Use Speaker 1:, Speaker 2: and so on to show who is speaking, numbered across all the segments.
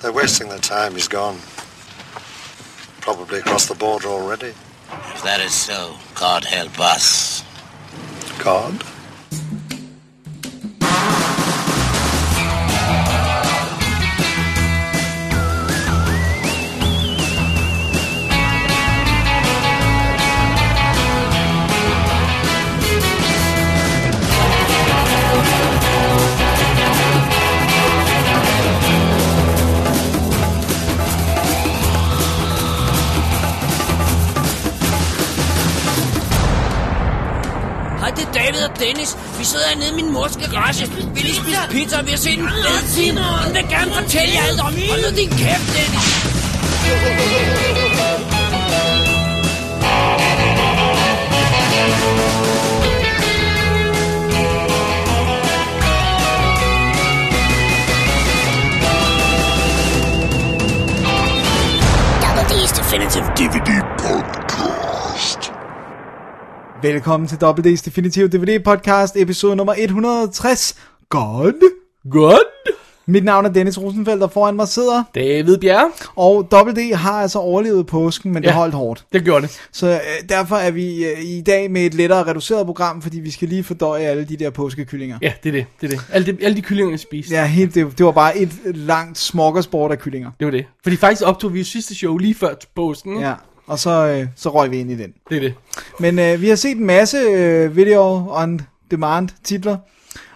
Speaker 1: They're wasting their time. He's gone. Probably across the border already.
Speaker 2: If that is so, God help us.
Speaker 1: God?
Speaker 3: Hej, det er David og Dennis. Vi sidder hernede i min mors garage. Vi lige spise pizza, og vi har set en fed film. Hun vil gerne fortælle jer alt om. Hold nu din kæft, Dennis.
Speaker 2: Double D's Definitive DVD Podcast.
Speaker 4: Velkommen til WD's Definitive DVD Podcast, episode nummer 160. God. God. Mit navn er Dennis Rosenfeldt, og foran mig sidder,
Speaker 5: David Bjerre.
Speaker 4: og WD har altså overlevet påsken, men det
Speaker 5: Ja.
Speaker 4: holdt hårdt.
Speaker 5: Jeg gjorde det.
Speaker 4: Så øh, derfor er vi øh, i dag med et lettere reduceret program, fordi vi skal lige fordøje alle de der påskekyllinger.
Speaker 5: Ja, det er det. det, er det. Alle, de, alle de kyllinger, jeg spiste. Ja.
Speaker 4: Ja, helt, det, det var bare et langt smorgasbord af kyllinger.
Speaker 5: Det var det. Fordi faktisk optog vi jo sidste show lige før påsken. Ja.
Speaker 4: Ja, og så, øh, så røg vi ind i den.
Speaker 5: Det er det.
Speaker 4: Men øh, vi har set en masse øh, video on demand titler.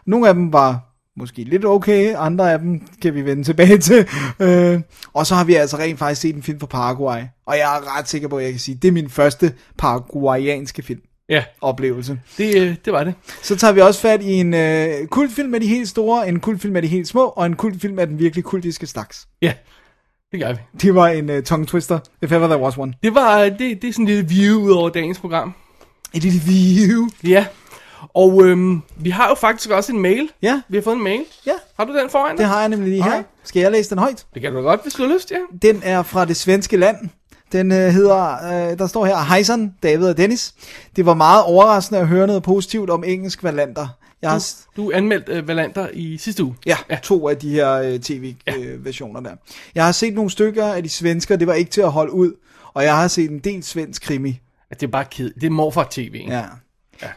Speaker 4: Nogle af dem var måske lidt okay, andre af dem kan vi vende tilbage til. Øh, og så har vi altså rent faktisk set en film fra Paraguay. Og jeg er ret sikker på, at jeg kan sige, at det er min første paraguayanske film
Speaker 5: Ja,
Speaker 4: oplevelse.
Speaker 5: det, øh, det var det.
Speaker 4: Så tager vi også fat i en øh, kultfilm af de helt store, en kultfilm af de helt små, og en kultfilm af den virkelig kultiske slags.
Speaker 5: Ja, det gør vi.
Speaker 4: Det var en øh, tongue twister, if ever there was one.
Speaker 5: Det var øh, det, det er sådan en lille view ud over dagens program.
Speaker 4: Et lille view.
Speaker 5: Ja. Og øhm, vi har jo faktisk også en mail.
Speaker 4: Ja,
Speaker 5: Vi har fået en mail.
Speaker 4: ja,
Speaker 5: Har du den foran dig?
Speaker 4: det har jeg nemlig lige her.
Speaker 5: Alright.
Speaker 4: Skal jeg læse den højt?
Speaker 5: Det kan du godt, hvis du har lyst, ja.
Speaker 4: Den er fra det svenske land. Den øh, hedder, øh, der står her, Hejsan, David og Dennis. Det var meget overraskende at høre noget positivt om engelsk valander. Jeg har, s-
Speaker 5: Du anmeldte øh, Valander i sidste uge.
Speaker 4: ja,
Speaker 5: ja.
Speaker 4: to af de her øh, tv-versioner der. Jeg har set nogle stykker af de svensker, det var ikke til at holde ud. Og jeg har set en del svensk krimi.
Speaker 5: At det er bare ked. Det er morfar tv, ikke?
Speaker 4: Ja.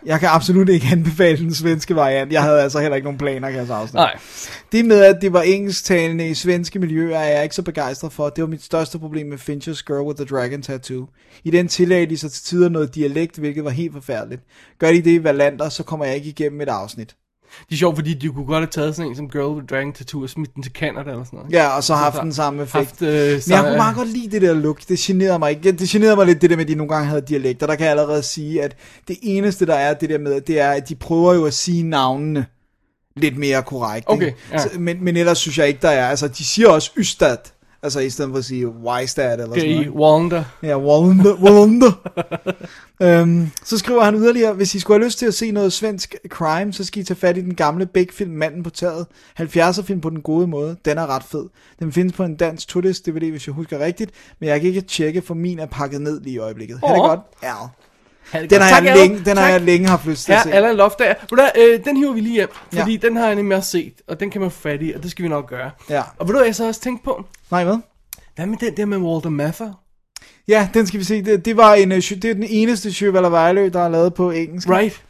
Speaker 4: Jeg kan absolut ikke anbefale den svenske variant. Jeg havde altså heller ikke nogen planer, kan jeg så afsnit.
Speaker 5: Nej.
Speaker 4: Det med, at det var engelsktalende i svenske miljøer, er jeg ikke så begejstret for. Det var mit største problem med Finchers Girl with the Dragon Tattoo. I den tillagde de sig til tider noget dialekt, hvilket var helt forfærdeligt. Gør de det i Valander, så kommer jeg ikke igennem et afsnit.
Speaker 5: Det er sjovt, fordi de kunne godt have taget sådan en som Girl with Dragon Tattoo og smidt den til Canada eller sådan noget.
Speaker 4: Ja, og så har haft den samme effekt.
Speaker 5: Haft, øh, så,
Speaker 4: Men jeg kunne meget godt lide det der look. Det generede mig ikke. Det generede mig lidt det der med, at de nogle gange havde dialekter. Der kan jeg allerede sige, at det eneste, der er det der med, det er, at de prøver jo at sige navnene lidt mere korrekt.
Speaker 5: Okay,
Speaker 4: ikke?
Speaker 5: ja.
Speaker 4: Så- men, men ellers synes jeg ikke, der er. Altså, de siger også Ystad. Altså, i stedet for at sige Wystad eller sådan
Speaker 5: øh, i
Speaker 4: noget.
Speaker 5: Wanda.
Speaker 4: Ja, Wallander. Wallander. øhm, så skriver han yderligere, hvis I skulle have lyst til at se noget svensk crime, så skal I tage fat i den gamle Beck-film Manden på taget. 70'er film på den gode måde. Den er ret fed. Den findes på en dansk tudis DVD, hvis jeg husker rigtigt, men jeg kan ikke tjekke, for min er pakket ned lige i øjeblikket. Er det
Speaker 5: Åh.
Speaker 4: godt? Ja. Den har, jeg længe, den har jeg længe haft lyst til at se.
Speaker 5: Ja, Allan Loftager. Ved du hvad, øh, den hiver vi lige hjem, fordi
Speaker 4: Ja.
Speaker 5: den har jeg nemlig også set, og den kan man få fat i, og det skal vi nok gøre.
Speaker 4: Ja.
Speaker 5: Og ved du hvad, jeg så også tænkte på?
Speaker 4: Nej, hvad?
Speaker 5: Hvad med den der med Walter Matthau?
Speaker 4: Ja, den skal vi se. Det, det var en, øh, sy- det er den eneste Sjøvalder Vejlø, der er lavet på engelsk.
Speaker 5: Right?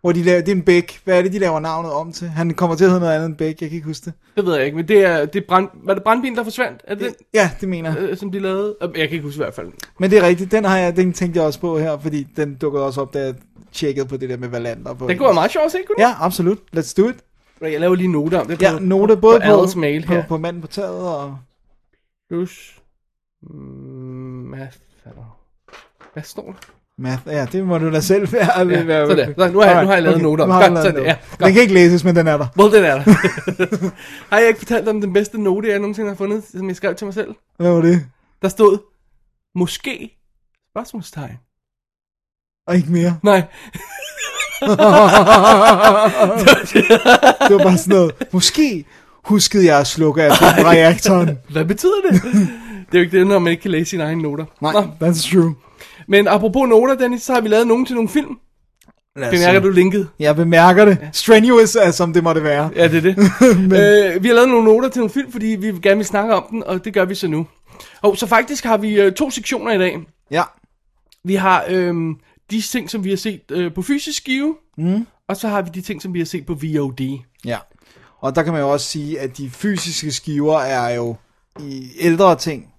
Speaker 4: Hvor de laver, det er en Beck. Hvad er det, de laver navnet om til? Han kommer til at hedde noget andet end Beck. Jeg kan ikke huske det.
Speaker 5: Det ved jeg ikke, men det er, det er brand, var det brandbilen, der forsvandt? Er det den,
Speaker 4: Ja, det mener jeg.
Speaker 5: øh, som de lavede? Øh, Jeg kan ikke huske i hvert fald.
Speaker 4: Men det er rigtigt, den, har jeg, den tænkte jeg også på her, fordi den dukkede også op, da jeg tjekkede på det der med Valander. På
Speaker 5: Den kunne være meget sjov at se, kunne den?
Speaker 4: Ja, absolut. Let's do it.
Speaker 5: Right, Jeg laver lige noter om det.
Speaker 4: Ja, note både på,
Speaker 5: Alles mail
Speaker 4: på,
Speaker 5: her.
Speaker 4: på manden på taget og...
Speaker 5: Plus. Mm, Matthau. Hvad står der?
Speaker 4: Math. Ja, det må du da selv være.
Speaker 5: Ja,
Speaker 4: være
Speaker 5: sådan der. Så nu har jeg- nu har jeg lavet noter.
Speaker 4: Nu har jeg
Speaker 5: Godt,
Speaker 4: lavet
Speaker 5: sådan der.
Speaker 4: noter.
Speaker 5: Ja, godt.
Speaker 4: Den kan ikke læses, men den er der.
Speaker 5: Well, den er der. har jeg ikke fortalt dig om den bedste note, jeg nogensinde har fundet, som jeg skrev til mig selv?
Speaker 4: Hvad var det?
Speaker 5: Der stod, måske, spørgsmålstegn.
Speaker 4: Og ikke mere.
Speaker 5: Nej,
Speaker 4: Det var bare sådan noget. Måske huskede jeg at slukke atomreaktoren.
Speaker 5: hvad betyder det? det er jo ikke det, når man ikke kan læse sine egne noter.
Speaker 4: Nej,
Speaker 5: Nå,
Speaker 4: that's true.
Speaker 5: men apropos noter, Dennis, så har vi lavet nogen til nogle film.
Speaker 4: Lad os
Speaker 5: Bemærker
Speaker 4: se.
Speaker 5: du linket?
Speaker 4: Jeg bemærker det. Strenuous, er, som det måtte være.
Speaker 5: Ja, det er det. øh, vi har lavet nogle noter til nogle film, fordi vi gerne vil snakke om den, og det gør vi så nu. Og så faktisk har vi øh, to sektioner i dag.
Speaker 4: Ja.
Speaker 5: Vi har øh, de ting, som vi har set øh, på fysisk skive, mm. og så har vi de ting, som vi har set på VOD.
Speaker 4: Ja. Og der kan man jo også sige, at de fysiske skiver er jo i ældre ting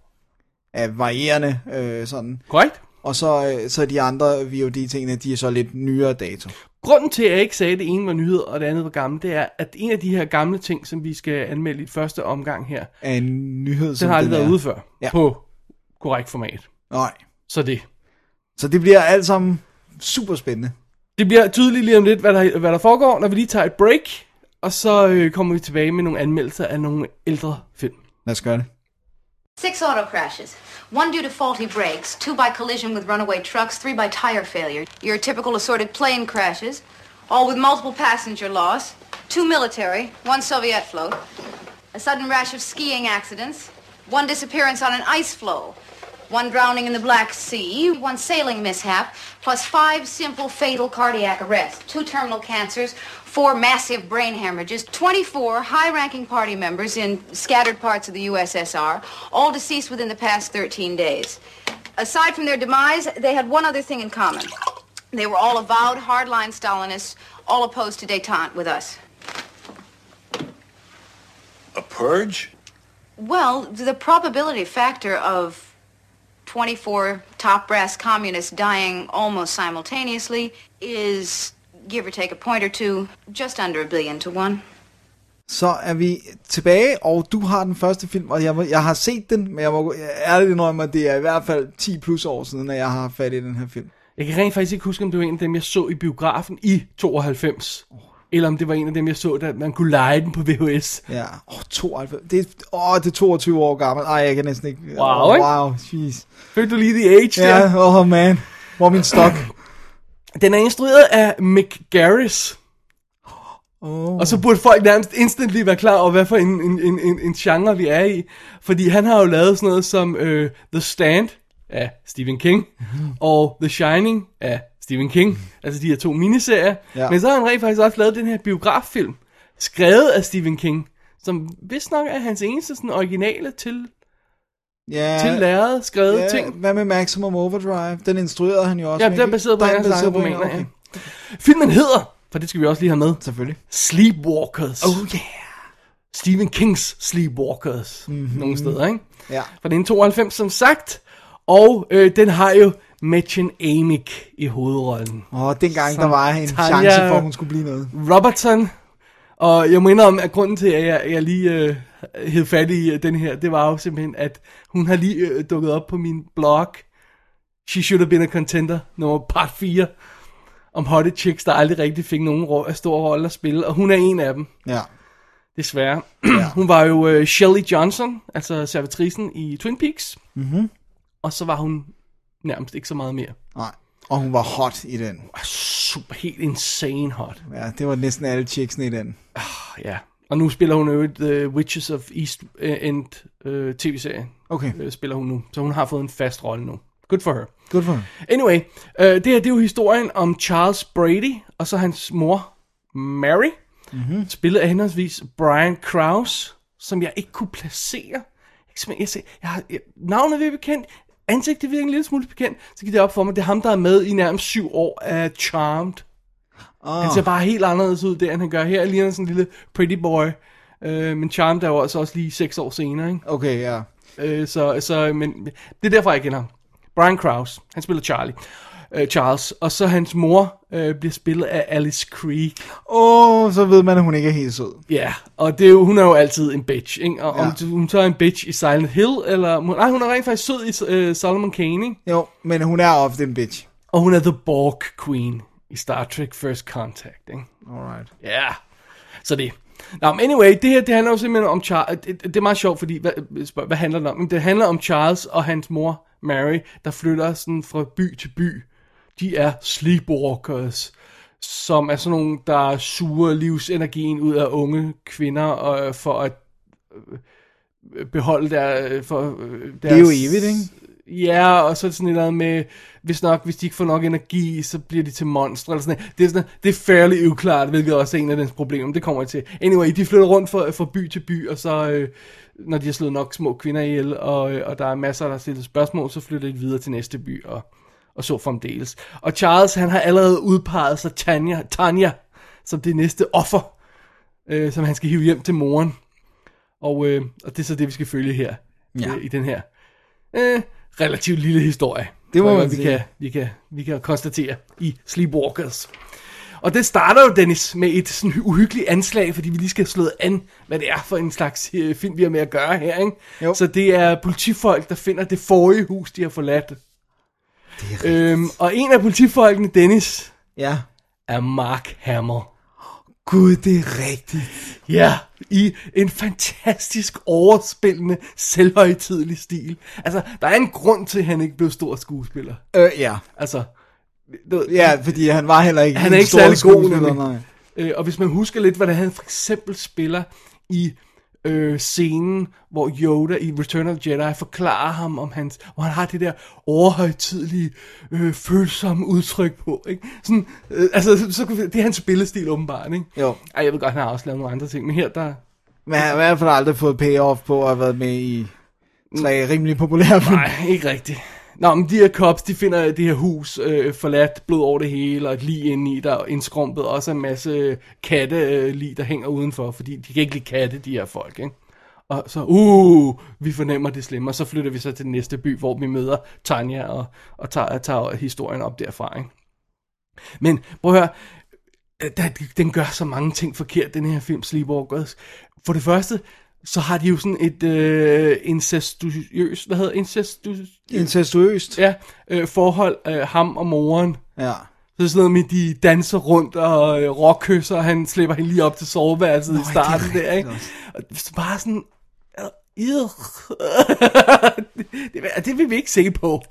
Speaker 4: af varierende øh, sådan.
Speaker 5: Korrekt?
Speaker 4: Og så, øh, så de andre VOD-tingene, de er så lidt nyere dato.
Speaker 5: Grunden til, at jeg ikke sagde, at det ene var nyhed, og det andet var gammel, det er, at en af de her gamle ting, som vi skal anmelde i første omgang her,
Speaker 4: Af en nyhed,
Speaker 5: den
Speaker 4: som
Speaker 5: har aldrig
Speaker 4: er.
Speaker 5: været ude før
Speaker 4: Ja.
Speaker 5: på korrekt format.
Speaker 4: Nej.
Speaker 5: Så det.
Speaker 4: Så det bliver alt sammen super spændende.
Speaker 5: Det bliver tydeligt lige om lidt, hvad der, hvad der foregår, når vi lige tager et break, og så øh, kommer vi tilbage med nogle anmeldelser af nogle ældre film.
Speaker 4: Lad os gøre det.
Speaker 6: Six auto crashes. One due to faulty brakes, two by collision with runaway trucks, three by tire failure. Your typical assorted plane crashes, all with multiple passenger loss, two military, one Soviet float, a sudden rash of skiing accidents, one disappearance on an ice floe, one drowning in the Black Sea, one sailing mishap, plus five simple fatal cardiac arrests, two terminal cancers, four massive brain hemorrhages, 24 high-ranking party members in scattered parts of the USSR, all deceased within the past 13 days. Aside from their demise, they had one other thing in common. They were all avowed hardline Stalinists, all opposed to detente with us.
Speaker 2: A purge?
Speaker 6: Well, the probability factor of 24 top brass communists dying almost simultaneously is, give or take a point or two, just under a billion to one.
Speaker 4: Så er vi tilbage, og du har den første film, og jeg, må, jeg har set den, men jeg må jeg ærligt indrømme, at det er i hvert fald 10 plus år siden, at jeg har haft fat i den her film.
Speaker 5: Jeg kan rent faktisk ikke huske, om det var en af dem, jeg så i biografen i 92. Eller om det var en af dem, jeg så, da man kunne lege den på VHS.
Speaker 4: Ja, åh, oh, 92, det, er- åh, det er 22 år gammel. Ej, jeg kan næsten ikke.
Speaker 5: Wow,
Speaker 4: Åh,
Speaker 5: ikke?
Speaker 4: Wow, jeez.
Speaker 5: Følte du lige The Age der?
Speaker 4: Ja, åh, oh, man. Hvor er min stok?
Speaker 5: Den er instrueret af Mick Garris. Oh. Og så burde folk nærmest instantly være klar over, hvad for en, en, en, en, en genre vi er i. Fordi han har jo lavet sådan noget som øh, The Stand af Stephen King, og The Shining af Stephen King. Altså de her to miniserier.
Speaker 4: Ja.
Speaker 5: Ja. Men så har han rent faktisk også lavet den her biograffilm, skrevet af Stephen King, som vist nok er hans eneste sådan originale til,
Speaker 4: Ja,
Speaker 5: til lærrede skrevet
Speaker 4: ja,
Speaker 5: ting.
Speaker 4: Hvad med Maximum Overdrive? Den instruerede han jo også.
Speaker 5: Ja,
Speaker 4: men
Speaker 5: den er
Speaker 4: ikke?
Speaker 5: baseret på
Speaker 4: Der er
Speaker 5: hans
Speaker 4: den baseret
Speaker 5: egne
Speaker 4: på en,
Speaker 5: romaner, okay.
Speaker 4: okay.
Speaker 5: ja. Filmen hedder, for det skal vi også lige have med,
Speaker 4: Selvfølgelig.
Speaker 5: Sleepwalkers.
Speaker 4: Oh, yeah.
Speaker 5: Stephen Kings Sleepwalkers.
Speaker 4: Mhm.
Speaker 5: Mm-hmm. Nogle steder, ikke?
Speaker 4: Ja.
Speaker 5: Fra 1992, som sagt. Og øh, den har jo Machen Amick i hovedrollen.
Speaker 4: Og dengang,
Speaker 5: Som
Speaker 4: der var en
Speaker 5: Tanja-
Speaker 4: chance for, at hun skulle blive noget.
Speaker 5: Robertson. Og jeg minder om, at grunden til, at jeg, jeg lige øh, hed fat i øh, den her, det var jo simpelthen, at hun har lige øh, dukket op på min blog. She Should Have Been a Contender, nummer part 4. Om hotte chicks, der aldrig rigtig fik nogen ro- store rolle at spille. Og hun er en af dem.
Speaker 4: Ja.
Speaker 5: Desværre. Ja. Hun var jo øh, Shelley Johnson, altså servitrisen i Twin Peaks. Mm-hmm. Og så var hun nærmest ikke så meget mere.
Speaker 4: Nej. Og hun var hot i den.
Speaker 5: Og super, helt insane hot.
Speaker 4: Ja, det var næsten alle chicksene i den.
Speaker 5: Oh, ja. Og nu spiller hun jo The Witches of East øh, End øh, tv-serie.
Speaker 4: Okay,
Speaker 5: Øh, spiller hun nu. Så hun har fået en fast rolle nu. Good for her.
Speaker 4: good for hende.
Speaker 5: Anyway, øh, det her det er jo historien om Charles Brady, og så hans mor, Mary, mm-hmm. spillet af henholdsvis Brian Krause, som jeg ikke kunne placere. Jeg, kan simpelthen- jeg, ser- jeg, har- jeg, navnet virker bekendt, ansigtet virker en lille smule bekendt, så gik det op for mig, det er ham, der er med i nærmest syv år af Charmed. Oh. Han ser bare helt anderledes ud der, end han gør her. Lige sådan en lille pretty boy. Øh, men Charmed er jo altså også lige seks år senere, ikke?
Speaker 4: Okay, ja.
Speaker 5: Øh, så, så, men det er derfor, jeg kender ham. Brian Krause, han spiller Charlie. Øh, Charles. Og så hans mor øh, bliver spillet af Alice Creek.
Speaker 4: Åh, oh, så ved man, at hun ikke er helt sød.
Speaker 5: Ja, yeah. og det er jo, hun er jo altid en bitch, ikke? Og
Speaker 4: Ja.
Speaker 5: ja. om hun så er en bitch i Silent Hill, eller... Nej, hun er rent faktisk sød i øh, Solomon Kane, ikke?
Speaker 4: Jo, men hun er ofte en bitch.
Speaker 5: Og hun er The Borg Queen i Star Trek First Contact, ikke?
Speaker 4: Alright.
Speaker 5: Ja, yeah. så det. Nå, men anyway, det her, det handler jo simpelthen om Charles. Det, det er meget sjovt, fordi, hvad, øh, spørg, hvad handler det om? Jamen, det handler om Charles og hans mor, Mary, der flytter sådan fra by til by. De er sleepwalkers, som er sådan nogle, der suger livsenergien ud af unge kvinder, og, øh, for at øh, beholde der, for øh, deres...
Speaker 4: Det er jo evigt, ikke?
Speaker 5: Ja, og så er det sådan et eller andet med, hvis nok, hvis de ikke får nok energi, så bliver de til monstre, eller sådan noget. Det er, sådan, det er fairly uklart, hvilket også er en af dens problemer, det kommer jeg til. Anyway, de flytter rundt fra, fra by til by, og så, øh, når de har slået nok små kvinder ihjel, og, øh, og der er masser, der har stillet spørgsmål, så flytter de videre til næste by, og, og så fremdeles. Og Charles, han har allerede udpeget sig Tanya, Tanya som det næste offer, øh, som han skal hive hjem til moren. Og, øh, og det er så det, vi skal følge her, ja. øh, i den her øh, relativt lille historie.
Speaker 4: Det må
Speaker 5: Hvad
Speaker 4: man
Speaker 5: vi
Speaker 4: sige.
Speaker 5: kan, vi, kan, vi kan konstatere i Sleepwalkers. Og det starter jo, Dennis, med et sådan uhyggeligt anslag, fordi vi lige skal have slået an, hvad det er for en slags øh, film, vi har med at gøre her. Ikke?
Speaker 4: Jo.
Speaker 5: Så det er politifolk, der finder det forrige hus, de har forladt. Øhm, og en af politifolkene, Dennis,
Speaker 4: Ja.
Speaker 5: er Mark Hamill.
Speaker 4: Gud, det er rigtigt.
Speaker 5: Ja, i en fantastisk overspillende, selvhøjtidelig stil. Altså, der er en grund til, at han ikke blev stor skuespiller.
Speaker 4: Øh, ja.
Speaker 5: Altså, du ved,
Speaker 4: Ja, fordi han var heller ikke
Speaker 5: Han er
Speaker 4: en
Speaker 5: ikke
Speaker 4: stor
Speaker 5: særlig god,
Speaker 4: skuespiller,
Speaker 5: nemlig.
Speaker 4: nej.
Speaker 5: Øh, og hvis man husker lidt, hvordan han for eksempel spiller i øh, scenen, hvor Yoda i Return of the Jedi forklarer ham om hans, hvor han har det der overhøjtidlige, øh, følsomme udtryk på. Ikke? Sådan, øh, altså, så, så, kunne vi- det er hans spillestil åbenbart. Ikke?
Speaker 4: Jo.
Speaker 5: Ej, jeg ved godt, han har også lavet nogle andre ting, men her der...
Speaker 4: Men han har i hvert fald aldrig fået payoff på at have været med i tre rimelig populære film.
Speaker 5: Nej, ikke rigtigt. Nå, men de her cops, de finder det her hus øh, forladt, blod over det hele, og et lige inde i, der er indskrumpet, og også en masse katte øh, lige, der hænger udenfor, fordi de kan ikke lide katte, de her folk, ikke? Og så, uh, vi fornemmer det slemme, og så flytter vi så til den næste by, hvor vi møder Tanja og, og tager, tager historien op derfra, ikke? Men prøv at høre, øh, der, den gør så mange ting forkert, den her film Sleepwalkers. For det første, så har de jo sådan et øh, incestuøst, hvad hedder incestuøst?
Speaker 4: Incestuøst.
Speaker 5: Ja, øh, forhold, øh, ham og moren.
Speaker 4: Ja.
Speaker 5: Så det er sådan noget med, de danser rundt og øh, råkysser, og han slipper hende lige op til soveværelset Nå, i starten
Speaker 4: rigtigt
Speaker 5: der, ikke?
Speaker 4: også.
Speaker 5: Og det er bare sådan, øh, irr. det, det, det vil vi ikke se på.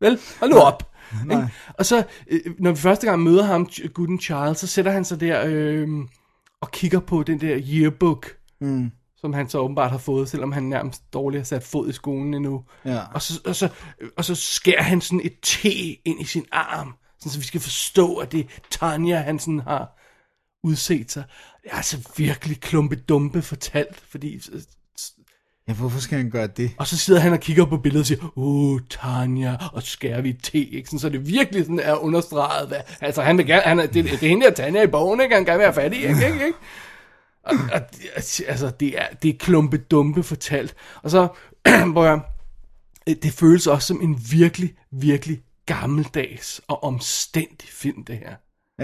Speaker 5: Vel, hold nu op. Ikke? Og så, øh, når vi første gang møder ham, Ch- Gooden Charles, så sætter han sig der øh, og kigger på den der yearbook,
Speaker 4: Mm.
Speaker 5: som han så åbenbart har fået, selvom han nærmest dårligt har sat fod i skolen endnu.
Speaker 4: Ja.
Speaker 5: Og, så, og, så, og så skærer han sådan et T ind i sin arm, sådan, så vi skal forstå, at det er Tanja, han sådan har udset sig. Det er altså virkelig klumpedumpe fortalt, fordi...
Speaker 4: ja, hvorfor skal han gøre det?
Speaker 5: Og så sidder han og kigger på billedet og siger, uh, Tanja, og så skærer vi et T, ikke? Sådan, så det virkelig sådan er understreget, hvad... Altså, han vil gerne... Han er, det, det er hende der Tanja i bogen, ikke? Han kan være fattig, ikke? ikke, ikke? Og, og, altså, det er, det er klumpedumpe fortalt. Og så, hvor jeg, øh, det føles også som en virkelig, virkelig gammeldags og omstændig film, det her.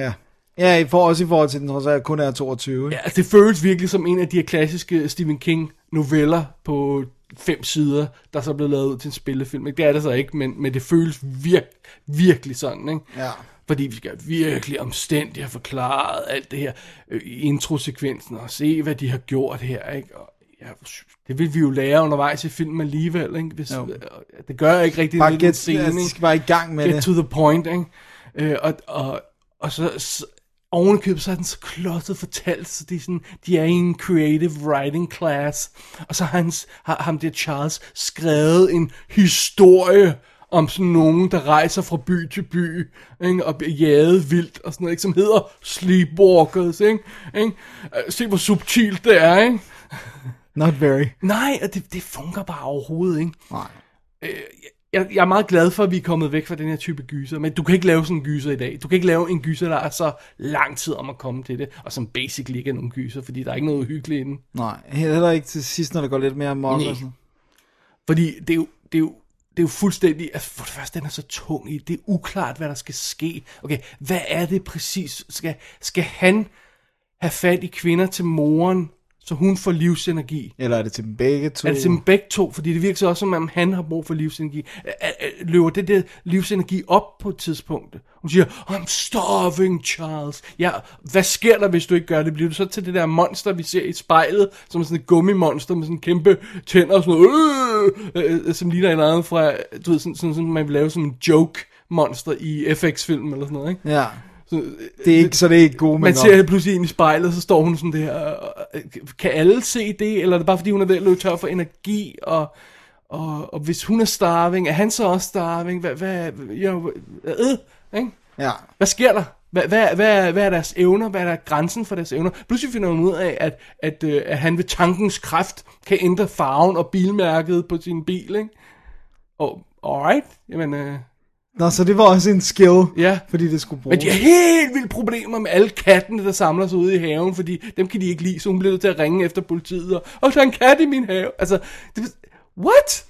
Speaker 4: Ja. Ja, i for, også i forhold til den, trods alt kun er 22.
Speaker 5: Ja,
Speaker 4: Ja.
Speaker 5: altså, det føles virkelig som en af de her klassiske Stephen King noveller på fem sider, der så blev lavet ud til en spillefilm. Ikke? Det er det så ikke, men, men det føles vir- virkelig sådan, ikke?
Speaker 4: Ja.
Speaker 5: Fordi vi skal virkelig omstændigt have forklaret alt det her øh, i introsekvensen, og se, hvad de har gjort her, ikke? Og, ja, det vil vi jo lære undervejs i filmen alligevel, ikke? Hvis,
Speaker 4: Jo.
Speaker 5: øh, det gør jeg ikke rigtig
Speaker 4: Bare
Speaker 5: nede i den
Speaker 4: get, altså, de
Speaker 5: ikke?
Speaker 4: skal bare i gang med
Speaker 5: Get
Speaker 4: det.
Speaker 5: to the point, ikke? Øh, og, og, og så, så ovenikøbet, så er den så klodset fortalt, så de er, sådan, de er i en creative writing class, og så har, hans, har ham der Charles skrevet en historie om sådan nogen, der rejser fra by til by, ikke? og bliver jaget vildt og sådan noget, ikke? som hedder Sleepwalkers, ikke? Ikke? Øh, Se, hvor subtilt det er, ikke?
Speaker 4: Not very.
Speaker 5: Nej, og det, det fungerer bare overhovedet, ikke?
Speaker 4: Nej.
Speaker 5: jeg, jeg er meget glad for, at vi er kommet væk fra den her type gyser, men du kan ikke lave sådan en gyser i dag. Du kan ikke lave en gyser, der er så lang tid om at komme til det, og som basically ikke er nogen gyser, fordi der er ikke noget uhyggeligt i den.
Speaker 4: Nej, heller ikke til sidst, når det går lidt mere amok.
Speaker 5: Nej.
Speaker 4: og sådan.
Speaker 5: Fordi det er jo, det er jo, det er jo fuldstændig, altså for det første, den er så tung i, det er uklart, hvad der skal ske. Okay, hvad er det præcis? Skal, skal han have fat i kvinder til moren, så hun får livsenergi?
Speaker 4: Eller er det til dem begge to?
Speaker 5: Er det til dem begge to? Fordi det virker så også, som om han har brug for livsenergi. Øh, øh, øh, Løber det der livsenergi op på et tidspunkt? Hun siger, I'm starving, Charles. Ja, hvad sker der, hvis du ikke gør det? Bliver du så til det der monster, vi ser i spejlet, som er sådan et gummimonster med sådan kæmpe tænder og sådan noget, øh, øh, øh, som ligner et eller andet fra, du ved, sådan, sådan, sådan man vil lave som en joke monster i FX-film eller sådan noget, ikke?
Speaker 4: Ja,
Speaker 5: Så, øh,
Speaker 4: det er ikke, så det er ikke gode, men
Speaker 5: man ser hende pludselig ind i spejlet, så står hun sådan der, øh, øh, kan alle se det, eller er det bare fordi, hun er ved at løbe tør for energi, og, Og, og hvis hun er starving, er han så også starving? Hvad, hvad, you know, øh, ikke?
Speaker 4: Ja.
Speaker 5: Hvad sker der? Hvad, hvad, hvad, hvad er deres evner? Hvad er der grænsen for deres evner? Pludselig finder hun ud af, at, at, øh, at han ved tankens kraft kan ændre farven og bilmærket på sin bil, ikke? Og, alright, jamen, øh,
Speaker 4: Nå, så det var også en skill,
Speaker 5: Ja.
Speaker 4: fordi det skulle bruges.
Speaker 5: men de har helt vildt problemer med alle kattene, der samler sig ude i haven, fordi dem kan de ikke lide, så hun bliver nødt til at ringe efter politiet, og, og der er en kat i min have. Altså, det, what?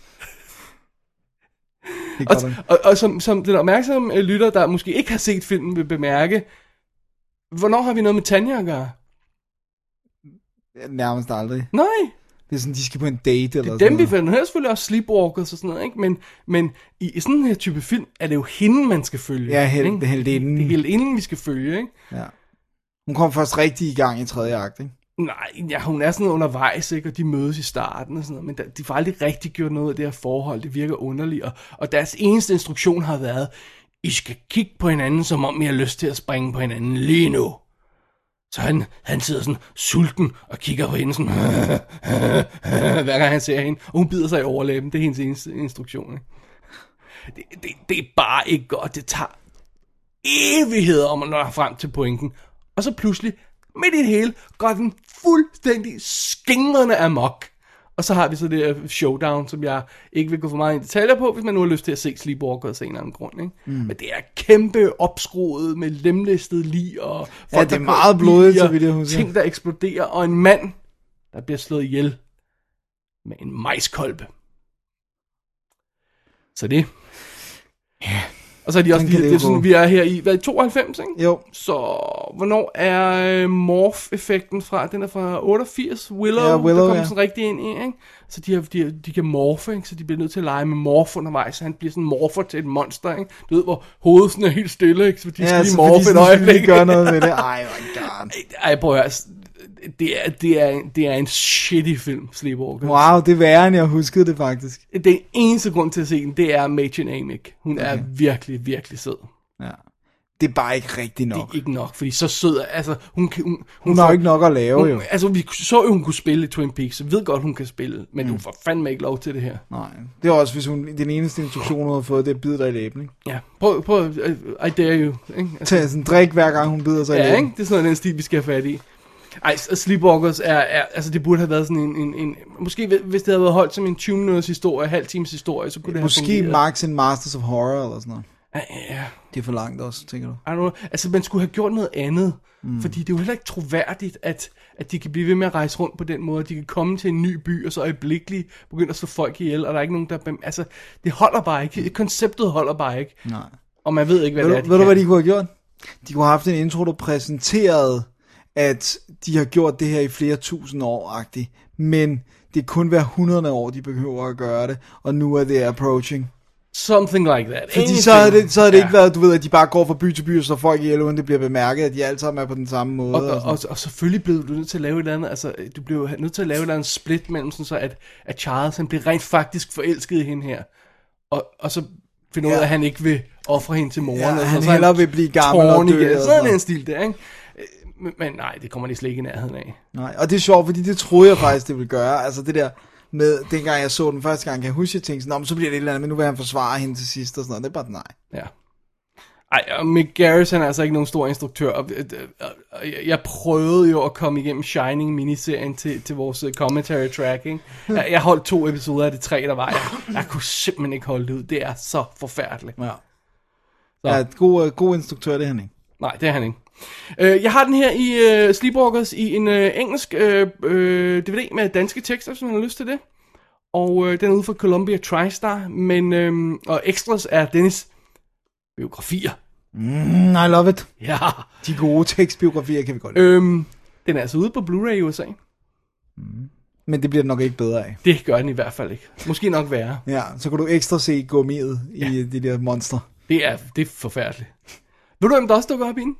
Speaker 4: Det er
Speaker 5: Og,
Speaker 4: godt nok.
Speaker 5: og, og som, som den opmærksomme øh, lytter, der måske ikke har set filmen, vil bemærke, hvornår har vi noget med Tanja at gøre?
Speaker 4: Nærmest aldrig.
Speaker 5: Nej,
Speaker 4: Det er sådan, de skal på en date eller
Speaker 5: det er
Speaker 4: sådan
Speaker 5: dem vi
Speaker 4: noget.
Speaker 5: finder. Hun er selvfølgelig også sleepwalkers og sådan noget, ikke? Men, men i i sådan her type film, er det jo hende, man skal følge.
Speaker 4: Ja, hel-
Speaker 5: ikke?
Speaker 4: heltinden.
Speaker 5: Det er helt inden, vi skal følge, ikke?
Speaker 4: Ja. Hun kom først rigtig i gang i tredje akt, ikke?
Speaker 5: Nej, ja, hun er sådan undervejs, ikke? og de mødes i starten og sådan noget, men der, de får aldrig rigtig gjort noget af det her forhold, det virker underligt, og, og deres eneste instruktion har været, I skal kigge på hinanden, som om I har lyst til at springe på hinanden lige nu. Så han, han sidder sådan sulten og kigger på hende sådan, hver gang han ser hende, og hun bider sig i overlæben, det er hendes eneste instruktion. Ikke? Det, det, det er bare ikke godt, det tager evigheder om at nå frem til pointen. Og så pludselig, midt i det hele, går den fuldstændig skingrende amok. Og så har vi så det her showdown, som jeg ikke vil gå for meget i detaljer på, hvis man nu har lyst til at se Sleepwalkers af en eller anden grund. Ikke? Mm. Men det er kæmpe opskruet med lemlæstet lig og folk,
Speaker 4: det er
Speaker 5: der
Speaker 4: meget
Speaker 5: kører
Speaker 4: blodigt,
Speaker 5: biler,
Speaker 4: så vidt jeg husker.
Speaker 5: Ting, der eksploderer, og en mand, der bliver slået ihjel med en majskolbe. Så det. Ja. Og så er de også,
Speaker 4: Sådan
Speaker 5: lige,
Speaker 4: kan
Speaker 5: det,
Speaker 4: det
Speaker 5: er
Speaker 4: jo gå.
Speaker 5: sådan, vi er her i, hvad, i 92, ikke?
Speaker 4: Jo.
Speaker 5: Så hvornår er øh, morph-effekten fra? Den er fra 88, Willow,
Speaker 4: Ja, Willow,
Speaker 5: der kommer
Speaker 4: ja.
Speaker 5: sådan rigtig ind i, ikke? Så de, har, de, har- de kan morfe, ikke? så de bliver nødt til at lege med morph undervejs, så han bliver sådan morfer til et monster, ikke? Du ved, hvor hovedet sådan er helt stille, ikke? Så de skal lige
Speaker 4: så
Speaker 5: morfe
Speaker 4: fordi
Speaker 5: et
Speaker 4: sådan, skal vi
Speaker 5: øjeblik.
Speaker 4: lige gøre noget ved det. Ej, my god.
Speaker 5: Ej, prøv at høre, s- det er, det, er, en- det er en shitty film, Sleepwalker.
Speaker 4: Wow, det er værre, end jeg huskede det faktisk.
Speaker 5: Den eneste grund til at se den, det er Machen Amick. Hun okay. er virkelig, virkelig sød.
Speaker 4: Ja. Det er bare ikke rigtigt
Speaker 5: Det
Speaker 4: nok.
Speaker 5: er ikke nok, fordi så sød, er- altså hun kan... Hun, hun,
Speaker 4: Hun har
Speaker 5: får-
Speaker 4: jo ikke nok at lave, jo.
Speaker 5: Hun, altså, vi så jo, hun kunne spille i Twin Peaks, så ved godt, hun kan spille, men mm. du får fandme ikke lov til det her.
Speaker 4: Nej. Det er også, hvis hun, den eneste instruktion, hun har fået, det er at bide dig i læben, ikke?
Speaker 5: Ja, prøv, prøv, øh, I dare you, ikke? Altså,
Speaker 4: Tag sådan en drik, hver gang hun bider sig i
Speaker 5: ja,
Speaker 4: læben.
Speaker 5: ikke? Det er sådan noget, den stil, vi skal have fat i. Ej, s- og Sleepwalkers er, er, altså det burde have været sådan en, en, en måske hvi- hvis det havde været holdt som en 20 minutters historie, halv times historie, så kunne det
Speaker 4: Måske
Speaker 5: have fungeret.
Speaker 4: Max and Masters of Horror eller sådan noget.
Speaker 5: Måske Ja,
Speaker 4: Det er for langt også, tænker du.
Speaker 5: I don't know. Altså, man skulle have gjort noget andet. Mm. Fordi det er jo heller ikke troværdigt, at, at de kan blive ved med at rejse rundt på den måde. De kan komme til en ny by, og så øjeblikkeligt begynde at slå folk ihjel, og der er ikke nogen, der... bem- Altså, det holder bare ikke. Konceptet holder bare ikke.
Speaker 4: Mm. Nej.
Speaker 5: Og man ved ikke, hvad
Speaker 4: Ved,
Speaker 5: det er,
Speaker 4: du, ved du,
Speaker 5: kan.
Speaker 4: hvad de kunne have gjort? De kunne have haft en intro, der præsenterede, at de har gjort det her i flere tusind år agtigt men det er kun hver hundrede år, de behøver at gøre det, og nu er det approaching.
Speaker 5: Something like that.
Speaker 4: Fordi
Speaker 5: Anything.
Speaker 4: så havde det, så havde det
Speaker 5: Ja.
Speaker 4: ikke været, du ved, at de bare går fra by til by, og så folk ihjel, uden det bliver bemærket, at de alle sammen er på den samme måde.
Speaker 5: Og,
Speaker 4: og
Speaker 5: og,
Speaker 4: sådan.
Speaker 5: og, og selvfølgelig blev du nødt til at lave et eller andet, altså du blev jo nødt til at lave et eller andet split mellem sådan så, at, at Charles han blev rent faktisk forelsket i hende her, og, og så finder ud af,
Speaker 4: Ja.
Speaker 5: at han ikke vil ofre hende til moren.
Speaker 4: Ja,
Speaker 5: og
Speaker 4: han
Speaker 5: så er
Speaker 4: hellere vil blive gammel og
Speaker 5: tårnig,
Speaker 4: dø,
Speaker 5: ja,
Speaker 4: og sådan
Speaker 5: Sådan en
Speaker 4: noget.
Speaker 5: stil der, ikke? Øh, Men, men nej, det kommer de slet ikke i nærheden af.
Speaker 4: Nej, og det er sjovt, fordi det troede jeg faktisk, det ville gøre. Altså det der med, dengang jeg så den første gang, kan jeg huske, jeg tænkte sådan, "Nå, men så bliver det et eller andet, men nu vil han forsvare hende til sidst og sådan noget. Det er bare, nej.
Speaker 5: Ja. Ej, og Mick Garris, han er altså ikke nogen stor instruktør, og, øh, øh, og jeg- jeg prøvede jo at komme igennem Shining-miniserien til, til vores øh, commentary track, ikke? Jeg, jeg holdt to episoder af de tre, der var. Jeg, jeg kunne simpelthen ikke holde det ud. Det er så forfærdeligt.
Speaker 4: Ja. Ja, et god, øh, god instruktør, det er han ikke.
Speaker 5: Nej, det er han ikke. Øh, jeg har den her i øh, Sleepwalkers i en øh, engelsk øh, øh, DVD med danske tekster, hvis man har lyst til det. Og øh, den er ude fra Columbia TriStar, men øh, og extras er Dennis biografier.
Speaker 4: Mm, I love it.
Speaker 5: Ja.
Speaker 4: De gode tekstbiografier kan vi godt lide.
Speaker 5: Øhm, den er altså ude på Blu-ray i USA.
Speaker 4: Men det bliver det nok ikke bedre af.
Speaker 5: Det gør den i hvert fald ikke. Måske nok værre.
Speaker 4: Ja, så kan du ekstra se gummiet i øh, de der monster.
Speaker 5: Det er, det er forfærdeligt. Ved du, hvem der også dukker op i den?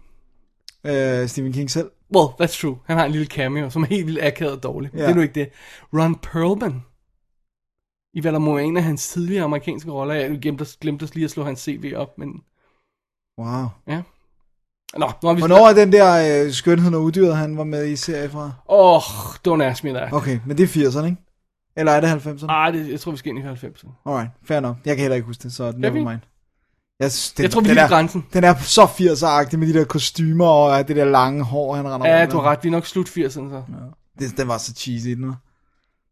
Speaker 4: Øh, Stephen King selv.
Speaker 5: Well, that's true. Han har en lille cameo, som er helt vildt akavet og dårlig. Men
Speaker 4: Ja.
Speaker 5: Det er nu ikke det. Ron Perlman. I hvad der må være en af hans tidligere amerikanske roller. Jeg glemte, glemte lige at slå hans CV op, men...
Speaker 4: Wow.
Speaker 5: Ja. Nå, nu har vi...
Speaker 4: Hvornår er den der øh, skønheden og uddyret, han var med i serie fra?
Speaker 5: Åh, oh, don't ask me that.
Speaker 4: Okay, men det er 80'erne, ikke? Eller er det 90'erne?
Speaker 5: Nej, det, jeg tror, vi skal ind i 90'erne.
Speaker 4: Alright, fair nok. Jeg kan heller ikke huske det, så never
Speaker 5: vi?
Speaker 4: mind. Jeg, synes, den,
Speaker 5: Jeg tror, vi
Speaker 4: den
Speaker 5: er
Speaker 4: er,
Speaker 5: på grænsen.
Speaker 4: Den er så 80'er-agtig med de der kostymer og øh, det der lange hår, han render
Speaker 5: Ja,
Speaker 4: rundt
Speaker 5: du har
Speaker 4: med.
Speaker 5: ret. Vi er nok slut 80'erne, så.
Speaker 4: Det, den var så cheesy, den var.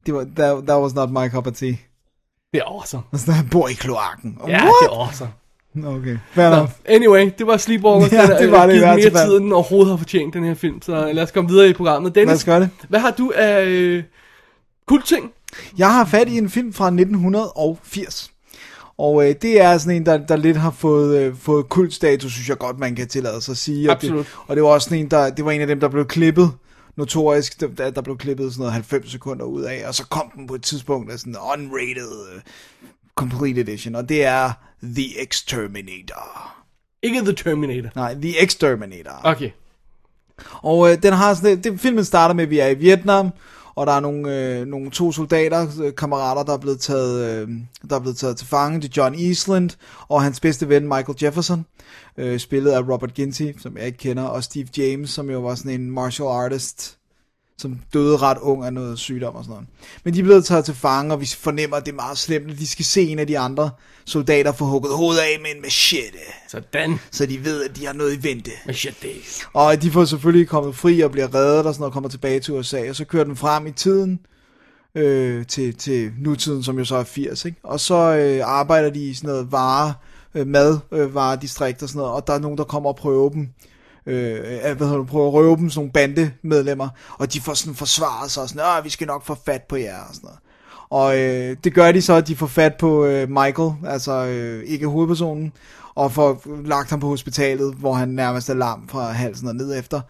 Speaker 4: Det var, that, that was not my cup of tea.
Speaker 5: Det er awesome.
Speaker 4: Og sådan, han bor i kloakken.
Speaker 5: Ja, det er awesome.
Speaker 4: Okay, fair
Speaker 5: Nå,
Speaker 4: enough.
Speaker 5: anyway, det var Sleepwalkers,
Speaker 4: Ja,
Speaker 5: ja, der
Speaker 4: det
Speaker 5: det
Speaker 4: var det i
Speaker 5: givet
Speaker 4: hvert
Speaker 5: mere
Speaker 4: fald.
Speaker 5: tid, end den overhovedet har fortjent, den her film. Så øh, lad os komme videre i programmet.
Speaker 4: Lad
Speaker 5: Dennis,
Speaker 4: os gøre det.
Speaker 5: hvad har du af øh, kultting?
Speaker 4: Jeg har fat i en film fra 1980. Og øh, det er sådan en, der, der lidt har fået, øh, fået kultstatus, synes jeg godt, man kan tillade sig at sige. Og
Speaker 5: Absolut.
Speaker 4: Det, og det var også sådan en, der, det var en af dem, der blev klippet notorisk, der- der, der blev klippet sådan noget 90 sekunder ud af, og så kom den på et tidspunkt af sådan unrated øh, complete edition, og det er The Exterminator.
Speaker 5: Ikke The Terminator.
Speaker 4: Nej, The Exterminator.
Speaker 5: Okay.
Speaker 4: Og øh, den har sådan, det, filmen starter med, at vi er i Vietnam, og der er nogle, øh, nogle to soldater, øh, kammerater, der er, blevet taget, øh, der er blevet taget til fange. Det er John Eastland og hans bedste ven Michael Jefferson, øh, spillet af Robert Ginty, som jeg ikke kender, og Steve James, som jo var sådan en martial artist, som døde ret ung af noget sygdom og sådan noget. Men de er blevet taget til fange, og vi fornemmer, at det er meget slemt, at de skal se en af de andre soldater få hugget hovedet af med en machete,
Speaker 5: Sådan.
Speaker 4: så de ved, at de har noget i vente.
Speaker 5: Machetes.
Speaker 4: Og de får selvfølgelig kommet fri og bliver reddet og sådan noget, og kommer tilbage til USA, og så kører den frem i tiden øh, til, til nutiden, som jo så er 80, ikke? Og så øh, arbejder de i sådan noget vare, øh, mad, øh, varedistrikt og sådan noget, og der er nogen, der kommer og prøver dem. Øh, øh, hvad hedder det, prøver at røve dem, sådan nogle bandemedlemmer, og de får sådan forsvaret sig, og sådan, "Åh, vi skal nok få fat på jer, og sådan noget. Og øh, det gør de så, at de får fat på øh, Michael, altså øh, ikke hovedpersonen, og får lagt ham på hospitalet, hvor han nærmest er lam fra halsen og ned efter.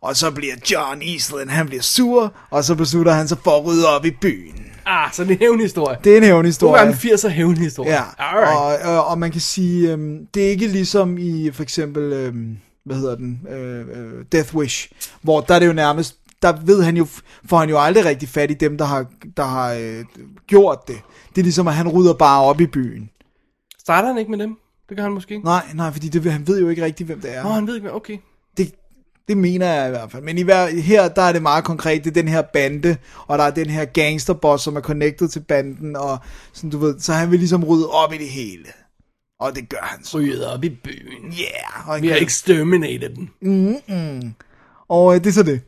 Speaker 4: Og så bliver John Eastland, han bliver sur, og så beslutter han sig for at rydde op i byen.
Speaker 5: Ah, så det er en hævnhistorie.
Speaker 4: Det er en
Speaker 5: Nogle gange
Speaker 4: hævnhistorie.
Speaker 5: 80'er hævnhistorie.
Speaker 4: Ja,
Speaker 5: Alright.
Speaker 4: og, øh, og, og man kan sige, øhm, det er ikke ligesom i for eksempel, øhm, hvad hedder den, øh, øh, Death Wish, hvor der er det jo nærmest, der ved han jo, får han jo aldrig rigtig fat i dem, der har, der har øh, gjort det. Det er ligesom, at han rydder bare op i byen.
Speaker 5: Starter han ikke med dem? Det gør han måske ikke.
Speaker 4: Nej, nej, fordi det, han ved jo ikke rigtig, hvem det er.
Speaker 5: Nå, han ved ikke, hvad. Okay.
Speaker 4: Det, det mener jeg i hvert fald. Men i hver, her, der er det meget konkret. Det er den her bande, og der er den her gangsterboss, som er connected til banden, og sådan, du ved, så han vil ligesom rydde op i det hele. Og det gør han så.
Speaker 5: Ryger op i byen.
Speaker 4: Yeah, og, han
Speaker 5: Vi har
Speaker 4: kan-
Speaker 5: exterminated dem.
Speaker 4: og øh, det er så det.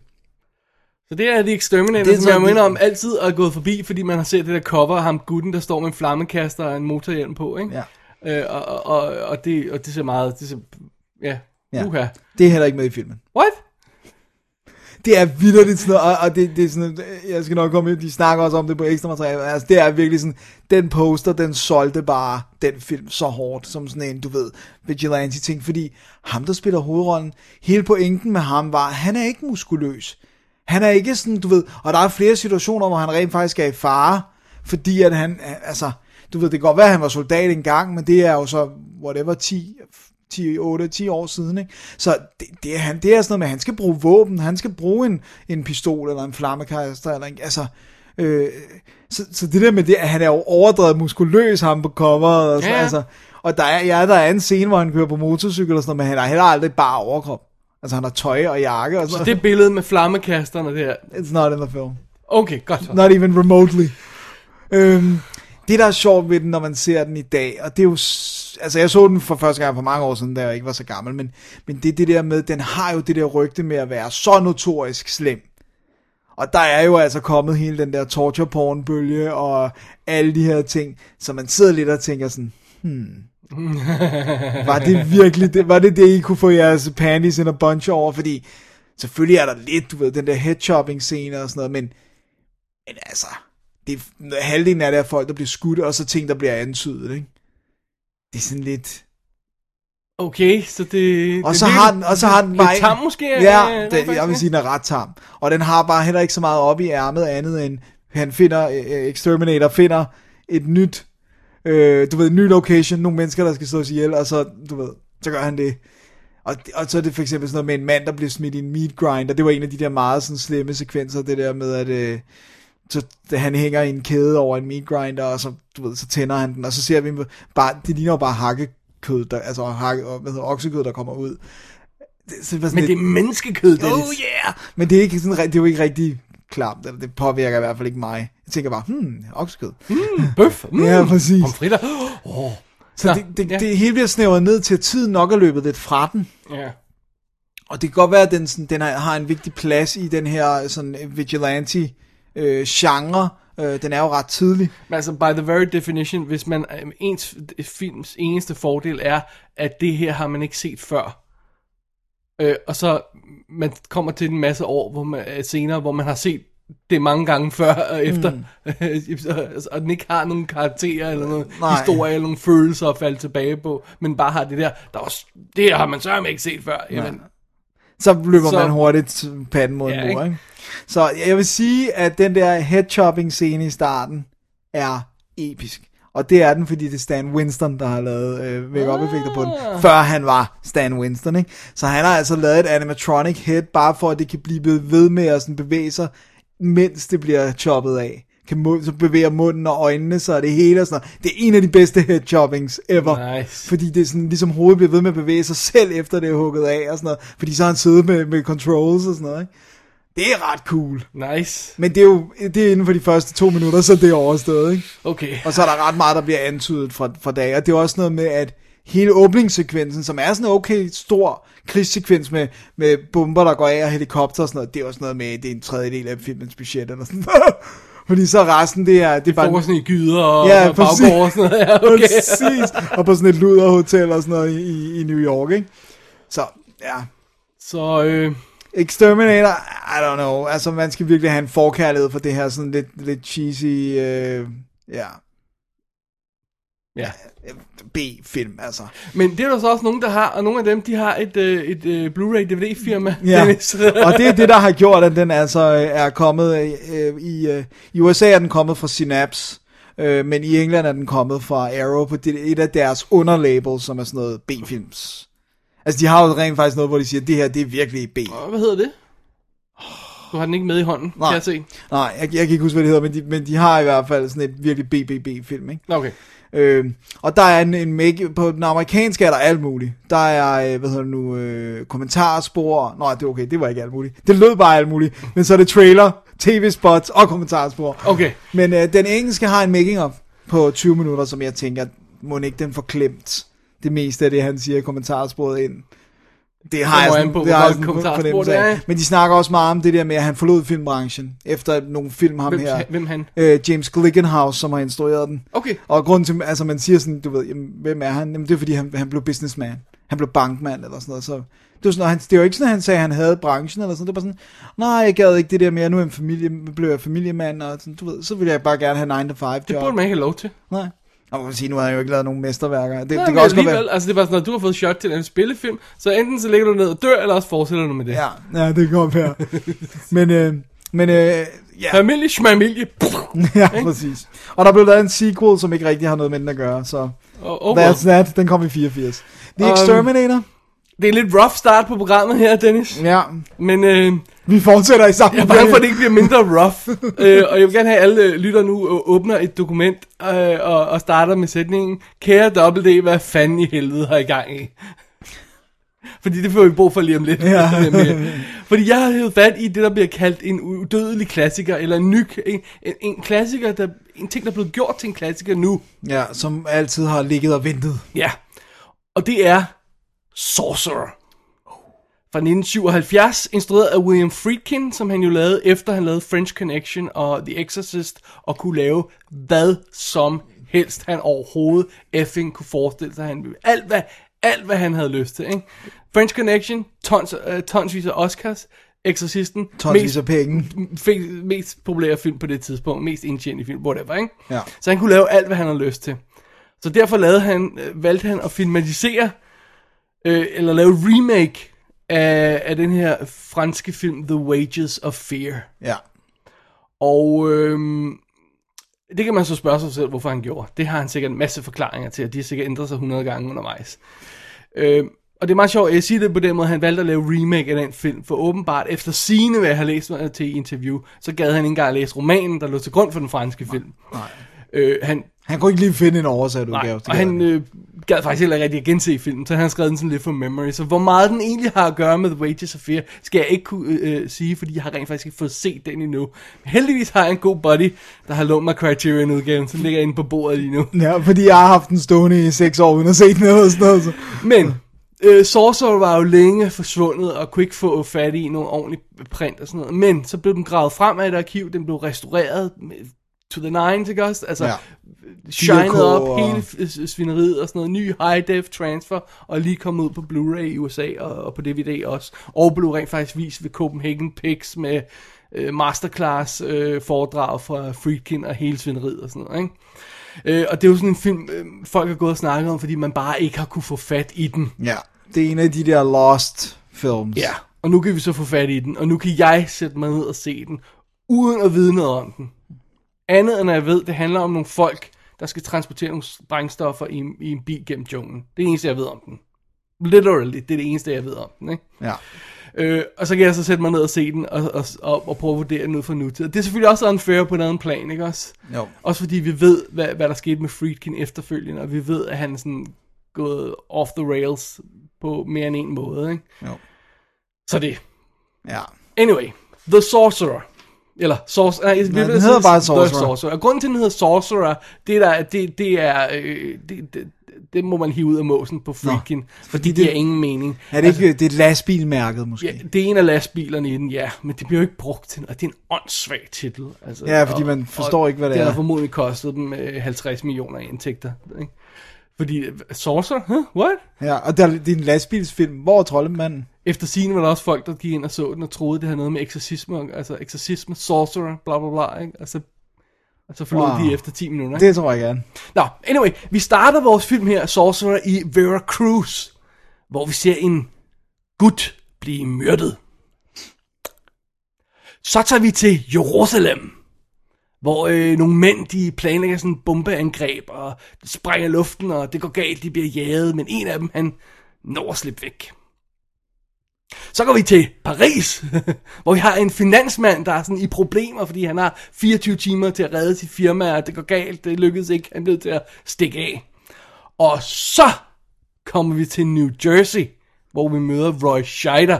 Speaker 5: Så det er The Exterminator,
Speaker 4: Det er
Speaker 5: det er, som
Speaker 4: sådan,
Speaker 5: jeg må
Speaker 4: det-
Speaker 5: indrømme altid er gået forbi, fordi man har set det der cover af ham gutten, der står med en flammekaster og en motorhjelm på, ikke?
Speaker 4: Ja.
Speaker 5: Øh, og, og, og, og, det, og det ser meget, det ser, ja,
Speaker 4: Ja.
Speaker 5: ja. uha.
Speaker 4: Det er heller ikke med i filmen.
Speaker 5: What?
Speaker 4: Det er vildt sådan noget, og- og det, det er sådan, øh, jeg skal nok komme ind, de snakker også om det på ekstra materiale, men altså det er virkelig sådan, den poster, den solgte bare den film så hårdt, som sådan en, du ved, vigilante ting, fordi ham, der spiller hovedrollen, hele pointen med ham var, han er ikke muskuløs. Han er ikke sådan, du ved, og der er flere situationer, hvor han rent faktisk er i fare, fordi at han, altså, du ved, det kan godt være, at han var soldat engang, men det er jo så, whatever, 10, 10, 8, 10 år siden, ikke? Så det, det, er, han, det er sådan noget med, at han skal bruge våben, han skal bruge en, en pistol eller en flammekaster, eller en, altså, øh, så, så det der med det, at han er jo overdrevet muskuløs, ham på coveret, og sådan,
Speaker 5: Ja,
Speaker 4: ja.
Speaker 5: ja.
Speaker 4: altså, og der er, ja, der er en scene, hvor han kører på motorcykel og sådan noget, men han har heller aldrig bare overkrop. Altså, han har tøj og jakke og
Speaker 5: Så
Speaker 4: sådan
Speaker 5: det billede med flammekasterne der.
Speaker 4: It's not in the film.
Speaker 5: Okay, godt så.
Speaker 4: Not even remotely. Øhm, det, der er sjovt ved den, når man ser den i dag, og det er jo... s- Altså, jeg så den for første gang for mange år siden, da jeg ikke var så gammel, men, men det er det der med, den har jo det der rygte med at være så notorisk slem. Og der er jo altså kommet hele den der torture porn bølge og alle de her ting, så man sidder lidt og tænker sådan, hmm, var det virkelig det, var det det, I kunne få jeres panties in a bunch over? Fordi selvfølgelig er der lidt, du ved, den der headchopping scene og sådan noget, men men altså, det er, halvdelen af det er folk, der bliver skudt, og så ting, der bliver antydet, ikke? Det er sådan lidt...
Speaker 5: Okay, så det...
Speaker 4: Og
Speaker 5: det
Speaker 4: så
Speaker 5: virker-
Speaker 4: har den, og så har den
Speaker 5: lidt
Speaker 4: bare...
Speaker 5: tam måske, øh,
Speaker 4: Ja,
Speaker 5: rent
Speaker 4: den, jeg vil
Speaker 5: faktisk,
Speaker 4: sige, den er ret tam. Og den har bare heller ikke så meget op i ærmet andet end, han finder, øh, Exterminator finder et nyt, øh, du ved, en ny location, nogle mennesker, der skal slås ihjel, og så, du ved, så gør han det. Og, og så er det for eksempel sådan noget med en mand, der bliver smidt i en meat grinder. Det var en af de der meget sådan slemme sekvenser, det der med, at... Øh, så da han hænger i en kæde over en meat grinder, og så, du ved, så tænder han den, og så ser vi bare, det ligner jo bare hakkekød, der, altså hakke, og, hvad hedder, oksekød, der kommer ud. Det, så var sådan
Speaker 5: Men
Speaker 4: lidt-
Speaker 5: det oh, er menneskekød, Dennis.
Speaker 4: Oh yeah! Men det er, ikke sådan, ri- det er jo ikke rigtig klamt, eller det påvirker i hvert fald ikke mig. Jeg tænker bare, hmm, oksekød.
Speaker 5: Bøf. Mm,
Speaker 4: Ja, præcis.
Speaker 5: Pomfritter. Oh.
Speaker 4: Så
Speaker 5: Nå,
Speaker 4: det, det,
Speaker 5: ja.
Speaker 4: det hele bliver snævret ned til, at tiden nok er løbet lidt fra den.
Speaker 5: Ja.
Speaker 4: Og det kan godt være, at den, sådan, den har- har en vigtig plads i den her sådan vigilante-genre. øh, den er jo ret tidlig.
Speaker 5: Men altså, by the very definition, hvis man øhm, ens films eneste fordel er, at det her har man ikke set før. Øh, og så man kommer til en masse år hvor man, øh, senere, hvor man har set det mange gange før og efter, mm. og den ikke har nogen karakterer eller nogen
Speaker 4: Øh, Nej.
Speaker 5: historie eller nogen følelser at falde tilbage på, men bare har det der, der var, det her har man sørme ikke set før. Jamen,
Speaker 4: Så løber så...
Speaker 5: Så-
Speaker 4: man hurtigt patten mod
Speaker 5: Ja,
Speaker 4: en mur,
Speaker 5: ikke?
Speaker 4: ikke? Så jeg vil sige, at den der headchopping-scene i starten er episk. Og det er den, fordi det er Stan Winston, der har lavet øh, make-up-effekter på
Speaker 5: Ah.
Speaker 4: den, før han var Stan Winston, ikke? Så han har altså lavet et animatronic head, bare for at det kan blive ved- ved med at sådan bevæge sig, mens det bliver choppet af. Kan mund, så bevæger munden og øjnene sig, og det hele og sådan noget. Det er en af de bedste headchoppings ever.
Speaker 5: Nice.
Speaker 4: Fordi det er sådan, ligesom hovedet bliver ved med at bevæge sig selv, efter det er hugget af og sådan noget. Fordi så har han siddet med, med controls og sådan noget, ikke? Det er ret cool.
Speaker 5: nice.
Speaker 4: Men det er jo det er inden for de første to minutter, så det er overstået, ikke?
Speaker 5: Okay.
Speaker 4: Og så er der ret meget, der bliver antydet fra, fra dag. Og det er også noget med, at hele åbningssekvensen, som er sådan en okay stor krigssekvens med, med bomber, der går af og helikopter og sådan noget, det er også noget med, at det er en tredjedel af filmens budget eller sådan Fordi så resten, det er, det er
Speaker 5: Bare... Fokusen i gyder og,
Speaker 4: Ja,
Speaker 5: ja, og baggård og sådan noget. Ja, okay.
Speaker 4: Præcis. Og på sådan et luderhotel og sådan noget i, i, i New York, ikke? Så, ja.
Speaker 5: Så øh,
Speaker 4: Exterminator, I don't know. Altså, man skal virkelig have en forkærlighed for det her sådan lidt, lidt cheesy, øh, ja,
Speaker 5: ja.
Speaker 4: B-film, altså.
Speaker 5: Men det er der så også nogen, der har, og nogle af dem, de har et, øh, et øh, Blu-ray DVD-firma,
Speaker 4: Ja.
Speaker 5: Dennis.
Speaker 4: Og det er det, der har gjort, at den altså øh, er kommet øh, øh, i... Øh, I USA er den kommet fra Synapse, øh, men i England er den kommet fra Arrow på det, et af deres underlabels, som er sådan noget B-films. Altså, de har jo rent faktisk noget, hvor de siger, at det her, det er virkelig B.
Speaker 5: Og Hvad hedder det? Du har den ikke med i hånden,
Speaker 4: Nej.
Speaker 5: kan jeg se.
Speaker 4: Nej, jeg, jeg kan ikke huske, hvad det hedder, men de, men de har i hvert fald sådan et virkelig BBB-film, ikke?
Speaker 5: Nå, okay.
Speaker 4: Øh, og der er en, en make på den amerikanske er der alt muligt. Der er, øh, hvad hedder det nu, øh, kommentarspor. Nej, det er okay, det var ikke alt muligt. Det lød bare alt muligt. Men så er det trailer, tv-spots og kommentarspor.
Speaker 5: Okay.
Speaker 4: Men øh, den engelske har en making of på 20 minutter, som jeg tænker, må den ikke den forklemt det meste af det, han siger i kommentarsporet ind. Det har jeg
Speaker 5: Kommer
Speaker 4: sådan,
Speaker 5: an på,
Speaker 4: det
Speaker 5: hvor
Speaker 4: har
Speaker 5: godt
Speaker 4: jeg sådan
Speaker 5: kommentarsporet
Speaker 4: fornemmelse
Speaker 5: det
Speaker 4: af.
Speaker 5: er.
Speaker 4: Men de snakker også meget om det der med, at han forlod filmbranchen, efter nogle film ham
Speaker 5: Hvem-
Speaker 4: her.
Speaker 5: hvem han?
Speaker 4: Øh, James Glickenhaus, som har instrueret den.
Speaker 5: Okay.
Speaker 4: Og grunden til, altså man siger sådan, du ved, jamen, hvem er han? Jamen det er fordi, han, han blev businessman. Han blev bankmand eller sådan noget. Så det var, sådan, og han, det var ikke sådan, at han sagde, at han havde branchen eller sådan. Det var bare sådan, nej, jeg gad ikke det der mere. Nu er jeg en familie, blev jeg familiemand, og sådan, du ved, så ville jeg bare gerne have 9 to 5 job.
Speaker 5: Det burde man ikke have lov til.
Speaker 4: Nej. Og man kan sige, nu har jeg jo ikke lavet nogen mesterværker. Det,
Speaker 5: Nej,
Speaker 4: det
Speaker 5: men
Speaker 4: kan også godt
Speaker 5: alligevel,
Speaker 4: være.
Speaker 5: altså det var sådan, at du har fået shot til en spillefilm, så enten så ligger du ned og dør, eller også fortsætter du med det.
Speaker 4: Ja, ja, det kan godt være. men, øh, men øh, ja,
Speaker 5: Familie, schmamilie.
Speaker 4: ja, præcis. Og der blev lavet en sequel, som ikke rigtig har noget med den at gøre, så
Speaker 5: Og over.
Speaker 4: that's that. Den kom i 84. The
Speaker 5: Um,
Speaker 4: Exterminator.
Speaker 5: Det er en lidt rough start på programmet her, Dennis.
Speaker 4: Ja,
Speaker 5: Men øh,
Speaker 4: Vi fortsætter i samme
Speaker 5: Jeg er bange for, at det ikke bliver mindre rough. øh, og jeg vil gerne have, at alle øh, lytter nu øh, åbner et dokument øh, og, og starter med sætningen, kære WD, hvad fanden i helvede har I gang i? Fordi det får vi brug for lige om lidt. Ja. Fordi jeg har hævet fat i det, der bliver kaldt en udødelig klassiker, eller en ny, en, en, en klassiker, der, en ting, der er blevet gjort til en klassiker nu.
Speaker 4: Ja, som altid har ligget og ventet.
Speaker 5: Ja, og det er Sorcerer. Fra 1977, instrueret af William Friedkin, som han jo lavede, efter han lavede French Connection og The Exorcist, og kunne lave hvad som helst, han overhovedet effing kunne forestille sig. Han ville. Alt hvad, alt, hvad han havde lyst til. Ikke? French Connection, tons, uh, tonsvis af Oscars, Exorcisten,
Speaker 4: Tonsvis af penge.
Speaker 5: fik mest populære film på det tidspunkt, mest indtjente film, whatever, ikke?
Speaker 4: Ja.
Speaker 5: Så han kunne lave alt, hvad han havde lyst til. Så derfor lavede han, øh, valgte han at filmatisere, øh, eller lave remake af, af den her franske film, The Wages of Fear.
Speaker 4: Ja.
Speaker 5: Og øhm, det kan man så spørge sig selv, hvorfor han gjorde. Det har han sikkert en masse forklaringer til, og de har sikkert ændret sig 100 gange undervejs. Øhm, og det er meget sjovt, at jeg siger det på den måde, at han valgte at lave remake af den film, for åbenbart efter sine, hvad jeg har læst mig til i interview, så gad han ikke engang at læse romanen, der lå til grund for den franske film. Nej. Øh, han
Speaker 4: Han kunne ikke lige finde en oversat udgave.
Speaker 5: Nej,
Speaker 4: det
Speaker 5: og
Speaker 4: gad
Speaker 5: han øh, gad faktisk heller ikke rigtig at gense filmen, så han har skrevet den sådan lidt for memory. Så hvor meget den egentlig har at gøre med The Wages of Fear, skal jeg ikke kunne øh, øh, sige, fordi jeg har rent faktisk ikke fået set den endnu. Men heldigvis har jeg en god buddy, der har lånt mig Criterion-udgaven, så den ligger inde på bordet lige nu.
Speaker 4: Øh, Ja, fordi jeg har haft den stående i seks år, uden at se noget og sådan noget. Så.
Speaker 5: Men øh, Sorcerer var jo længe forsvundet og kunne ikke få fat i nogen ordentlig print og sådan noget. Men så blev den gravet frem af et arkiv, den blev restaureret med, to the nines, ikke også? Altså,
Speaker 4: Ja.
Speaker 5: ja. shined
Speaker 4: Styrkode
Speaker 5: op,
Speaker 4: og-
Speaker 5: hele f- s- svineriet og sådan noget. Ny high def transfer, og lige kommet ud på Blu-ray i USA og, og på DVD også. Og blev rent faktisk vist ved Copenhagen Pix med øh, masterclass øh, foredrag fra Friedkin og hele svineriet og sådan noget, ikke? Øh, og det er jo sådan en film, øh, folk har gået og snakket om, fordi man bare ikke har kunne få fat i den.
Speaker 4: Ja, det er en af de der lost films.
Speaker 5: Ja, og nu kan vi så få fat i den, og nu kan jeg sætte mig ned og se den, uden at vide noget om den. Andet end at jeg ved, det handler om nogle folk, der skal transportere nogle sprængstoffer i, en- i en bil gennem junglen. Det er det eneste, jeg ved om den. Literally, det er det eneste, jeg ved om den, ikke?
Speaker 4: Ja.
Speaker 5: Øh, og så kan jeg så sætte mig ned og se den, og, og, og, og prøve at vurdere den ud fra nutid. Og det er selvfølgelig også unfair på en anden plan, ikke også?
Speaker 4: Jo.
Speaker 5: Også fordi vi ved, hvad, hvad der skete med Friedkin efterfølgende, og vi ved, at han er sådan gået off the rails på mere end en måde, ikke?
Speaker 4: Jo.
Speaker 5: Så det.
Speaker 4: Ja.
Speaker 5: Anyway, The Sorcerer. Eller Sorcerer. Nej, det
Speaker 4: den hedder bare Sorcerer.
Speaker 5: The Sorcerer. Og grunden til, at den hedder Sorcerer, det, der, det, det er... Øh, det, det, det må man hive ud af måsen på Freakin, fordi det giver ingen mening.
Speaker 4: Er det ikke det er lastbilmærket måske?
Speaker 5: Altså- Ja, det er en af lastbilerne i den, ja, men det bliver jo ikke brugt til noget. Det er en åndssvag titel. Altså,
Speaker 4: Ja, fordi man forstår ikke, hvad det
Speaker 5: det
Speaker 4: er.
Speaker 5: har formodentlig kostet dem øh, 50 millioner i indtægter. Ikke? Fordi, øh, Sorcerer? Huh? What?
Speaker 4: Ja, og der, det er en lastbilsfilm. Hvor er troldemanden?
Speaker 5: Efter scene var der også folk, der gik ind og så den og troede, det havde noget med eksorcisme, at- altså eksorcisme, sorcerer, bla bla bla, ikke? Og så, og så forlod
Speaker 4: Wow.
Speaker 5: wow. de efter 10 minutter. Det...
Speaker 4: Det tror jeg gerne.
Speaker 5: Nå, anyway, vi starter vores film her, Sorcerer, i Veracruz, hvor vi ser en gut blive myrdet. Så tager vi til Jerusalem, hvor øh, nogle mænd, de planlægger sådan en bombeangreb, og de sprænger luften, og det går galt, de bliver jaget, men en af dem, han når at slippe væk. Så går vi til Paris, hvor vi har en finansmand, der er sådan i problemer, fordi han har 24 timer til at redde sit firma, og det går galt, det lykkedes ikke, han blev til at stikke af. Og så kommer vi til New Jersey, hvor vi møder Roy Scheider,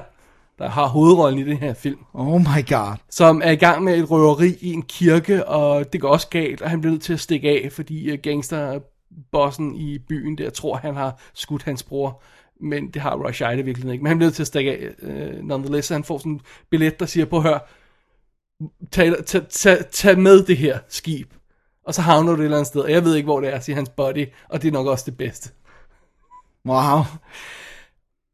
Speaker 5: der har hovedrollen i den her film
Speaker 4: Oh my god.
Speaker 5: som er i gang med et røveri i en kirke, og det går også galt, og han bliver nødt til at stikke af, fordi øh, gangsterbossen i byen der tror, han har skudt hans bror. Men det har Roy Scheider virkelig ikke. Men han bliver nødt til at stikke af, øh, nonetheless, så han får sådan en billet, der siger, på hør, tag, tag, tag, tag med det her skib. Og så havner du et eller andet sted, og jeg ved ikke, hvor det er, siger hans body, og det er nok også det bedste.
Speaker 4: Wow.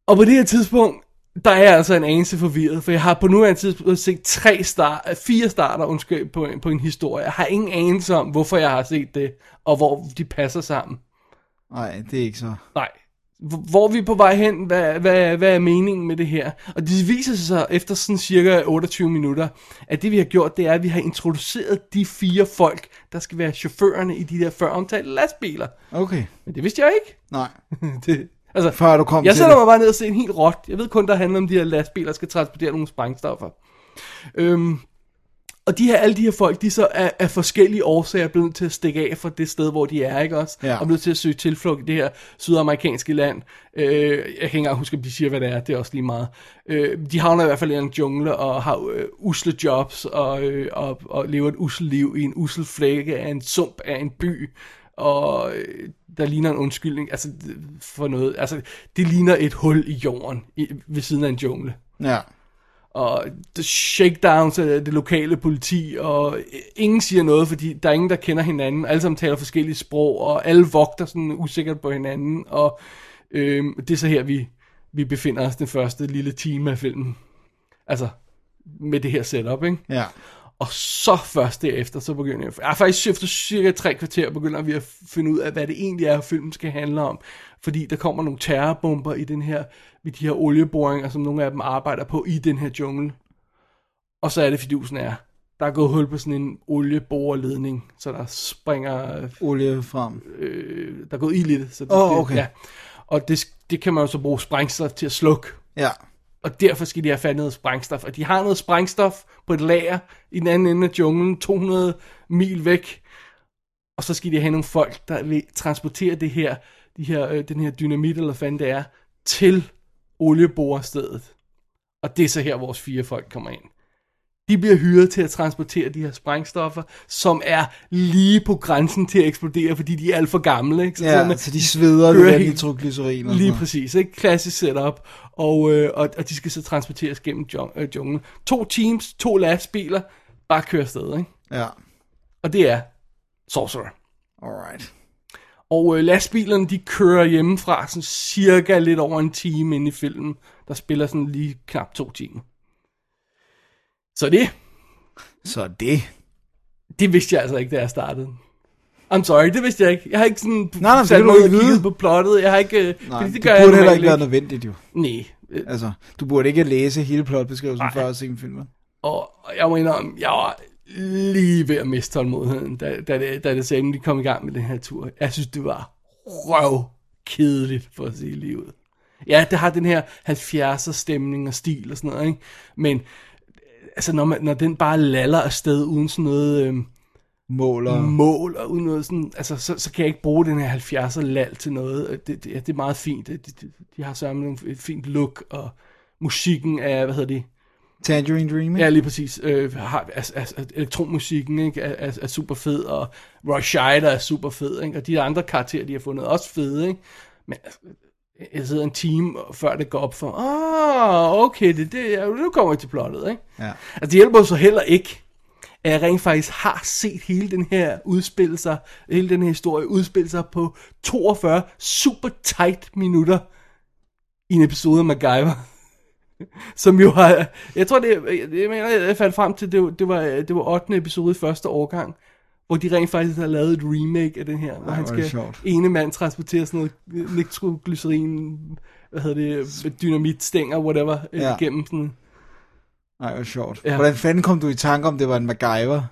Speaker 5: Og på det her tidspunkt, der er jeg altså en anelse forvirret, for jeg har på nuværende tidspunkt set tre star, øh, fire starter undskyld, på, en, på en historie. Jeg har ingen anelse om, hvorfor jeg har set det, og hvor de passer sammen.
Speaker 4: Nej, det er ikke så.
Speaker 5: Nej. Hvor- Hvor er vi på vej hen? Hvad, hvad, hvad er meningen med det her? Og det viser sig så efter sådan cirka 28 minutter, at det vi har gjort, det er, at vi har introduceret de fire folk, der skal være chaufførerne i de der før omtalte lastbiler.
Speaker 4: Okay.
Speaker 5: Men det vidste jeg ikke.
Speaker 4: Nej.
Speaker 5: det, altså,
Speaker 4: Før du kom
Speaker 5: jeg
Speaker 4: til
Speaker 5: sætter
Speaker 4: det.
Speaker 5: mig bare ned og ser en helt råt. Jeg ved kun, der handler om de her lastbiler, der skal transportere nogle sprængstoffer. Øhm, og de her, alle de her folk, de så af, af forskellige årsager blevet nødt til at stikke af fra det sted, hvor de er, ikke også?
Speaker 4: Ja.
Speaker 5: Og blevet til at søge tilflugt i det her sydamerikanske land. Øh, jeg kan ikke engang huske, om de siger, hvad det er. Det er også lige meget. Øh, de havner i hvert fald i en jungle og har øh, usle jobs og, øh, og, og lever et usle liv i en usel flække af en sump af en by. Og øh, der ligner en undskyldning altså, for noget. Altså, det ligner et hul i jorden i, ved siden af en jungle
Speaker 4: Ja.
Speaker 5: og the shakedowns af det lokale politi, og ingen siger noget, fordi der er ingen, der kender hinanden. Alle sammen taler forskellige sprog, og alle vogter sådan usikkert på hinanden, og øhm, det er så her, vi, vi befinder os den første lille time af filmen. Altså, med det her setup, ikke?
Speaker 4: Ja.
Speaker 5: Og så først derefter, så begynder jeg... Ja, faktisk efter cirka tre kvarter begynder vi at finde ud af, hvad det egentlig er, filmen skal handle om. Fordi der kommer nogle terrorbomber i den her, i de her olieboringer, som nogle af dem arbejder på i den her jungle. Og så er det fidusen er, der er gået hul på sådan en olieborerledning, så der springer,
Speaker 4: Olie frem.
Speaker 5: øh, der er gået ild i det. Så det,
Speaker 4: Åh,
Speaker 5: det-
Speaker 4: okay.
Speaker 5: ja. Og det, det kan man jo så bruge sprængstof til at slukke.
Speaker 4: Ja.
Speaker 5: Og derfor skal de have fat i noget sprængstof. Og de har noget sprængstof på et lager i den anden ende af junglen, 200 mil væk. Og så skal de have nogle folk, der vil transportere det her de her, øh, den her dynamit, eller hvad fanden det er, til olieborestedet. Og det er så her, vores fire folk kommer ind. De bliver hyret til at transportere de her sprængstoffer, som er lige på grænsen til at eksplodere, fordi de er alt for gamle. Ikke?
Speaker 4: Ja,
Speaker 5: man-
Speaker 4: så de sveder
Speaker 5: Kører
Speaker 4: det der
Speaker 5: helt-
Speaker 4: nitroglycerin. og sådan
Speaker 5: Lige
Speaker 4: noget.
Speaker 5: præcis, ikke? Klassisk setup. Og, øh, og, og de skal så transporteres gennem jung- øh, junglen. To teams, to lastbiler, bare køre afsted, ikke?
Speaker 4: Ja,
Speaker 5: Og det er Sorcerer.
Speaker 4: alright.
Speaker 5: Og øh, lastbilerne, de kører hjemmefra sådan cirka lidt over en time ind i filmen. Der spiller sådan lige knap to timer. Så det,
Speaker 4: Så det.
Speaker 5: det vidste jeg altså ikke, da jeg startede. I'm sorry, det vidste jeg ikke. Jeg har ikke sådan
Speaker 4: nej, men det kan du
Speaker 5: mig ud
Speaker 4: ikke
Speaker 5: og kigget
Speaker 4: vide.
Speaker 5: på plottet. Jeg har ikke... øh,
Speaker 4: Nej,
Speaker 5: fordi
Speaker 4: det, det
Speaker 5: gør jeg
Speaker 4: burde heller
Speaker 5: normalt
Speaker 4: ikke være nødvendigt jo.
Speaker 5: Nej, øh,
Speaker 4: Altså, du burde ikke læse hele plotbeskrivelsen før at se en film. vel?
Speaker 5: Og og jeg må indrømme, jeg var lige ved at miste tålmodigheden, da, da, det, da det sagde, at de kom i gang med den her tur. Jeg synes, det var røv kedeligt for at sige livet. Ja, det har den her 70'er stemning og stil og sådan noget, ikke? Men altså, når, man, når den bare laller afsted uden sådan noget øhm,
Speaker 4: Måler.
Speaker 5: mål og uden noget sådan, altså, så, så kan jeg ikke bruge den her 70'er lal til noget. Og Det, det, ja, det er meget fint. De, de, de har sammen et fint look, og musikken er, hvad hedder det,
Speaker 4: Tangerine Dream, ikke?
Speaker 5: Ja, lige præcis. Øh, har, altså, altså, elektronmusikken ikke, er, er, er super fed, og Roy Scheider er super fed, ikke? og de andre karakterer, de har fundet, er også fede. Ikke? Men altså, jeg sidder en time, før det går op for, ah, okay, det, det, ja, nu kommer jeg til plottet. Ikke?
Speaker 4: Ja.
Speaker 5: Altså, det hjælper jo så heller ikke, at jeg rent faktisk har set hele den her udspille sig, hele den her historie udspille sig på 42 super tight minutter i en episode af MacGyver. Som jo har, jeg tror det, jeg, jeg mener, jeg fandt frem til, det, var- det var, det var 8. episode i første årgang, hvor de rent faktisk har lavet et remake af den her, hvor
Speaker 4: Ej,
Speaker 5: han
Speaker 4: hvor er det
Speaker 5: skal
Speaker 4: sjovt.
Speaker 5: ene mand transportere sådan noget øh, nitroglycerin, hvad hedder det, dynamitstænger, whatever,
Speaker 4: Ja.
Speaker 5: ja. igennem sådan
Speaker 4: Nej, hvor sjovt. Ja.
Speaker 5: Ja.
Speaker 4: Hvordan fanden kom du i tanke om, det var en MacGyver?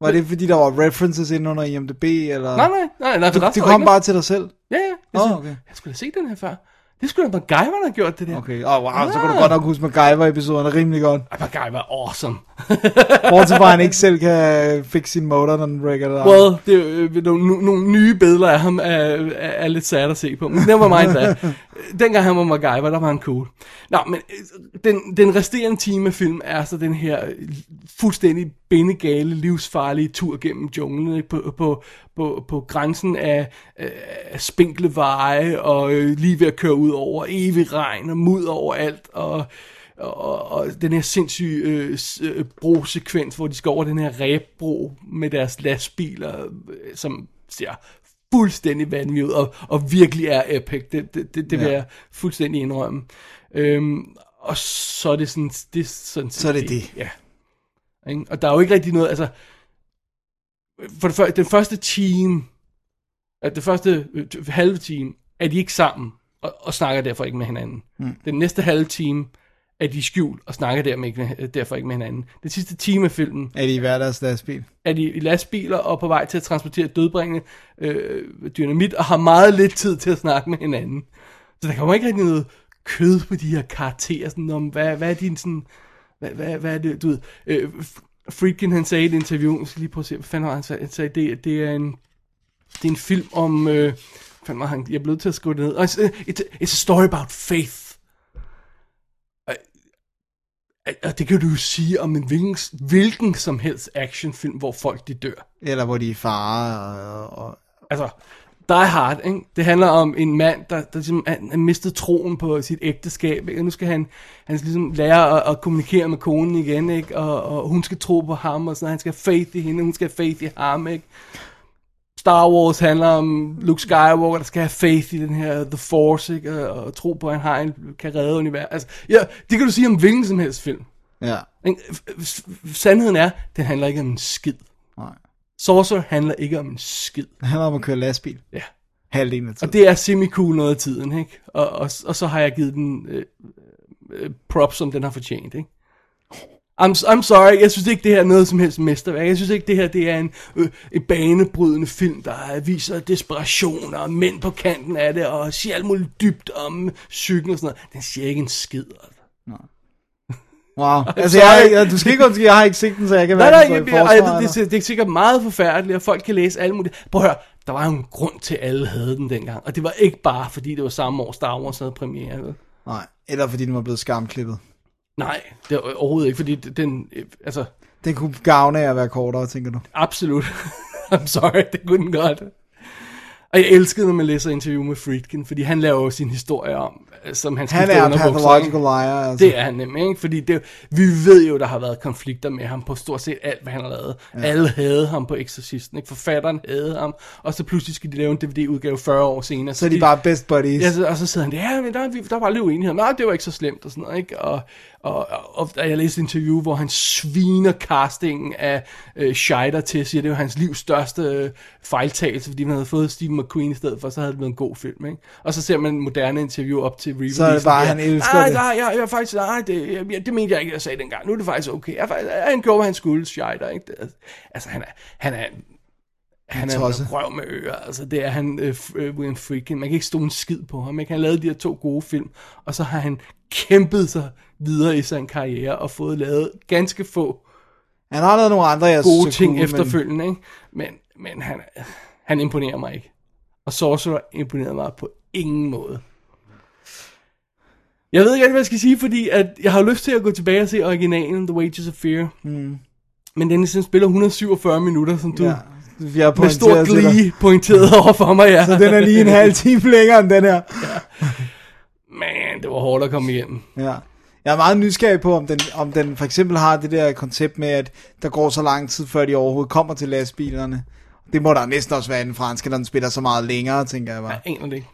Speaker 4: var det fordi, der var references inde under IMDb, eller?
Speaker 5: Nej, nej, nej, nej, for
Speaker 4: Du,
Speaker 5: der
Speaker 4: det
Speaker 5: står
Speaker 4: kom
Speaker 5: ikke
Speaker 4: bare til dig selv?
Speaker 5: noget- Ja, ja. Jeg,
Speaker 4: Åh,
Speaker 5: oh,
Speaker 4: okay.
Speaker 5: okay. jeg skulle da se den her før. Det skulle da MacGyver, der har gjort det der. Okay.
Speaker 4: Okay, åh oh, wow, så kan du
Speaker 5: Ah.
Speaker 4: godt nok huske MacGyver-episoderne rimelig godt.
Speaker 5: Ej, MacGyver er awesome.
Speaker 4: Bortset fra, at han ikke selv kan øh, fikse sin motor, når den rækker der.
Speaker 5: Well, det er øh, nogle, nogle- nogle nye billeder af ham er, er, er lidt sad at se på. Men never mind that. Dengang han var MacGyver, der var han cool. Nå, men øh, den, den resterende time af film er så den her øh, fuldstændig bindegale, livsfarlige tur gennem junglen ikke? på, på, på, på grænsen af, øh, af spinkle veje og øh, lige ved at køre ud over evig regn og mud overalt og og, og den her sindssyge øh, s- øh, brosekvens, hvor de skal over den her ræbbro med deres lastbiler, øh, som ser fuldstændig vanvittigt ud, og, og virkelig er epic. Det, det, det, det vil
Speaker 4: Ja.
Speaker 5: jeg fuldstændig indrømme. Øhm, og så er det sådan, det er sådan
Speaker 4: Så er det det.
Speaker 5: Ja. Ikke? Og der er jo ikke rigtig noget, altså, for det første, den første time, at det første øh, t- halve time, er de ikke sammen, og, og snakker derfor ikke med hinanden. Mm. Den næste halve time, er de i skjul, og snakker dermed ikke, øh, derfor ikke med hinanden. Den sidste time af filmen,
Speaker 4: Er de i hverdags lastbil?
Speaker 5: er de i lastbiler og på vej til at transportere dødbringende øh, dynamit, og har meget lidt tid til at snakke med hinanden. Så der kommer ikke rigtig noget kød på de her karakterer, sådan om, hvad, hvad er din sådan, hvad, hvad, hvad er det, du ved, øh, F- Friedkin han sagde i et interview, jeg skal lige prøve at se, hvad fanden var han sagde, han sagde, det, det er en, det er en film om, øh, hvad fanden var han, jeg blev til at skrive det ned, Og, øh, it's, it's a story about faith. Og- og- Og det kan du jo sige om en hvilken, hvilken som helst actionfilm, hvor folk de dør.
Speaker 4: Eller hvor de er i fare, og, og
Speaker 5: Altså, Die Hard, ikke? det handler om en mand, der, der ligesom, han, han mistede troen på sit ægteskab, ikke? og nu skal han, han skal ligesom lære at, at kommunikere med konen igen, ikke? Og, og hun skal tro på ham, og sådan noget. han skal have faith i hende, hun skal have faith i ham, ikke? Star Wars handler om Luke Skywalker, der skal have faith i den her The Force, ikke? Og, og tro på, at han har en, kan redde universet. Altså, ja, det kan du sige om hvilken som helst film.
Speaker 4: ja,
Speaker 5: Ikke? F- f- f- Sandheden er, den handler ikke om en skid.
Speaker 4: nej.
Speaker 5: Sorcerer handler ikke om en skid.
Speaker 4: Det handler om at køre lastbil.
Speaker 5: Ja.
Speaker 4: Halvdelen af tiden.
Speaker 5: Og det er semi-cool noget af tiden, ikke? Og, og, og så har jeg givet den øh, øh, props, som den har fortjent, ikke? I'm, I'm sorry, jeg synes ikke, det her er noget som helst mesterværk. Jeg synes ikke, det her det er en, øh, en banebrydende film, der viser desperation og mænd på kanten af det, og siger alt muligt dybt om psyken og sådan noget. Den siger ikke en skid, altså.
Speaker 4: Wow. Altså, jeg, jeg, du skal ikke undskylde, jeg har ikke set den, så jeg kan
Speaker 5: Nej,
Speaker 4: være
Speaker 5: nej, jeg, bliver, ej, det, det, det, det er sikkert meget forfærdeligt, og folk kan læse alle mulige... Prøv at høre, der var jo en grund til, at alle havde den dengang. Og det var ikke bare, fordi det var samme år, Star Wars havde premiere. Vel?
Speaker 4: Nej, eller fordi den var blevet skamklippet.
Speaker 5: Nej, det var overhovedet ikke, fordi den... øh, Altså,
Speaker 4: Den kunne gavne af at være kortere, tænker du.
Speaker 5: absolut. I'm sorry, det kunne den godt. Og jeg elskede, når man læser interview med Friedkin, fordi han laver jo sin historie om, øh, som han
Speaker 4: Han
Speaker 5: skifter
Speaker 4: er en
Speaker 5: underbukser,
Speaker 4: pathological
Speaker 5: ikke?
Speaker 4: liar, altså.
Speaker 5: Det er han nemlig, ikke? Fordi det, vi ved jo, der har været konflikter med ham på stort set alt, hvad han har lavet. Ja. Alle havde ham på Exorcisten, ikke? Forfatteren havde ham, og så pludselig skal de lave en DVD-udgave 40 år senere.
Speaker 4: Så er de bare best buddies.
Speaker 5: Ja, så- og så sidder han, ja, men der, vi- der var lidt uenighed. Nej, det var ikke så slemt og sådan noget, ikke? Og, og, og, og jeg læste et interview, hvor han sviner castingen af øh, Scheider til, siger, det var hans livs største øh, fejltagelse, fordi man havde fået Steve McQueen i stedet for, så havde det været en god film, ikke? Og så ser man moderne interview op til re
Speaker 4: Så er det bare, han elsker
Speaker 5: nej,
Speaker 4: det."
Speaker 5: Nej, jeg, jeg, er faktisk, nej, det, jeg, jeg, det mente jeg ikke, jeg sagde dengang. Nu er det faktisk okay. Jeg, er faktisk, han gjorde, hvad han skulle, Scheider, ikke? Det, altså, han er, han er han er
Speaker 4: Tosse.
Speaker 5: en røv med ører, altså det er han, øh, f- øh, William Friedkin. Man kan ikke stå en skid på ham, ikke? Han lavede de her to gode film, og så har han kæmpet sig videre i sin karriere og fået lavet ganske få
Speaker 4: Han har lavet nogle andre, jeg
Speaker 5: gode
Speaker 4: synes er
Speaker 5: ting
Speaker 4: cool, men-
Speaker 5: efterfølgende, ikke? Men, men han, han imponerer mig ikke. Og Sorcerer imponerede mig på ingen måde. Jeg ved ikke rigtig, hvad jeg skal sige, fordi at jeg har lyst til at gå tilbage og se originalen, The Wages of Fear. Mm. Men den sådan spiller 147 minutter, som du
Speaker 4: Ja, jeg har
Speaker 5: med stor
Speaker 4: pointeret til dig.
Speaker 5: glee pointeret over for mig, ja.
Speaker 4: Så den er lige en halv time længere end den her.
Speaker 5: Man, det var hårdt at komme igennem.
Speaker 4: Ja. Jeg er meget nysgerrig på, om den, om den for eksempel har det der koncept med, at der går så lang tid, før de overhovedet kommer til lastbilerne. Det må der næsten også være i den franske, når den spiller så meget længere, tænker jeg bare.
Speaker 5: Jeg aner det ikke.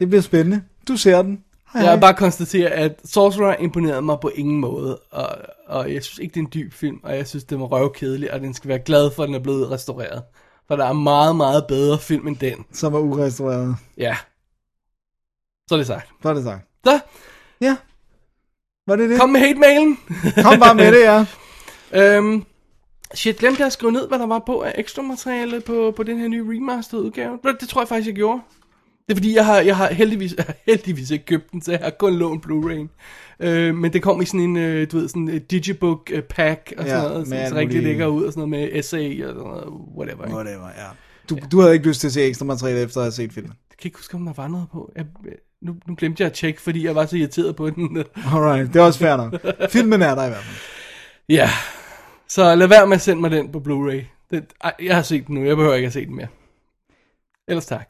Speaker 4: Det bliver spændende. Du ser den. Hej,
Speaker 5: Jeg
Speaker 4: hej.
Speaker 5: har bare konstateret, at Sorcerer imponerede mig på ingen måde, og, og jeg synes ikke, det er en dyb film, og jeg synes, den var røvkedelig, og den skal være glad for, at den er blevet restaureret. For der er meget, meget bedre film end den.
Speaker 4: Som er urestaureret.
Speaker 5: Ja. Så er det sagt.
Speaker 4: Så er det sagt.
Speaker 5: Så,
Speaker 4: Ja. Var det det?
Speaker 5: kom med hate-mailen.
Speaker 4: Kom bare med det, ja.
Speaker 5: Øhm, shit, glemte jeg at skrive ned, hvad der var på af ekstra materiale på, på den her nye remasterede udgave. Det, det tror jeg faktisk, jeg gjorde. Det er fordi, jeg har, jeg har heldigvis, heldigvis ikke købt den, så jeg har kun lånt Blu-ray. Øh, men det kom i sådan en, øh, du ved, sådan en digibook øh, pack og sådan
Speaker 4: Ja,
Speaker 5: ja, noget,
Speaker 4: med
Speaker 5: sådan, så
Speaker 4: alt
Speaker 5: rigtig
Speaker 4: muligt.
Speaker 5: ligger ud og sådan noget med essay og sådan noget, whatever. Ikke?
Speaker 4: Whatever, ja. Du, du havde ikke lyst til at se ekstra materiale, efter at have set filmen.
Speaker 5: Jeg kan ikke huske, om der var noget på. Jeg, nu, nu glemte jeg at tjekke, fordi jeg var så irriteret på den.
Speaker 4: Alright, det er også fair nok. Filmen er der i hvert fald.
Speaker 5: ja, så lad være med at sende mig den på Blu-ray. Den, ej, jeg har set den nu, jeg behøver ikke at se den mere. Ellers tak.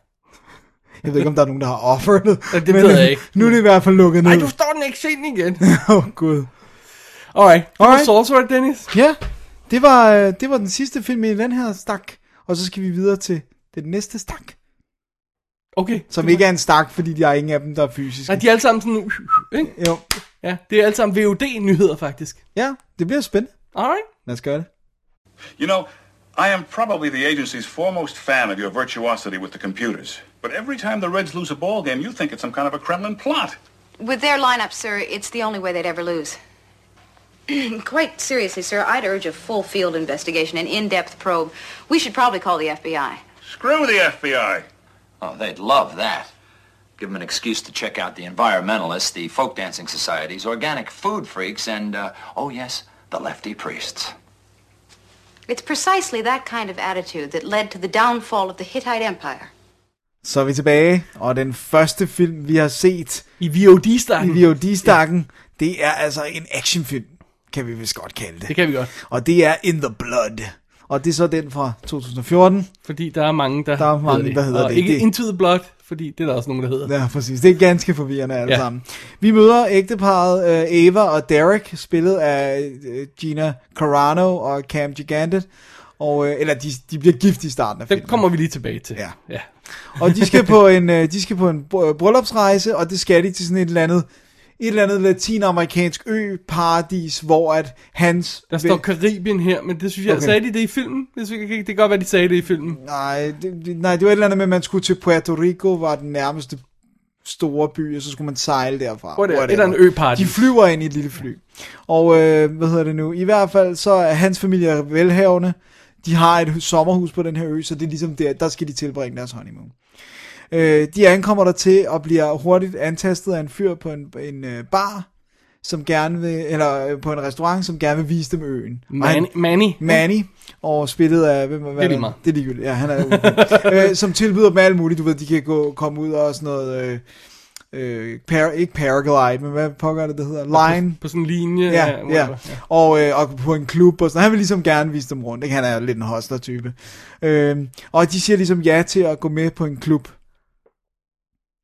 Speaker 4: Jeg ved ikke, om der er nogen, der har offeret det.
Speaker 5: Ja, det ved jeg ikke.
Speaker 4: Nu er det i hvert fald lukket ned.
Speaker 5: Nej, du står den ikke sent igen.
Speaker 4: Åh, oh, Gud.
Speaker 5: Alright. Det var
Speaker 4: Alright.
Speaker 5: Sorcerer, Dennis.
Speaker 4: Ja, det var, øh, det var den sidste film i den her stak. Og så skal vi videre til den næste stak.
Speaker 5: Okay.
Speaker 4: Som ikke er en stak, fordi der er ingen af dem, der er fysiske.
Speaker 5: Nej, de er alle sammen sådan... Ikke?
Speaker 4: Jo.
Speaker 5: Ja, det er alle sammen VOD-nyheder, faktisk.
Speaker 4: Ja, det bliver spændende.
Speaker 5: Alright.
Speaker 4: Lad os gøre det.
Speaker 2: You know, I am probably the agency's foremost fan of your virtuosity with the computers. But every time the Reds lose a ball game, you think it's some kind of a Kremlin plot.
Speaker 6: With their lineup, sir, it's the only way they'd ever lose. Quite seriously, sir, I'd urge a full field investigation, an in-depth probe. We should probably call the FBI.
Speaker 2: Screw the FBI.
Speaker 7: Oh, they'd love that. Give them an excuse to check out the environmentalists, the folk dancing societies, organic food freaks, and, uh, oh yes, the lefty priests.
Speaker 6: It's precisely that kind of attitude that led to the downfall of the Hittite Empire.
Speaker 4: Så er vi tilbage, og den første film, vi har set
Speaker 5: I VOD-starten.
Speaker 4: i VOD-stakken, det er altså en actionfilm, kan vi vist godt kalde det.
Speaker 5: Det kan vi godt.
Speaker 4: Og det er In the Blood. Og det er så den fra 2014.
Speaker 5: Fordi der er mange, der,
Speaker 4: Der er mange, der hedder
Speaker 5: og
Speaker 4: det.
Speaker 5: ikke
Speaker 4: Det-
Speaker 5: Into the Blood, fordi det er der også nogen, der hedder.
Speaker 4: Ja, præcis. Det er ganske forvirrende alle ja.
Speaker 5: Ja.
Speaker 4: sammen. Vi møder ægteparet øh, Ava og Derek, spillet af øh, Gina Carano og Cam Gigantet. Og, øh, eller de, de bliver gift i starten af
Speaker 5: Den
Speaker 4: filmen.
Speaker 5: kommer vi lige tilbage til.
Speaker 4: Ja.
Speaker 5: ja.
Speaker 4: Og de skal på en, øh, de skal på en br- øh, bryllupsrejse, og det skal de til sådan et eller andet, et eller andet latinamerikansk ø, paradis, hvor at hans...
Speaker 5: Der står Karibien her, men det synes jeg...
Speaker 4: Okay.
Speaker 5: Okay. Sagde de det i filmen? Det, synes jeg, ikke- det kan godt være, de sagde det i filmen.
Speaker 4: Nej, det, det, nej, det var et eller andet med, at man skulle til Puerto Rico, var den nærmeste store by, og så skulle man sejle derfra.
Speaker 5: Hvor det er et
Speaker 4: Whatever.
Speaker 5: eller andet øparty.
Speaker 4: De flyver ind i et lille fly. Og øh, hvad hedder det nu? I hvert fald så er hans familie er velhavende. De har et sommerhus på den her ø, så det er ligesom der, der skal de tilbringe deres honeymoon. Øh, de ankommer der til og bliver hurtigt antastet af en fyr på en, en øh, bar, som gerne vil, eller øh, på en restaurant, som gerne vil vise dem øen. Og han-
Speaker 5: Manny, Manny.
Speaker 4: Manny, og spillet af... Hvem, hvad,
Speaker 5: Det er lige meget.
Speaker 4: Det er ligegyldigt, ja, han er ukendt. øh, Som tilbyder dem alt muligt, du ved, de kan gå, komme ud og sådan noget... Øh, øh, par, ikke paraglide, men hvad pokker er det, det hedder? Line?
Speaker 5: På sådan en linje.
Speaker 4: Ja, ja.
Speaker 5: whatever.
Speaker 4: Og, øh, og på en klub og sådan Han vil ligesom gerne vise dem rundt, ikke? Han er lidt en hostler-type. Øh, og de siger ligesom ja til at gå med på en klub.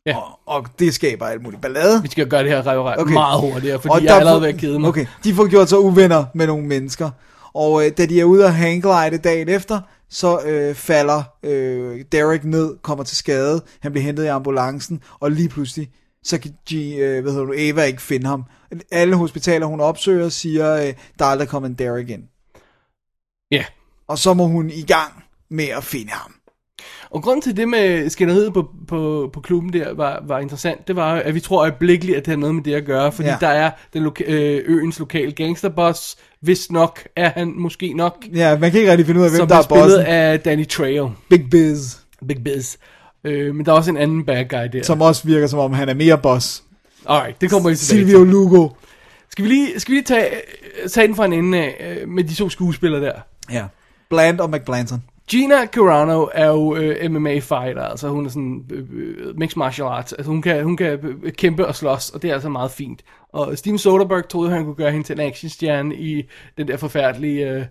Speaker 5: Ja.
Speaker 4: Og, og det skaber alt muligt ballade.
Speaker 5: Vi skal gøre det her rev-
Speaker 4: Okay.
Speaker 5: okay. meget hurtigere, fordi
Speaker 4: Og
Speaker 5: jeg
Speaker 4: der
Speaker 5: er allerede
Speaker 4: får-
Speaker 5: ved at kede mig.
Speaker 4: Okay, de får gjort sig uvenner med nogle mennesker. Og øh, da de er ude og hangglide dagen efter, så øh, falder øh, Derek ned, kommer til skade. Han bliver hentet i ambulancen, og lige pludselig, så kan G, øh, hvad hedder du, Eva ikke finde ham. Alle hospitaler, hun opsøger, siger, øh, der er aldrig kommet en Derek ind.
Speaker 5: Ja.
Speaker 4: Og så må hun i gang med at finde ham.
Speaker 5: Og grunden til det med skænderiet på, på, på klubben der var, var interessant, det var, at vi tror øjeblikkeligt, at det har noget med det at gøre, fordi
Speaker 4: Ja.
Speaker 5: ja. der er den loka- øh, øens lokale gangsterboss, hvis nok er han måske nok,
Speaker 4: Ja, man kan ikke rigtig finde ud af, hvem
Speaker 5: som
Speaker 4: der
Speaker 5: er
Speaker 4: er
Speaker 5: spillet
Speaker 4: bossen.
Speaker 5: af Danny Trejo,
Speaker 4: Big Biz,
Speaker 5: Big Biz. Øh, men der er også en anden bad guy der.
Speaker 4: som også virker som om, han er mere boss.
Speaker 5: Alright, det kommer vi tilbage
Speaker 4: Silvio
Speaker 5: til.
Speaker 4: Lugo.
Speaker 5: Skal vi lige, skal vi lige tage, øh, tage den fra en ende af, øh, med de to skuespillere der?
Speaker 4: Ja. Bland og McBlanton.
Speaker 5: Gina Carano er jo øh, MMA-fighter, altså hun er sådan øh, øh, mixed martial arts, altså hun kan, hun kan øh, kæmpe og slås, og det er altså meget fint. Og Steven Soderbergh troede, han kunne gøre hende til en actionstjerne i den der forfærdelige, øh,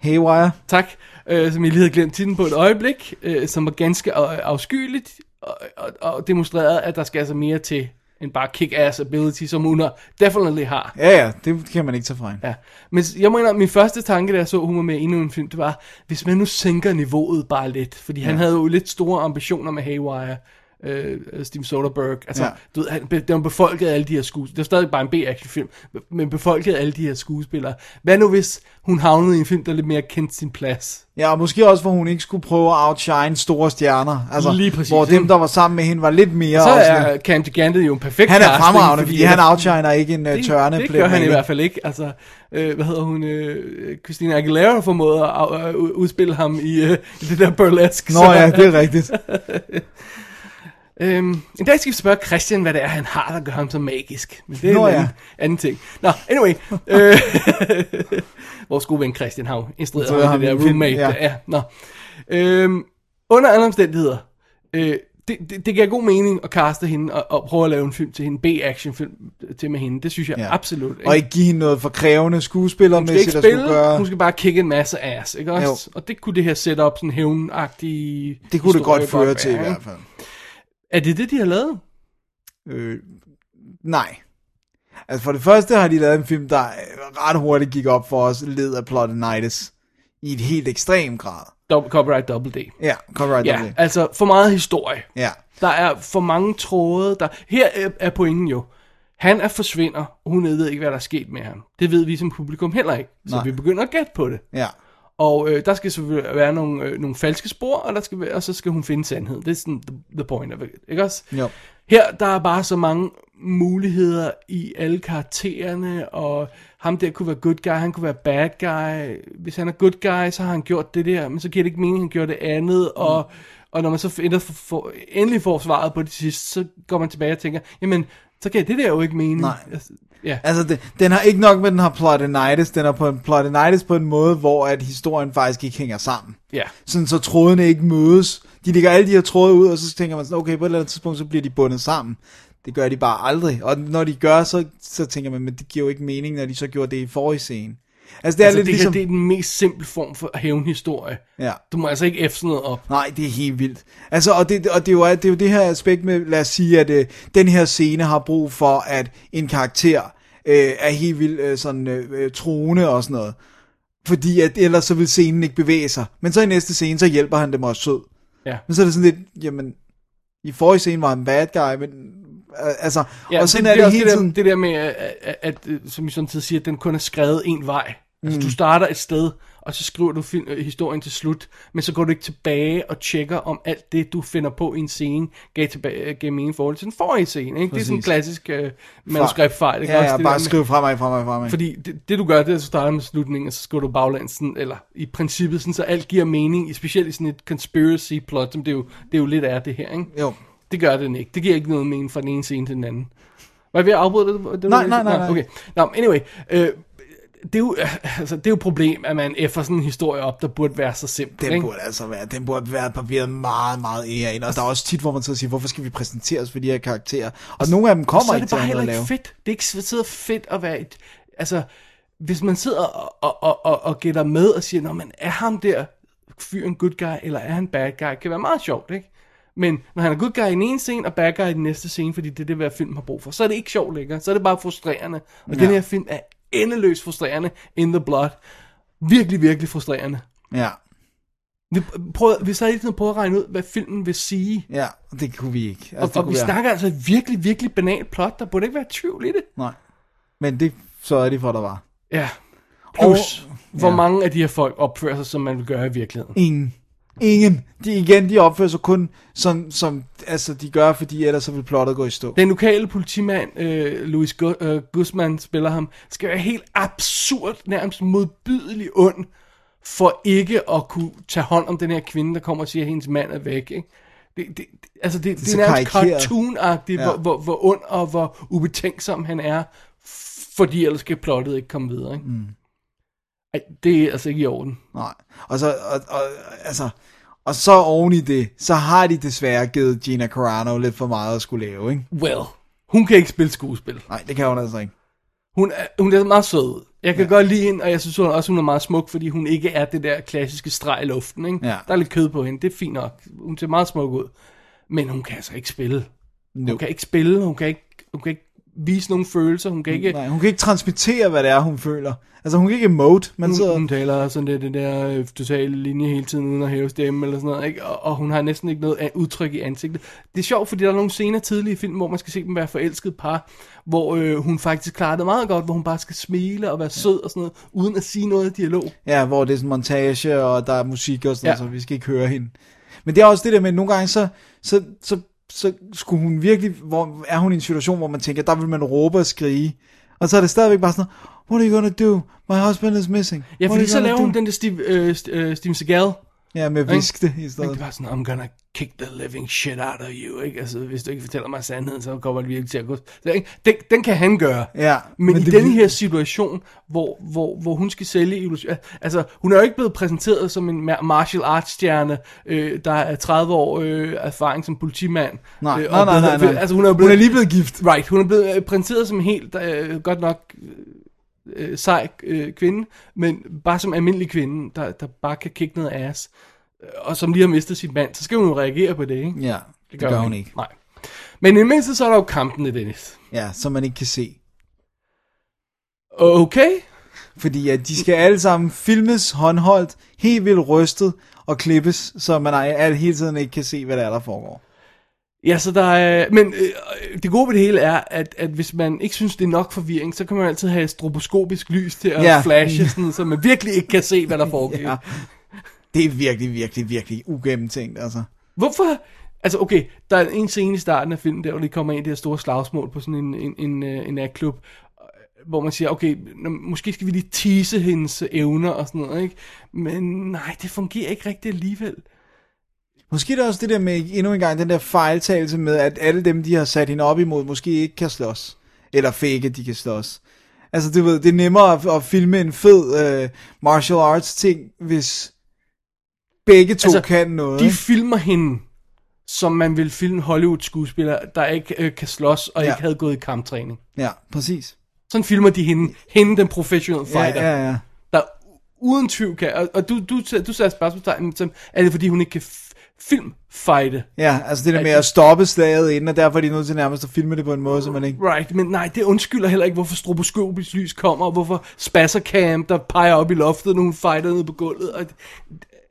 Speaker 4: Haywire.
Speaker 5: tak, øh, som jeg lige havde glemt titlen på et øjeblik, øh, som var ganske øh, afskyeligt, og, og, og demonstrerede, at der skal altså mere til end bare kick-ass ability, som hun definitely har.
Speaker 4: Ja, ja, det kan man ikke tage fra hende.
Speaker 5: Ja. Men jeg mener, min første tanke, da jeg så, hun var med i endnu en film, det var, hvis man nu sænker niveauet bare lidt, fordi ja. han havde jo lidt store ambitioner med Haywire, øh, Steven Soderbergh, altså,
Speaker 4: Ja.
Speaker 5: ja. du ved, han, be- den befolkede alle de her skuespillere, det var stadig bare en B-actionfilm, men befolkede alle de her skuespillere. Hvad nu hvis hun havnede i en film, der lidt mere kendte sin plads?
Speaker 4: Ja, og måske også, hvor hun ikke skulle prøve at outshine store stjerner. Altså,
Speaker 5: Lige præcis,
Speaker 4: hvor dem,
Speaker 5: ikke?
Speaker 4: der var sammen med hende, var lidt mere...
Speaker 5: Så
Speaker 4: også
Speaker 5: er
Speaker 4: lidt-
Speaker 5: Cam Gigante jo en perfekt
Speaker 4: han er
Speaker 5: casting,
Speaker 4: fremragende, fordi han outshiner ikke en uh,
Speaker 5: Det-
Speaker 4: tørne.
Speaker 5: Det
Speaker 4: Blair
Speaker 5: gør han i
Speaker 4: Manning.
Speaker 5: hvert fald ikke. Altså, øh, hvad hedder hun? Øh, Christina Aguilera formåede at af- øh, udspille ham i, øh, i det der burlesque.
Speaker 4: Nå ja, det er rigtigt.
Speaker 5: Øhm, en dag skal vi spørge Christian, hvad det er, han har, der gør ham så magisk. Men det er
Speaker 4: Nå
Speaker 5: en
Speaker 4: ja.
Speaker 5: anden, anden ting. Nå, anyway. øh, vores gode ven Christian har jo instrueret
Speaker 4: Instrueret
Speaker 5: ham, om det
Speaker 4: ham i
Speaker 5: der
Speaker 4: en film,
Speaker 5: roommate.
Speaker 4: ja.
Speaker 5: Ja. ja nå. Øhm, under alle omstændigheder, øh, det, det, det giver god mening at kaste hende og, og prøve at lave en film til hende, B-actionfilm til med hende. Det synes jeg
Speaker 4: Ja.
Speaker 5: ja. absolut.
Speaker 4: Og ikke give hende noget for krævende skuespillermæssigt,
Speaker 5: skal
Speaker 4: der
Speaker 5: ikke spille,
Speaker 4: skulle gøre...
Speaker 5: hun skal bare kicke en masse ass, ikke også? Jo. Og det kunne det her setup, sådan hævnagtige
Speaker 4: Det kunne det
Speaker 5: historie
Speaker 4: godt føre
Speaker 5: være,
Speaker 4: til i
Speaker 5: ikke?
Speaker 4: hvert fald.
Speaker 5: Er det det, de har lavet?
Speaker 4: Øh, nej. Altså for det første har de lavet en film, der øh, ret hurtigt gik op for os, led af plotinitis. I et helt ekstrem grad.
Speaker 5: Double, copyright Double D.
Speaker 4: Ja, copyright
Speaker 5: Ja,
Speaker 4: ja.
Speaker 5: altså for meget historie.
Speaker 4: ja.
Speaker 5: Der er for mange tråde. Der... Her er- er pointen jo. Han er forsvinder, og hun ved ikke, hvad der er sket med ham. Det ved vi som publikum heller ikke. Så
Speaker 4: Nej.
Speaker 5: vi begynder at gætte på det.
Speaker 4: Ja.
Speaker 5: Og øh, der skal selvfølgelig være nogle, øh, nogle falske spor, og, der skal være, og så skal hun finde sandheden. Det er sådan the, the point of it, ikke også?
Speaker 4: Jo.
Speaker 5: Her, der er bare så mange muligheder i alle karaktererne, og ham der kunne være good guy, han kunne være bad guy. Hvis han er good guy, så har han gjort det der, men så giver det ikke mening, at han gjorde det andet,
Speaker 4: Mm.
Speaker 5: og... Og når man så ender for, for, endelig får svaret på det sidste, så går man tilbage og tænker, jamen, så kan det der jo ikke mening.
Speaker 4: Nej.
Speaker 5: Altså, Ja.
Speaker 4: Altså, det, den har ikke nok med, at den har plotinitis. Den har på en plotinitis på en måde, hvor at historien faktisk ikke hænger sammen.
Speaker 5: ja.
Speaker 4: Sådan så trådene ikke mødes. De ligger alle de her tråde ud, og så tænker man sådan, okay, på et eller andet tidspunkt, så bliver de bundet sammen. Det gør de bare aldrig. Og når de gør, så, så tænker man, men det giver jo ikke mening, når de så gjorde det i forrige scene. Altså, det er
Speaker 5: Altså,
Speaker 4: lidt
Speaker 5: det,
Speaker 4: ligesom...
Speaker 5: ligesom... det er den mest simple form for hævnhistorie.
Speaker 4: Ja.
Speaker 5: Du må altså ikke F sådan noget op.
Speaker 4: Nej, det er helt vildt. Altså, og det, og det, er, jo, det er jo det her aspekt med, lad os sige, at øh, den her scene har brug for, at en karakter øh, er helt vildt øh, sådan øh, øh, troende og sådan noget. Fordi at ellers så vil scenen ikke bevæge sig. Men så i næste scene, så hjælper han dem også sød.
Speaker 5: Ja.
Speaker 4: Men så er det sådan lidt, jamen, i forrige scene var han en bad guy, men øh, altså, ja, og sådan
Speaker 5: men
Speaker 4: er det
Speaker 5: også
Speaker 4: hele
Speaker 5: det der,
Speaker 4: tiden.
Speaker 5: Det der med, at, at, at øh, som vi sådan tid siger, at den kun er skrevet en vej. Altså,
Speaker 4: Mm.
Speaker 5: du starter et sted, og så skriver du film, øh, historien til slut, men så går du ikke tilbage og tjekker, om alt det, du finder på i en scene, gav, tilbage, øh, gav mening i forhold til den forrige scene. Ikke? Det er sådan en
Speaker 4: Præcis.
Speaker 5: klassisk øh, manuskriptfejl. ikke?
Speaker 4: Ja,
Speaker 5: Også
Speaker 4: ja,
Speaker 5: det
Speaker 4: bare
Speaker 5: der med-
Speaker 4: skriv fremad, fremad, fremad.
Speaker 5: fordi det, det du gør, det er, at du starter med slutningen, og så skriver du baglæns, sådan, eller i princippet, sådan, så alt giver mening, i- specielt i sådan et conspiracy plot, som det jo, det jo lidt er det her, ikke?
Speaker 4: Jo.
Speaker 5: Det gør den ikke. Det giver ikke noget mening fra den ene scene til den anden. Var jeg ved at afbryde det? det? var
Speaker 4: Nej,
Speaker 5: det-
Speaker 4: nej, nej, nej.
Speaker 5: Okay. Nå, men anyway. Øh, det er, jo, altså, det er jo et problem, at man effer sådan en historie op, der burde være så simpel.
Speaker 4: Den
Speaker 5: ikke?
Speaker 4: burde altså være, den burde være barberet meget, meget ære ind. Og der er også tit, hvor man så siger, hvorfor skal vi præsenteres for de her karakterer? Og nogle af dem
Speaker 5: så
Speaker 4: kommer
Speaker 5: er
Speaker 4: ikke
Speaker 5: det
Speaker 4: til at
Speaker 5: bare
Speaker 4: have noget at
Speaker 5: heller ikke
Speaker 4: lave.
Speaker 5: fedt. Det er ikke sidder fedt at være et, altså, hvis man sidder og, og, og, og, og gætter med og siger, når man er ham der fyren good guy, eller er han bad guy, kan være meget sjovt, ikke? Men når han er good guy i den ene scene, og bad guy i den næste scene, fordi det er det, hvad film har brug for, så er det ikke sjovt længere. Så er det bare frustrerende. Og ja. den her film er endeløst frustrerende. In the blood. Virkelig, virkelig frustrerende.
Speaker 4: Ja,
Speaker 5: Vi, prøv, vi sad hele tiden og prøvede at regne ud, hvad filmen vil sige.
Speaker 4: ja, og det kunne vi ikke. Altså,
Speaker 5: Og,
Speaker 4: det
Speaker 5: og
Speaker 4: kunne
Speaker 5: vi
Speaker 4: være-
Speaker 5: snakker altså et virkelig, virkelig banalt plot. Der burde ikke være tvivl i det.
Speaker 4: Nej, men det sørgede de for, der var.
Speaker 5: Ja. Plus, og, hvor ja. mange af de her folk opfører sig, som man vil gøre i virkeligheden.
Speaker 4: Ingen. Ingen. De, igen, de opfører sig kun, som, som altså, de gør, fordi ellers så vil plottet gå i stå.
Speaker 5: Den lokale politimand, øh, Louis Gu- øh, Guzman spiller ham, skal være helt absurd, nærmest modbydelig ond, for ikke at kunne tage hånd om den her kvinde, der kommer og siger, at hendes mand er væk. Ikke? Det, det, det, altså det, det,
Speaker 4: så
Speaker 5: det er nærmest
Speaker 4: karikeret.
Speaker 5: cartoon-agtigt,
Speaker 4: Ja.
Speaker 5: ja. hvor, hvor, hvor ond og hvor ubetænksom han er, fordi ellers kan plottet ikke komme videre. Ikke? Mm. Ej, det er altså ikke i orden.
Speaker 4: Nej. Og så, og, og, altså, og så oven i det, så har de desværre givet Gina Carano lidt for meget at skulle lave, ikke?
Speaker 5: Well, hun kan ikke spille skuespil.
Speaker 4: Nej, det kan hun altså ikke.
Speaker 5: Hun er, hun er meget sød ud. Jeg kan ja. godt lide hende, og jeg synes hun også, hun er meget smuk, fordi hun ikke er det der klassiske streg i luften. Ikke?
Speaker 4: Ja.
Speaker 5: Der er lidt kød på hende, det er fint nok. Hun ser meget smuk ud. Men hun kan altså ikke spille.
Speaker 4: No.
Speaker 5: Hun kan ikke spille, hun kan ikke, hun kan ikke vise nogen følelser, hun kan ikke...
Speaker 4: Mm, Nej, hun kan ikke transmittere, hvad det er, hun føler. Altså, hun kan ikke emote. Man
Speaker 5: Hun,
Speaker 4: sidder,
Speaker 5: hun taler sådan lidt den der øh, totale linje hele tiden, uden at hæve stemme eller sådan noget, ikke? Og, og hun har næsten ikke noget a- udtryk i ansigtet. Det er sjovt, fordi der er nogle scener tidlige i filmen, hvor man skal se dem være forelskede par, hvor øh, hun faktisk klarer det meget godt, hvor hun bare skal smile og være sød og sådan noget, uden at sige noget i dialog.
Speaker 4: Ja, hvor det er sådan montage, og der er musik og sådan ja.
Speaker 5: Ja.
Speaker 4: noget, så vi skal ikke høre hende. Men det er også det der med, at nogle gange, så, så, så, så skulle hun virkelig, hvor er hun i en situation, hvor man tænker, der vil man råbe og skrige. Og så er det stadigvæk bare sådan, what are you gonna do? My husband is missing.
Speaker 5: Ja,
Speaker 4: What are you
Speaker 5: fordi så
Speaker 4: gonna
Speaker 5: laver
Speaker 4: do?"
Speaker 5: hun den der Steve, øh, St- øh, Steven Seagal,
Speaker 4: Ja, med viskte i
Speaker 5: Men det
Speaker 4: stedet.
Speaker 5: var sådan, I'm gonna kick the living shit out of you, ikke? Altså, hvis du ikke fortæller mig sandheden, så kommer det virkelig til at gå. Så, ikke? Den, den kan han gøre.
Speaker 4: Ja,
Speaker 5: Men,
Speaker 4: men
Speaker 5: men i
Speaker 4: det
Speaker 5: den
Speaker 4: vil-
Speaker 5: her situation, hvor, hvor, hvor hun skal sælge illusion... Altså, hun er jo ikke blevet præsenteret som en ma- martial arts stjerne, øh, der er 30 år øh, erfaring som politimand.
Speaker 4: Nej,
Speaker 5: og
Speaker 4: nej, nej,
Speaker 5: blevet-
Speaker 4: nej, nej.
Speaker 5: Altså, hun er, jo
Speaker 4: Hun
Speaker 5: blevet,
Speaker 4: er lige blevet gift.
Speaker 5: Right, hun er blevet øh, præsenteret som en helt, øh, godt nok øh, sej øh, kvinde, men bare som almindelig kvinde, der, der bare kan kigge noget ass, øh, og som lige har mistet sin mand, så skal hun jo reagere på det, ikke?
Speaker 4: Ja, det gør hun ikke.
Speaker 5: Nej. Men i det mindste, så er der jo kampen i Dennis.
Speaker 4: Ja, som man ikke kan se.
Speaker 5: Okay?
Speaker 4: Fordi at de skal alle sammen filmes håndholdt, helt vildt rystet og klippes, så man al- hele tiden ikke kan se, hvad der er, der foregår.
Speaker 5: Ja, så der er... Men øh, det gode ved det hele er, at, at hvis man ikke synes, det er nok forvirring, så kan man altid have stroboskopisk lys til at
Speaker 4: Ja.
Speaker 5: ja. flashe, sådan, så man virkelig ikke kan se, hvad der foregår.
Speaker 4: Ja. Det er virkelig, virkelig, virkelig ugennemtænkt, altså.
Speaker 5: Hvorfor? Altså, okay, der er en scene i starten af filmen, der hvor de kommer ind i det her store slagsmål på sådan en, en, en, øh, en natklub, øh, hvor man siger, okay, nå, måske skal vi lige tease hendes øh, evner og sådan noget, ikke? Men nej, det fungerer ikke rigtigt alligevel.
Speaker 4: Måske er det også det der med endnu en gang den der fejltagelse med, at alle dem, de har sat hende op imod, måske ikke kan slås. Eller fake, at de kan slås. Altså, du ved, det er nemmere at, at filme en fed øh, martial arts ting, hvis begge to altså,
Speaker 5: Altså,
Speaker 4: kan noget.
Speaker 5: De
Speaker 4: ikke?
Speaker 5: filmer hende, som man vil filme Hollywood-skuespillere, der ikke øh, kan slås og
Speaker 4: Ja.
Speaker 5: ja. ikke havde gået i kamptræning.
Speaker 4: Ja, præcis.
Speaker 5: Sådan filmer de hende, hende den professionelle
Speaker 4: Ja,
Speaker 5: fighter.
Speaker 4: ja, ja.
Speaker 5: der uden tvivl kan, og, og du, du, du sagde spørgsmålstegn, som, er det fordi hun ikke kan f- filmfighte?
Speaker 4: Ja, altså det der med
Speaker 5: At-
Speaker 4: at stoppe slaget inden, og derfor er de nødt til nærmest at filme det på en måde, så man ikke...
Speaker 5: Right, men nej, det undskylder heller ikke, hvorfor stroboskopisk lys kommer, og hvorfor spassercam, der peger op i loftet, når hun fighter ned på gulvet. Og,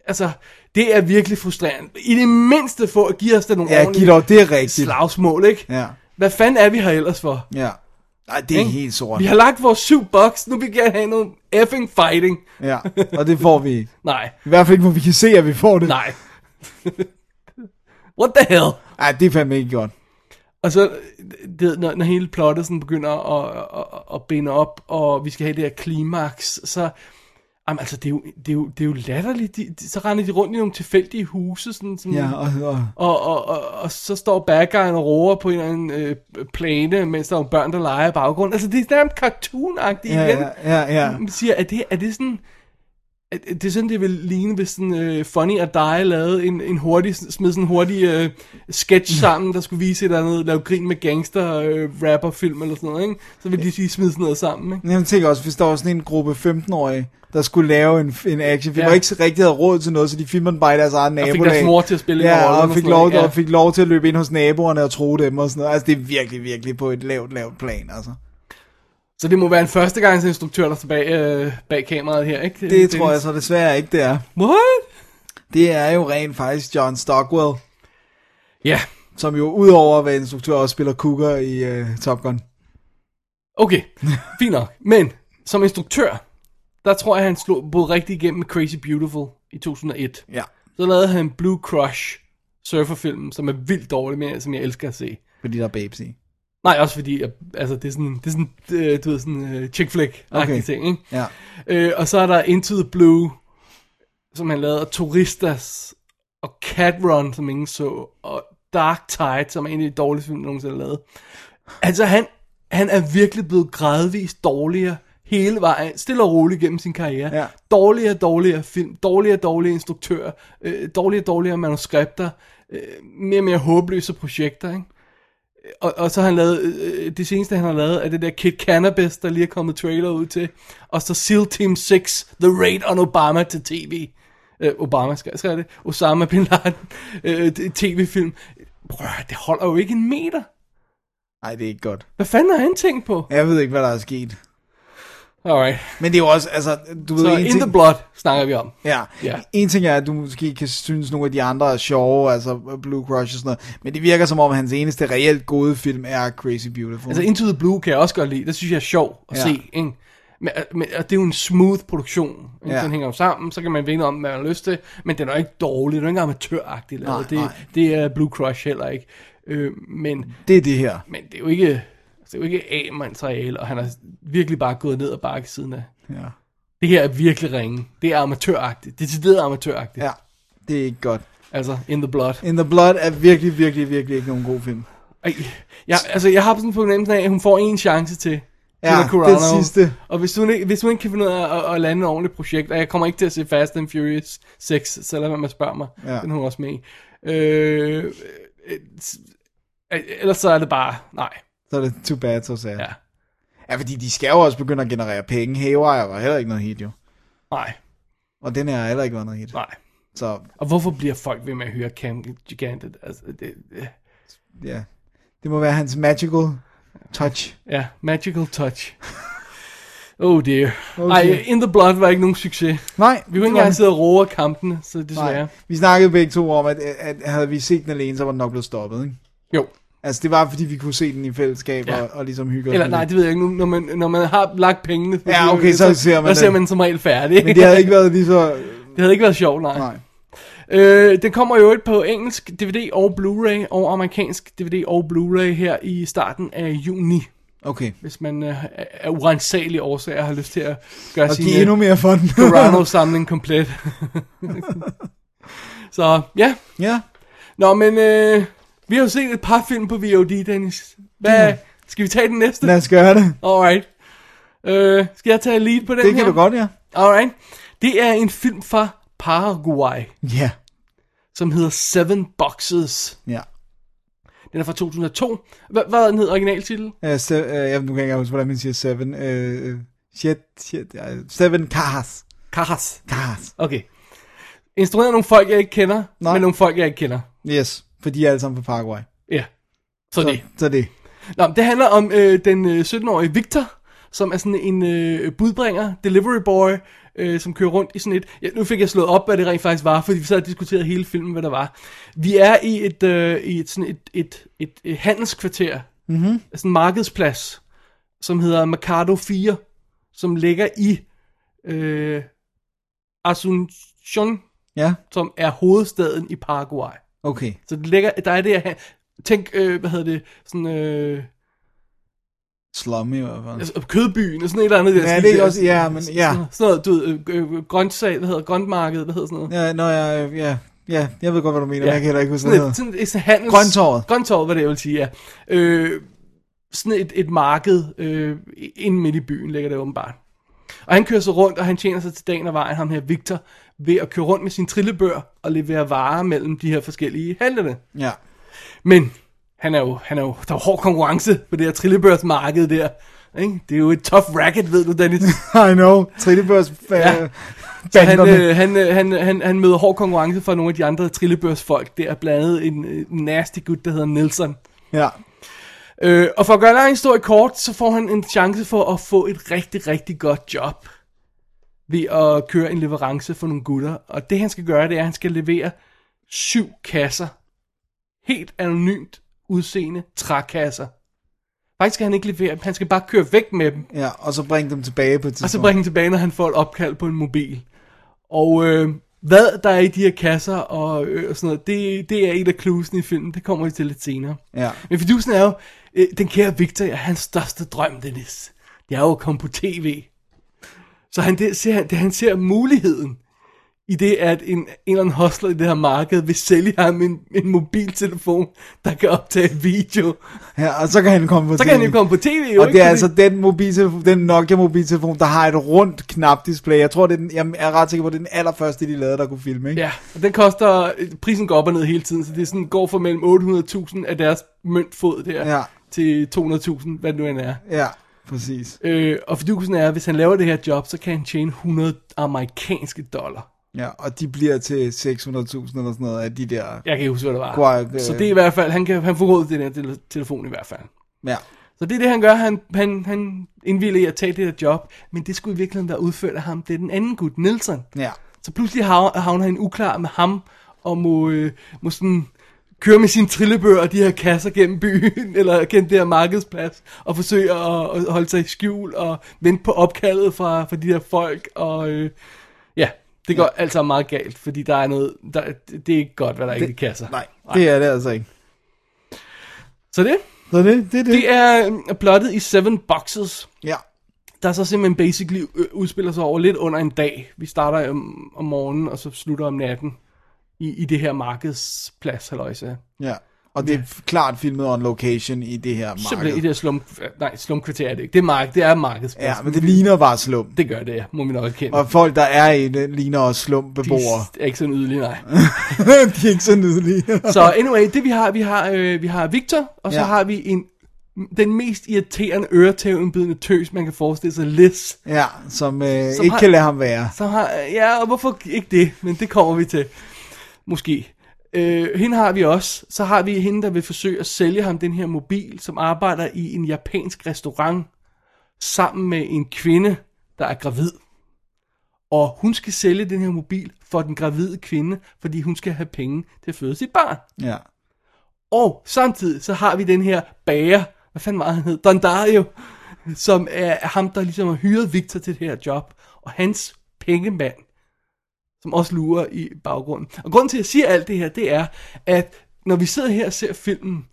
Speaker 5: altså, det er virkelig frustrerende. I det mindste for at give os da nogle
Speaker 4: Ja, giv dog, det er rigtigt.
Speaker 5: slagsmål, ikke?
Speaker 4: Ja.
Speaker 5: Hvad fanden er vi her ellers for?
Speaker 4: Ja. Nej, det er
Speaker 5: Ikke?
Speaker 4: helt sort.
Speaker 5: Vi har lagt vores syv bucks, nu vil vi gerne have noget effing fighting.
Speaker 4: Ja, og det får vi ikke.
Speaker 5: Nej,
Speaker 4: I hvert fald ikke, hvor vi kan se, at vi får det.
Speaker 5: nej. What the hell?
Speaker 4: Ej, det er fandme ikke godt.
Speaker 5: Mm. Og så, det, når, når hele plottet sådan begynder at, at, at, at binde op, og vi skal have det her klimaks, så... Jamen, altså, det er jo, det er jo, det er jo latterligt. De, de, så render de rundt i nogle tilfældige huse, sådan, sådan
Speaker 4: Ja, og, og
Speaker 5: Og, og, og, og så står baggejen og roer på en eller anden øh, plæne, mens der er nogle børn, der leger i baggrunden. Altså, det er nærmest cartoon-agtigt
Speaker 4: ja,
Speaker 5: igen.
Speaker 4: ja, ja, ja.
Speaker 5: Man siger, er det, er det sådan... Er er det sådan, det vil ligne, hvis sådan, øh, Funny og Die lavede en, en hurtig, smed sådan en hurtig øh,
Speaker 4: Mm.
Speaker 5: sketch sammen, der skulle vise et eller andet, lave grin med gangster øh, rapper film eller sådan noget, ikke? Så ville de lige smide sådan noget sammen, ikke?
Speaker 4: Jeg tænker også, hvis der var sådan en gruppe 15-årige, der skulle lave en, en actionfilm,
Speaker 5: Ja.
Speaker 4: ja. og ikke rigtig havde råd til noget, så de filmede den bare i deres egen nabolag.
Speaker 5: fik deres mor til at spille en
Speaker 4: ja,
Speaker 5: rolle
Speaker 4: og,
Speaker 5: og
Speaker 4: fik
Speaker 5: sådan
Speaker 4: lov,
Speaker 5: noget, ja.
Speaker 4: og fik lov til at løbe ind hos naboerne og tro dem og sådan noget. Altså, det er virkelig, virkelig på et lavt, lavt plan, altså.
Speaker 5: Så det må være en førstegangsinstruktør, der står bag, øh, bag kameraet her, ikke?
Speaker 4: Det tror jeg så desværre ikke, det er.
Speaker 5: What?
Speaker 4: Det er jo rent faktisk John Stockwell,
Speaker 5: Ja,
Speaker 4: som jo udover at være instruktør også spiller Cougar i uh, Top Gun.
Speaker 5: okay. Fint nok. Men som instruktør, der tror jeg, han slog både rigtig igennem med Crazy Beautiful i 2001.
Speaker 4: Ja.
Speaker 5: Så lavede han Blue Crush surferfilmen, som er vildt dårlig, men som jeg elsker at se.
Speaker 4: Fordi der er babes i.
Speaker 5: Nej, også fordi, jeg, altså, det er sådan, det er sådan øh, du ved, sådan øh, chick flick okay.
Speaker 4: Okay.
Speaker 5: ting, ikke?
Speaker 4: Ja.
Speaker 5: Øh, og så er der Into the Blue, som han lavede, og Turistas, og Cat Run, som ingen så, og Dark Tide, som er en af de dårligste film, der nogensinde er lavet. Altså, han, han er virkelig blevet gradvist dårligere hele vejen, stille og roligt gennem sin karriere.
Speaker 4: Ja.
Speaker 5: Dårligere og dårligere film, dårligere og dårligere instruktører, øh, dårligere og dårligere manuskripter, øh, mere og mere håbløse projekter, ikke? og, og så har han lavet, øh, det seneste han har lavet, er det der Kid Cannabis, der lige er kommet trailer ud til. Og så SEAL Team 6, The Raid on Obama til tv. Øh, Obama, skal, skal jeg det? Osama Bin Laden, øh, det- tv-film. Prøv at høre, det holder jo ikke en meter.
Speaker 4: Ej, det er ikke godt.
Speaker 5: Hvad fanden har han tænkt på?
Speaker 4: Jeg ved ikke, hvad der er sket.
Speaker 5: Alright,
Speaker 4: Men det er jo også, altså, du ved,
Speaker 5: så
Speaker 4: en
Speaker 5: In
Speaker 4: ting...
Speaker 5: the Blood snakker vi om.
Speaker 4: Ja.
Speaker 5: Ja.
Speaker 4: ja, en ting er, at du måske kan synes, nogle af de andre er sjove, altså Blue Crush og sådan noget, men det virker som om, hans eneste reelt gode film er Crazy Beautiful.
Speaker 5: Altså Into the Blue kan jeg også godt lide. Det synes jeg er sjov at ja.
Speaker 4: Ja.
Speaker 5: se. Ikke? Men, øh, men, og det er jo en smooth produktion. Ikke? Ja.
Speaker 4: Ja.
Speaker 5: Den hænger jo sammen, så kan man vinde om, hvad man har lyst til. Men den er jo ikke dårlig. Den er jo ikke amatøragtig. lavet.
Speaker 4: Nej,
Speaker 5: det,
Speaker 4: nej.
Speaker 5: det er Blue Crush heller ikke. Øh, men,
Speaker 4: det er det her.
Speaker 5: men det er jo ikke... altså, Det er jo ikke A-materiale, og han har virkelig bare gået ned og bakke siden af.
Speaker 4: Ja.
Speaker 5: Det her er virkelig ringe. Det er amatøragtigt. Decideret amatøragtigt.
Speaker 4: ja, det er ikke godt.
Speaker 5: Altså, in the blood.
Speaker 4: In the Blood er virkelig, virkelig, virkelig ikke nogen god film.
Speaker 5: Ej, jeg, altså, jeg har sådan en fornemmelse af, at hun får en chance til.
Speaker 4: Ja,
Speaker 5: Gina Carano.
Speaker 4: den sidste.
Speaker 5: Og hvis hun, ikke, hvis hun ikke kan finde ud af at, at lande et ordentligt projekt, og jeg kommer ikke til at se Fast and Furious 6, selvom man spørger mig, ja.
Speaker 4: Ja.
Speaker 5: den er hun også med i. Øh, øh, s- øh, ellers så er det bare, nej.
Speaker 4: Så er det too bad, så sad.
Speaker 5: Ja.
Speaker 4: Ja. ja, fordi de skal jo også begynde at generere penge. Haywire var heller ikke noget hit, jo.
Speaker 5: Nej,
Speaker 4: Og den her har heller ikke været noget hit.
Speaker 5: nej.
Speaker 4: Så
Speaker 5: Og hvorfor bliver folk ved med at høre Cam Gigantet? Altså, det, det-
Speaker 4: ja, det må være hans magical touch.
Speaker 5: ja, magical touch. Oh dear. Okay.
Speaker 4: Okay.
Speaker 5: Ej, In the Blood var ikke nogen succes.
Speaker 4: Nej,
Speaker 5: Vi kunne ikke engang sidde og roe af kampene, så desværre.
Speaker 4: Nej, vi snakkede begge to om, at, at havde vi set den alene, så var den nok blevet stoppet, ikke?
Speaker 5: Jo.
Speaker 4: Altså, det var, fordi vi kunne se den i fællesskab
Speaker 5: Ja.
Speaker 4: ja. og, og ligesom hygge os
Speaker 5: Eller
Speaker 4: med
Speaker 5: nej,
Speaker 4: det.
Speaker 5: det ved jeg ikke. Nu, når, man, når man har lagt pengene, på
Speaker 4: Ja,
Speaker 5: det,
Speaker 4: okay, så ser man
Speaker 5: så ser
Speaker 4: det.
Speaker 5: man som regel færdig.
Speaker 4: Men det havde ikke været lige så...
Speaker 5: det havde ikke været sjovt, nej.
Speaker 4: Nej.
Speaker 5: Øh, den kommer jo ikke på engelsk DVD og Blu-ray, og amerikansk DVD og Blu-ray her i starten af juni.
Speaker 4: Okay.
Speaker 5: Hvis man øh, af urensagelige årsager har lyst til at gøre
Speaker 4: Og
Speaker 5: sin øh,
Speaker 4: give endnu mere for den.
Speaker 5: Corano-samling komplet. så ja.
Speaker 4: ja.
Speaker 5: Nå, men øh, vi har jo set et par film på VOD, Dennis. Hvad, skal vi tage den næste?
Speaker 4: Lad os gøre det.
Speaker 5: Alright. Øh, skal jeg tage lead på den
Speaker 4: Det
Speaker 5: her?
Speaker 4: kan du godt, ja.
Speaker 5: Alright. Det er en film fra Paraguay,
Speaker 4: Ja.
Speaker 5: som hedder Seven Boxes.
Speaker 4: Ja.
Speaker 5: Den er fra 2002. Hvad hvad er den hed originaltitel?
Speaker 4: Øh, se, øh, jeg, nu kan jeg ikke huske, hvordan man siger seven. Øh, øh, shit, shit. øh, Seven cars.
Speaker 5: Karas.
Speaker 4: Cars.
Speaker 5: Okay. Instrueret af nogle folk, jeg ikke kender, Nej.
Speaker 4: Nej.
Speaker 5: men nogle folk, jeg ikke kender.
Speaker 4: Yes. For de er alle sammen fra Paraguay.
Speaker 5: Ja. Så,
Speaker 4: Så,
Speaker 5: det.
Speaker 4: så det.
Speaker 5: Nå, men det handler om øh, den øh, 17-årige Victor, som er sådan en øh, budbringer, delivery boy, øh, som kører rundt i sådan et... Ja, nu fik jeg slået op, hvad det rent faktisk var, fordi vi så havde diskuteret hele filmen, hvad der var. Vi er i et, øh, i et, sådan et, et, et, et handelskvarter, mm-hmm. sådan en markedsplads, som hedder Mercado 4, som ligger i øh, Asunción,
Speaker 4: Ja.
Speaker 5: som er hovedstaden i Paraguay.
Speaker 4: Okay.
Speaker 5: Så det ligger, der er det, jeg, tænk, øh, hvad hedder det, sådan, øh,
Speaker 4: Slumme i hvert fald.
Speaker 5: Altså, kødbyen og sådan et eller andet. der,
Speaker 4: Ja,
Speaker 5: sådan
Speaker 4: det er
Speaker 5: der-
Speaker 4: også- ja, men- ja.
Speaker 5: Sådan noget- sådan noget, du ved, øh, øh, grøntsag, hvad hedder grøntmarkedet, hvad hedder sådan noget?
Speaker 4: Ja, nå, ja, ja, ja, jeg ved godt, hvad du mener, ja. jeg kan heller ikke huske, hvad
Speaker 5: sådan
Speaker 4: det
Speaker 5: et,
Speaker 4: hedder.
Speaker 5: sådan et, sådan et handels...
Speaker 4: Grønttorvet.
Speaker 5: Grønttorvet, hvad det jeg vil sige, ja. Øh, sådan et, et marked øh, ind midt i byen ligger det åbenbart. Og han kører så rundt, og han tjener sig til dagen og vejen, ham her Victor, ved at køre rundt med sin trillebør og levere varer mellem de her forskellige handlerne.
Speaker 4: Ja.
Speaker 5: Men han er jo, han er jo, der er jo hård konkurrence på det her trillebørsmarked der. Ikke? Det er jo et tough racket, ved du, Dennis.
Speaker 4: I know, Trillebørs ja.
Speaker 5: Ja. han, øh, han, øh, han, han, han møder hård konkurrence fra nogle af de andre trillebørsfolk. Der er blandt andet en øh, nasty gut, der hedder Nelson.
Speaker 4: Ja,
Speaker 5: Øh, og for at gøre en lang historie kort, så får han en chance for at få et rigtig, rigtig godt job ved at køre en leverance for nogle gutter. Og det han skal gøre, det er, at han skal levere syv kasser. Helt anonymt udseende trækasser. Faktisk skal han ikke levere dem, han skal bare køre væk med dem.
Speaker 4: ja, og så bringe dem tilbage på et tidspunkt.
Speaker 5: Og så bringe den tilbage, når han får et opkald på en mobil. Og øh, hvad der er i de her kasser og, øh, og sådan noget, det, det er et af clusene i filmen. Det kommer vi til lidt senere.
Speaker 4: Ja.
Speaker 5: Men fidusen er jo, øh, den kære Victor er hans største drøm, Dennis. Det er jo at komme på tv. Så han, det, ser, det, han ser muligheden i det, at en, en eller anden hostler i det her marked vil sælge ham en, en mobiltelefon, der kan optage video.
Speaker 4: Ja, og så kan han komme på
Speaker 5: Så
Speaker 4: TV.
Speaker 5: kan han jo komme på tv, jo
Speaker 4: Og
Speaker 5: ikke?
Speaker 4: det er
Speaker 5: Fordi-
Speaker 4: altså den, mobiltelefon, den Nokia mobiltelefon, der har et rundt knapdisplay. Jeg tror, det er den, jeg er ret sikker på, det er den allerførste, de lavede, der kunne filme, ikke?
Speaker 5: Ja, og den koster, prisen går op og ned hele tiden, så det er sådan, går fra mellem 800.000 af deres møntfod der,
Speaker 4: Ja.
Speaker 5: til 200.000, hvad det nu end er.
Speaker 4: ja præcis.
Speaker 5: Øh, og fidusen er, at hvis han laver det her job, så kan han tjene 100 amerikanske dollar.
Speaker 4: Ja, og de bliver til 600.000 eller sådan noget af de der...
Speaker 5: Jeg kan ikke huske, hvad det var.
Speaker 4: Quite, øh.
Speaker 5: Så det er i hvert fald, han, kan, han får råd til den her tele- telefon i hvert fald.
Speaker 4: Ja.
Speaker 5: Så det er det, han gør. Han, han, han indvilder i at tage det her job, men det skulle i virkeligheden være udført af ham. Det er den anden gut, Nielsen.
Speaker 4: Ja.
Speaker 5: Så pludselig hav- havner han uklar med ham, og må, øh, må sådan køre med sine trillebøger og de her kasser gennem byen, eller gennem det her markedsplads, og forsøge at, at holde sig i skjul, og vente på opkaldet fra, fra de her folk, og øh, ja, det går ja. alt sammen meget galt, fordi der er noget, der, det er ikke godt, hvad der er i de kasser.
Speaker 4: Nej, det er det altså ikke.
Speaker 5: Så det,
Speaker 4: Så det, det er det.
Speaker 5: det er øh, plottet i Seven Boxes,
Speaker 4: Ja.
Speaker 5: der så simpelthen basically øh, udspiller sig over lidt under en dag. Vi starter om, om morgenen, og så slutter om natten i, i det her markedsplads, halløjsa.
Speaker 4: Ja. Og det er f- klart filmet on location i det her marked.
Speaker 5: Simpelthen i det altså, her slum, nej, slumkvarter er det ikke. Det er, mark, det er markedsplads.
Speaker 4: Ja, men det ligner bare slum.
Speaker 5: Det gør det, må vi nok erkende.
Speaker 4: Og folk, der er i det, ligner også slumbeboere.
Speaker 5: De er ikke så nydelige, nej.
Speaker 4: de er ikke så nydelige.
Speaker 5: Så anyway, det vi har, vi har, øh, vi har Victor, og så
Speaker 4: Ja.
Speaker 5: har vi en, den mest irriterende øretæveindbydende tøs, man kan forestille sig, Liz.
Speaker 4: ja, som, øh,
Speaker 5: Som
Speaker 4: ikke
Speaker 5: har-
Speaker 4: kan lade ham være.
Speaker 5: Så har, ja, og hvorfor ikke det? Men det kommer vi til. Måske. Øh, hende har vi også. Så har vi hende, der vil forsøge at sælge ham den her mobil, som arbejder i en japansk restaurant, sammen med en kvinde, der er gravid. Og hun skal sælge den her mobil for den gravide kvinde, fordi hun skal have penge til at føde sit barn.
Speaker 4: Ja.
Speaker 5: Og samtidig så har vi den her bager, hvad fanden var han hed, Don Dario, som er ham, der ligesom har hyret Victor til det her job, og hans pengemand, som også lurer i baggrunden. Og grunden til, at jeg siger alt det her, det er, at når vi sidder her og ser filmen,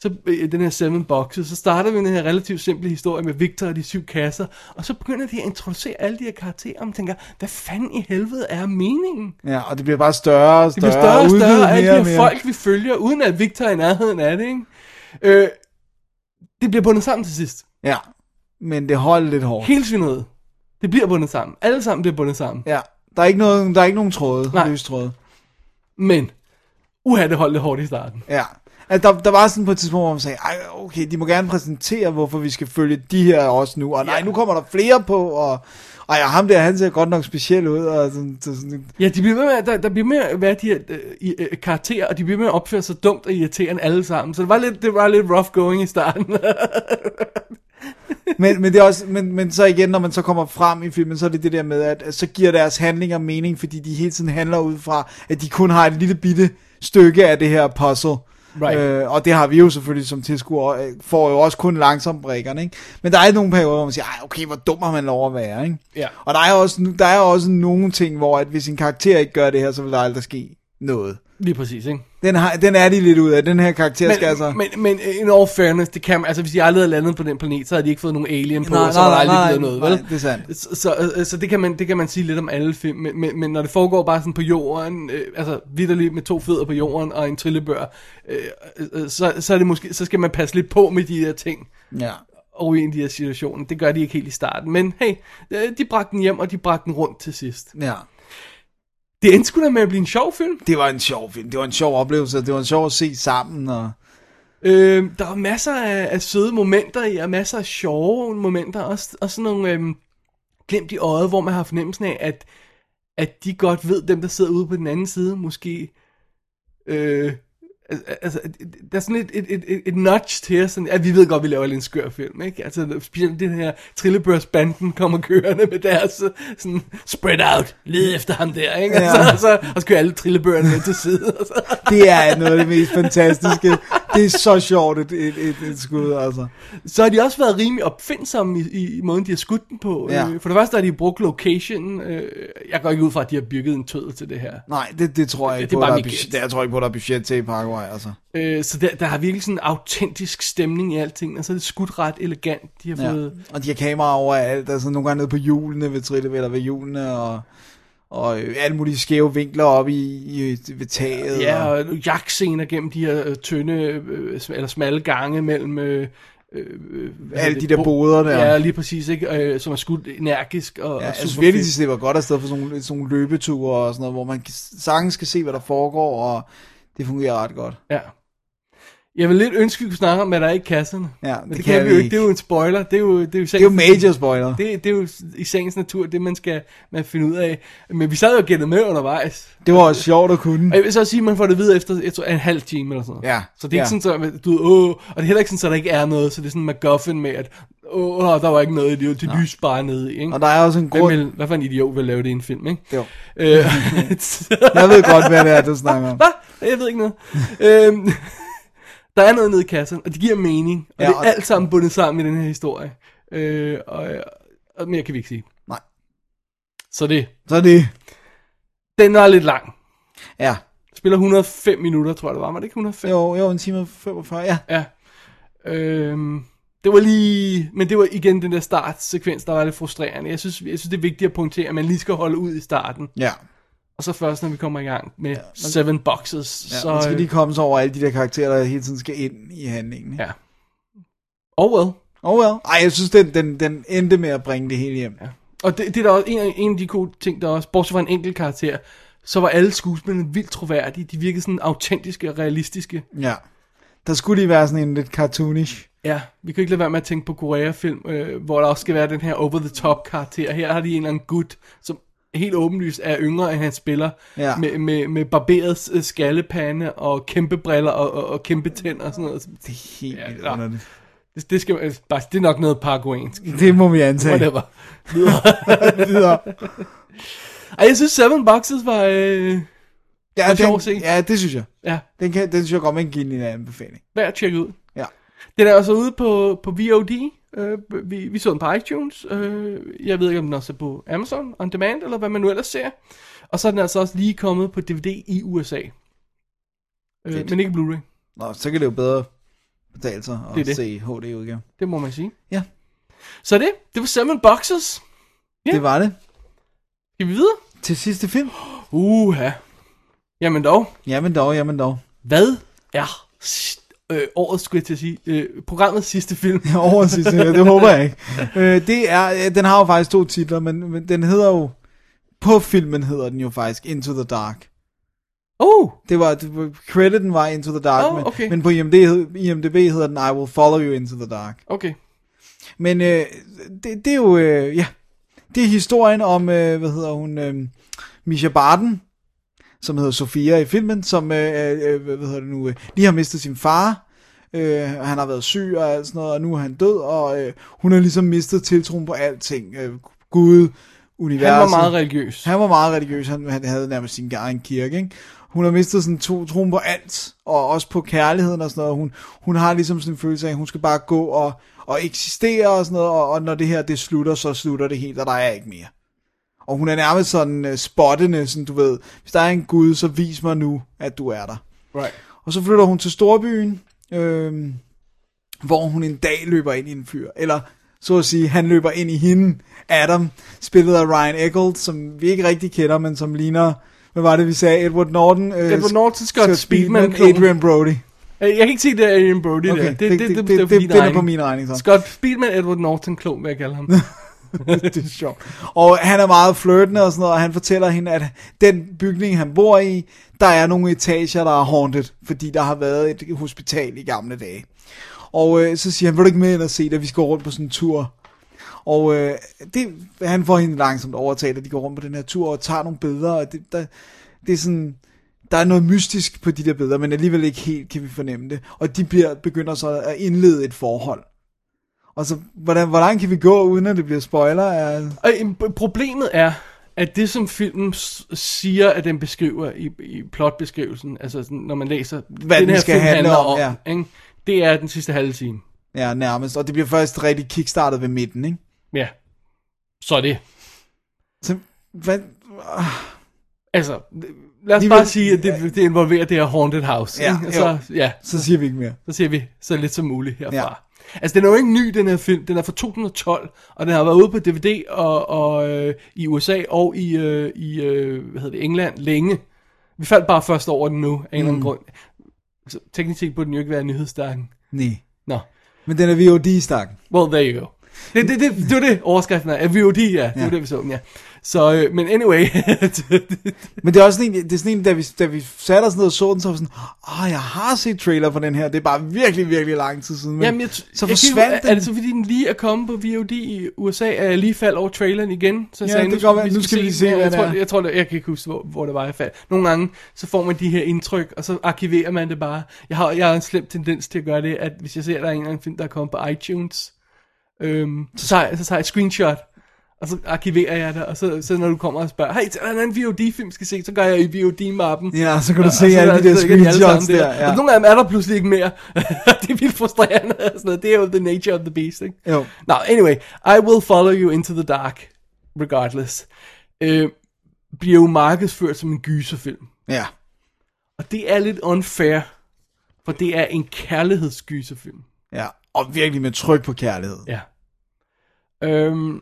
Speaker 5: så øh, den her Seven Boxes, så starter vi med den her relativt simple historie med Victor og de syv kasser, og så begynder de at introducere alle de her karakterer, og man tænker, hvad fanden i helvede er meningen?
Speaker 4: ja, og det bliver bare større og
Speaker 5: Det
Speaker 4: større.
Speaker 5: bliver større og
Speaker 4: udvidet
Speaker 5: større af
Speaker 4: mere og
Speaker 5: de her
Speaker 4: mere.
Speaker 5: folk, vi følger, uden at Victor er i nærheden af det, ikke? Øh, det bliver bundet sammen til sidst.
Speaker 4: Ja, men det holder lidt hårdt.
Speaker 5: Helt svineriet. Det bliver bundet sammen. Alle sammen bliver bundet sammen.
Speaker 4: Ja, der er ikke, noget, der er ikke nogen tråde,
Speaker 5: Nej.
Speaker 4: løs tråde.
Speaker 5: Men, uha, det holdt det hårdt i starten.
Speaker 4: Ja. Altså, der, der var sådan på et tidspunkt, hvor man sagde, Ej, okay, de må gerne præsentere, hvorfor vi skal følge de her også nu, og nej,
Speaker 5: Ja.
Speaker 4: nu kommer der flere på, og ej, og ham der, han ser godt nok speciel ud, og sådan, så sådan
Speaker 5: Ja, de bliver ved med, at- der, der bliver med at være de her øh, i- øh, karakterer, og de bliver med at opføre sig dumt og irriterende alle sammen. Så det var lidt, det var lidt rough going i starten.
Speaker 4: men, men, det er også, men, men så igen, når man så kommer frem i filmen, så er det det der med, at, at så giver deres handlinger mening, fordi de hele tiden handler ud fra, at de kun har et lille bitte stykke af det her puzzle.
Speaker 5: Right.
Speaker 4: Øh, og det har vi jo selvfølgelig som tilskuer, øh, får jo også kun langsomt brækkerne, ikke? Men der er nogle perioder, hvor man siger, Ej, okay, hvor dum har man lov at være, ikke?
Speaker 5: Ja.
Speaker 4: Og der er, også, der er også nogle ting, hvor at hvis en karakter ikke gør det her, så vil der aldrig ske noget.
Speaker 5: Lige præcis, ikke?
Speaker 4: Den, har, den er de lidt ud af, den her karakter men, skal altså...
Speaker 5: Men, men, men øh, in all fairness, det kan, man- altså, hvis de aldrig havde landet på den planet, så havde de ikke fået nogen alien på,
Speaker 4: Nej,
Speaker 5: og så
Speaker 4: nej,
Speaker 5: var der aldrig
Speaker 4: nej,
Speaker 5: blevet
Speaker 4: nej,
Speaker 5: noget,
Speaker 4: nej,
Speaker 5: vel?
Speaker 4: det er sandt.
Speaker 5: Så, så, øh, så det, kan man, det kan man sige lidt om alle film, men, men, men når det foregår bare sådan på jorden, øh, altså vidderligt med to fødder på jorden og en trillebør, øh, øh, så, så, er det måske, så skal man passe lidt på med de der ting
Speaker 4: Ja.
Speaker 5: og i de her situationer. Det gør de ikke helt i starten, men hey, øh, de bragte den hjem, og de bragte den rundt til sidst.
Speaker 4: ja.
Speaker 5: Det endte sgu da med at blive en sjov film.
Speaker 4: Det var en sjov film, det var en sjov oplevelse, og det var en sjov at se sammen, og...
Speaker 5: Øh, der er masser af, af søde momenter i, og masser af sjove momenter, og, s- og sådan nogle øh, glimt i øjet, hvor man har fornemmelsen af, at, at de godt ved, dem der sidder ude på den anden side, måske... Øh, al- al- altså, der er sådan et, et, et, et, et nudge til os, sådan, at vi ved godt, vi laver lidt en skør film, ikke? Altså, specielt den her trillebørsbanden kommer kørende med deres øh, sådan, spread out, led efter ham der, ikke? Ja.
Speaker 4: Ja.
Speaker 5: Altså, og så, og så kører alle trillebørnene med til side, og så,
Speaker 4: Det er noget af det mest fantastiske. Det er så sjovt et, et, et, et skud, altså.
Speaker 5: Så har de også været rimelig opfindsomme i, i måden, de har skudt den på.
Speaker 4: Ja.
Speaker 5: Ja. Øh, for det første har de brugt locationen. Øh, jeg går ikke ud fra, at de har bygget en tødel til det her.
Speaker 4: Nej, det, det tror jeg ikke
Speaker 5: Det
Speaker 4: på,
Speaker 5: er bare
Speaker 4: der er
Speaker 5: mit
Speaker 4: budget,
Speaker 5: gæt.
Speaker 4: det, jeg tror ikke på, der er budget til i Paraguay, altså.
Speaker 5: Øh, så der, der har virkelig sådan en autentisk stemning i alting. Og så er det skudt ret elegant. De har
Speaker 4: Ja.
Speaker 5: fået...
Speaker 4: Og de har kameraer overalt, altså nogle gange nede på hjulene ved trille, eller ved hjulene, og, og øh, alle mulige skæve vinkler op i, i ved taget.
Speaker 5: Ja,
Speaker 4: og,
Speaker 5: og jagtscener gennem de her øh, tynde, øh, sm- eller smalle gange mellem... Øh, øh, øh, hvad
Speaker 4: Alle
Speaker 5: hedder
Speaker 4: de
Speaker 5: det?
Speaker 4: der
Speaker 5: Bo-
Speaker 4: boder der.
Speaker 5: Ja, lige præcis, ikke? Øh, som er skudt energisk og,
Speaker 4: ja,
Speaker 5: og
Speaker 4: jeg synes
Speaker 5: super
Speaker 4: virkelig, de
Speaker 5: fedt.
Speaker 4: slipper godt afsted for sådan nogle, sådan nogle løbeture og sådan noget, hvor man kan- sagtens skal se, hvad der foregår, og det fungerer ret godt.
Speaker 5: Ja. Jeg vil lidt ønske, at vi kunne snakke om, hvad der er i kasserne.
Speaker 4: Ja,
Speaker 5: Men det, det kan, vi jo ikke. Det er jo en spoiler. Det er jo, det er jo,
Speaker 4: Det er jo major spoiler. Det,
Speaker 5: Det, det er jo i sagens natur det, man skal man finde ud af. Men vi sad jo og gættede med undervejs.
Speaker 4: det var også sjovt at kunne.
Speaker 5: Og jeg vil så sige, at man får det videre efter jeg tror, en halv time eller sådan noget.
Speaker 4: Ja,
Speaker 5: Så det er ikke
Speaker 4: ja.
Speaker 5: sådan, så, du ved, åh, og det er heller ikke sådan, så der ikke er noget. Så det er sådan en MacGuffin med, at åh, der var ikke noget i det, det lys bare nede i. Ikke?
Speaker 4: Og der er også en
Speaker 5: Hvem
Speaker 4: grund.
Speaker 5: vil, hvad for en idiot vil lave det i en film, ikke?
Speaker 4: Jo.
Speaker 5: Øh,
Speaker 4: Jeg ved godt, hvad det er, du snakker om.
Speaker 5: Hvad? Jeg ved ikke noget. øhm, der er noget nede i kassen, og det giver mening. Og
Speaker 4: Ja,
Speaker 5: ja, det er
Speaker 4: og-
Speaker 5: alt sammen bundet sammen i den her historie. Øh, og, og mere kan vi ikke sige.
Speaker 4: Nej.
Speaker 5: Så det.
Speaker 4: Så er det,
Speaker 5: Den var lidt lang.
Speaker 4: ja.
Speaker 5: Spiller 105 minutter, tror jeg det var. Var det ikke 105?
Speaker 4: Jo, jo, en time og 45, ja.
Speaker 5: Ja. Øhm, det var lige... Men det var igen den der startsekvens, der var lidt frustrerende. Jeg synes, jeg synes det er vigtigt at pointere, at man lige skal holde ud i starten.
Speaker 4: Ja,
Speaker 5: Og så først, når vi kommer i gang med Seven Boxes.
Speaker 4: ja
Speaker 5: så,
Speaker 4: så, man skal
Speaker 5: øh,
Speaker 4: lige komme sig over alle de der karakterer, der hele tiden skal ind i handlingen. ikke?
Speaker 5: Ja. Oh well.
Speaker 4: Oh well. Ej, jeg synes, den, den, den endte med at bringe det hele hjem. Ja.
Speaker 5: Og det, det er der også en, af- en af de gode ting, der også, bortset fra en enkelt karakter, så var alle skuespillerne vildt troværdige. De virkede sådan autentiske og realistiske.
Speaker 4: ja. Der skulle lige være sådan en lidt cartoonish.
Speaker 5: Ja, vi kan ikke lade være med at tænke på Korea-film, øh, hvor der også skal være den her over-the-top karakter. Her har de en eller anden gut, som helt åbenlyst er yngre end han spiller,
Speaker 4: Ja.
Speaker 5: med, med, med barberet øh, skallepande og kæmpe briller og, og, og kæmpe tænder og sådan noget.
Speaker 4: Det er helt
Speaker 5: Ja,
Speaker 4: vildt
Speaker 5: ja.
Speaker 4: underligt.
Speaker 5: Det, det, skal, øh, bare- det er nok noget paraguansk.
Speaker 4: Det må vi antage.
Speaker 5: Whatever.
Speaker 4: Videre.
Speaker 5: Ej, jeg synes Seven Boxes var... Øh,
Speaker 4: Ja,
Speaker 5: var sjovt at se.
Speaker 4: den, ja, det synes jeg.
Speaker 5: ja,
Speaker 4: Den, kan, den synes jeg godt, man kan give en anbefaling.
Speaker 5: værd at tjekke ud.
Speaker 4: Ja.
Speaker 5: Den er også ude på, på VOD. Øh, vi, vi så den på iTunes. Øh, jeg ved ikke, om den også er på Amazon On Demand, eller hvad man nu ellers ser. Og så er den altså også lige kommet på DVD i USA. Øh, men ikke Blu-ray,
Speaker 4: Nå, så kan det jo bedre betale sig at
Speaker 5: Det er det.
Speaker 4: se HD-udgave.
Speaker 5: det må man sige.
Speaker 4: Ja.
Speaker 5: Så det, det var Seven Boxes. Ja.
Speaker 4: Det var det.
Speaker 5: Skal vi videre?
Speaker 4: Til sidste film.
Speaker 5: Uha. Jamen dog,
Speaker 4: Jamen dog, jamen dog.
Speaker 5: hvad er s- øh, årets, skulle jeg til at sige, øh, programmets sidste film?
Speaker 4: Over sidste her, det håber jeg ikke. Øh, det er, øh, den har jo faktisk to titler, men, men den hedder jo, på filmen hedder den jo faktisk Into the Dark.
Speaker 5: Oh,
Speaker 4: Det var, det var crediten var Into the Dark,
Speaker 5: Åh,
Speaker 4: men-
Speaker 5: okay.
Speaker 4: men på IMD, hed- IMDb hedder den I Will Follow You Into the Dark.
Speaker 5: okay.
Speaker 4: Men øh, det, det er jo, øh, ja, det er historien om, øh, hvad hedder hun, øh, Misha Barton, som hedder Sofia i filmen, som, øh, øh, hvad hedder det nu, øh, lige har mistet sin far, øh, og han har været syg og alt sådan noget, og nu er han død, og øh, hun har ligesom mistet tiltroen på alting, øh, Gud, universet.
Speaker 5: Han var meget religiøs.
Speaker 4: Han var meget religiøs, han, han havde nærmest sin egen kirke, ikke? Hun har mistet sådan to troen på alt, og også på kærligheden og sådan noget. Hun, hun har ligesom sådan en følelse af, at hun skal bare gå og, og eksistere og sådan noget, og, og når det her det slutter, så slutter det helt, og der er ikke mere. Og hun er nærmest sådan øh, spottende, sådan du ved, hvis der er en gud, så vis mig nu, at du er der.
Speaker 5: Right.
Speaker 4: Og så flytter hun til storbyen, øh, hvor hun en dag løber ind i en fyr. Eller så at sige, han løber ind i hende, Adam, spillet af Ryan Eccles, som vi ikke rigtig kender, men som ligner, hvad var det vi sagde, Edward Norton? Øh,
Speaker 5: Edward Norton, Scott Speedman, klon.
Speaker 4: Adrian Brody.
Speaker 5: Øh, Jeg kan ikke se, det er Adrian Brody
Speaker 4: Okay,
Speaker 5: der.
Speaker 4: det- det- det-
Speaker 5: var
Speaker 4: det-
Speaker 5: min
Speaker 4: det er
Speaker 5: regning.
Speaker 4: på min regning, så.
Speaker 5: Scott Speedman, Edward Norton, klog, vil jeg kalde ham.
Speaker 4: det er sjovt. Og han er meget flirtende og sådan noget, og han fortæller hende, at den bygning, han bor i, der er nogle etager, der er haunted, fordi der har været et hospital i gamle dage. Og øh, så siger han, vil du ikke med ind og se det, vi skal rundt på sådan en tur. Og øh, det, han får hende langsomt overtalt, at de går rundt på den her tur og tager nogle billeder, og det, der, det er sådan, der er noget mystisk på de der billeder, men alligevel ikke helt kan vi fornemme det. Og de bliver, begynder så at indlede et forhold. Og så, hvordan, hvor langt kan vi gå, uden at det bliver spoiler? Er,
Speaker 5: Og øhm, p- problemet er, at det som filmen s- siger, at den beskriver i, i plotbeskrivelsen, altså sådan, når man læser,
Speaker 4: den skal handle om, ja.
Speaker 5: ikke? det er den sidste halve time.
Speaker 4: ja, nærmest. Og det bliver først rigtig kickstartet ved midten, ikke?
Speaker 5: Ja. Så er det.
Speaker 4: Så, hvad?
Speaker 5: Altså, lad os
Speaker 4: Lige
Speaker 5: bare
Speaker 4: ved-
Speaker 5: sige, at det, det involverer det her Haunted House.
Speaker 4: Ja,
Speaker 5: ikke? Og så, ja,
Speaker 4: Så siger vi ikke mere.
Speaker 5: så siger vi så lidt som muligt herfra. Ja. Altså, den er jo ikke ny, den her film. Den er fra 2012, og den har været ude på DVD og, og øh, i USA og i, øh, i øh, hvad hedder det, England længe. Vi faldt bare først over den nu, af en eller anden grund. Så, teknisk set burde den jo ikke være nyhedsstakken.
Speaker 4: Nej.
Speaker 5: Nå,
Speaker 4: Men den er VOD-stakken.
Speaker 5: well, there you go. Det, det, det, det var det, overskriften er. VOD, ja. Det ja. var
Speaker 4: Ja.
Speaker 5: det, vi så den, ja. Så, øh, men anyway.
Speaker 4: Men det er også sådan en, det er sådan en da, vi, da vi satte os ned og så den, så var vi sådan, åh, jeg har set trailer for den her, det er bare virkelig, virkelig lang tid siden. Men
Speaker 5: Jamen, jeg, t-
Speaker 4: så
Speaker 5: jeg kan-
Speaker 4: forsvandt
Speaker 5: er, er det
Speaker 4: den.
Speaker 5: så, fordi den lige er kommet på VOD i USA, at jeg lige faldt over traileren igen? Så jeg
Speaker 4: Ja,
Speaker 5: sagde,
Speaker 4: det kan godt være. Nu skal vi se,
Speaker 5: den.
Speaker 4: hvad
Speaker 5: jeg,
Speaker 4: det
Speaker 5: tror,
Speaker 4: er.
Speaker 5: jeg tror, det, jeg kan ikke huske, hvor, hvor det var, jeg faldt. Nogle gange, så får man de her indtryk, og så arkiverer man det bare. Jeg har, jeg har en slem tendens til at gøre det, at hvis jeg ser, at der er en eller anden film, der er kommet på iTunes, øhm, så, tager jeg, så tager jeg et screenshot, og så arkiverer jeg det, og så, så når du kommer og spørger, hey, der er en anden VOD-film, skal se, så gør jeg i VOD-mappen.
Speaker 4: Ja, så kan du
Speaker 5: Og
Speaker 4: se
Speaker 5: så er
Speaker 4: alle
Speaker 5: der-
Speaker 4: de der
Speaker 5: så ligger alle
Speaker 4: screenshots
Speaker 5: sammen
Speaker 4: der, ja.
Speaker 5: Og nogle af dem er der pludselig ikke mere. det er vildt frustrerende. og Sådan noget. Det er jo the nature of the beast, ikke?
Speaker 4: Jo.
Speaker 5: Nå, anyway. I Will Follow You Into the Dark, regardless. Øh, bliver jo markedsført som en gyserfilm.
Speaker 4: Ja.
Speaker 5: Og det er lidt unfair, for det er en kærlighedsgyserfilm.
Speaker 4: Ja. Og virkelig med tryk på kærlighed.
Speaker 5: Ja. Øhm,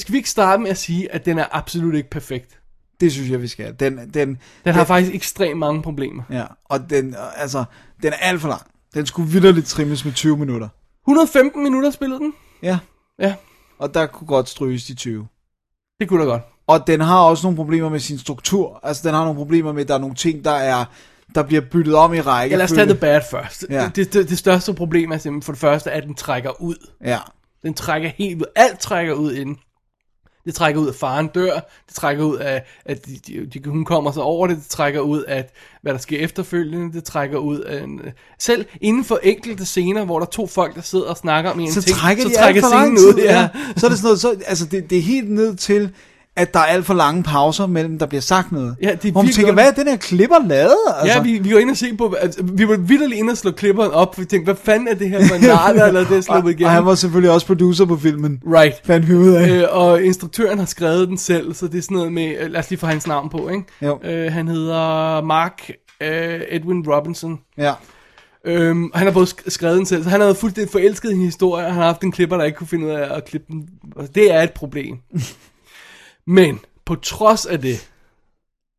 Speaker 5: skal vi ikke starte med at sige, at den er absolut ikke perfekt?
Speaker 4: Det synes jeg, vi skal. Den, den, den,
Speaker 5: Den har faktisk ekstremt mange problemer.
Speaker 4: Ja, og den, altså, den er alt for lang. Den skulle vidderligt trimmes med 20 minutter.
Speaker 5: 115 minutter spillede den.
Speaker 4: Ja,
Speaker 5: Ja,
Speaker 4: og der kunne godt stryges de 20.
Speaker 5: det kunne da godt.
Speaker 4: Og den har også nogle problemer med sin struktur. Altså, den har nogle problemer med, at der er nogle ting, der er der bliver byttet om i række.
Speaker 5: Ja, lad os tage The Bad først.
Speaker 4: Ja.
Speaker 5: Ja. Det, det, det største problem er simpelthen for det første, at den trækker ud.
Speaker 4: Ja,
Speaker 5: Den trækker helt ud. Alt trækker ud inden. Det trækker ud, at faren dør. Det trækker ud, af, at de, de, de, hun kommer sig over det. Det trækker ud, at hvad der sker efterfølgende. Det trækker ud af... En, selv inden for enkelte scener, hvor der er to folk, der sidder og snakker om en
Speaker 4: så
Speaker 5: ting,
Speaker 4: trækker
Speaker 5: så
Speaker 4: de
Speaker 5: trækker
Speaker 4: alt for lang
Speaker 5: scenen
Speaker 4: tid.
Speaker 5: ud. Ja.
Speaker 4: Så er det sådan noget, så, altså, det, det er helt ned til, at der er alt for lange pauser mellem, der bliver sagt noget.
Speaker 5: Ja, det er
Speaker 4: Hvor man
Speaker 5: virkelig
Speaker 4: tænker,
Speaker 5: godt.
Speaker 4: hvad er den her klipper lavet? Altså,
Speaker 5: Altså. Ja, vi, vi var inde og se på, altså, vi var vildt inde og slå klipperen op, for vi tænkte, hvad fanden er det her for en narder, eller det er
Speaker 4: og,
Speaker 5: sluppet igennem.
Speaker 4: og han var selvfølgelig også producer på filmen.
Speaker 5: Right.
Speaker 4: Fandt vi ud af.
Speaker 5: Øh, og instruktøren har skrevet den selv, så det er sådan noget med, øh, lad os lige få hans navn på, ikke?
Speaker 4: Jo.
Speaker 5: Øh, han hedder Mark øh, Edwin Robinson.
Speaker 4: Ja.
Speaker 5: Øhm, han har både sk- skrevet den selv, så han har været fuldstændig forelsket i en historie, og han har haft en klipper, der ikke kunne finde ud af at klippe den. Og det er et problem. Men på trods af det,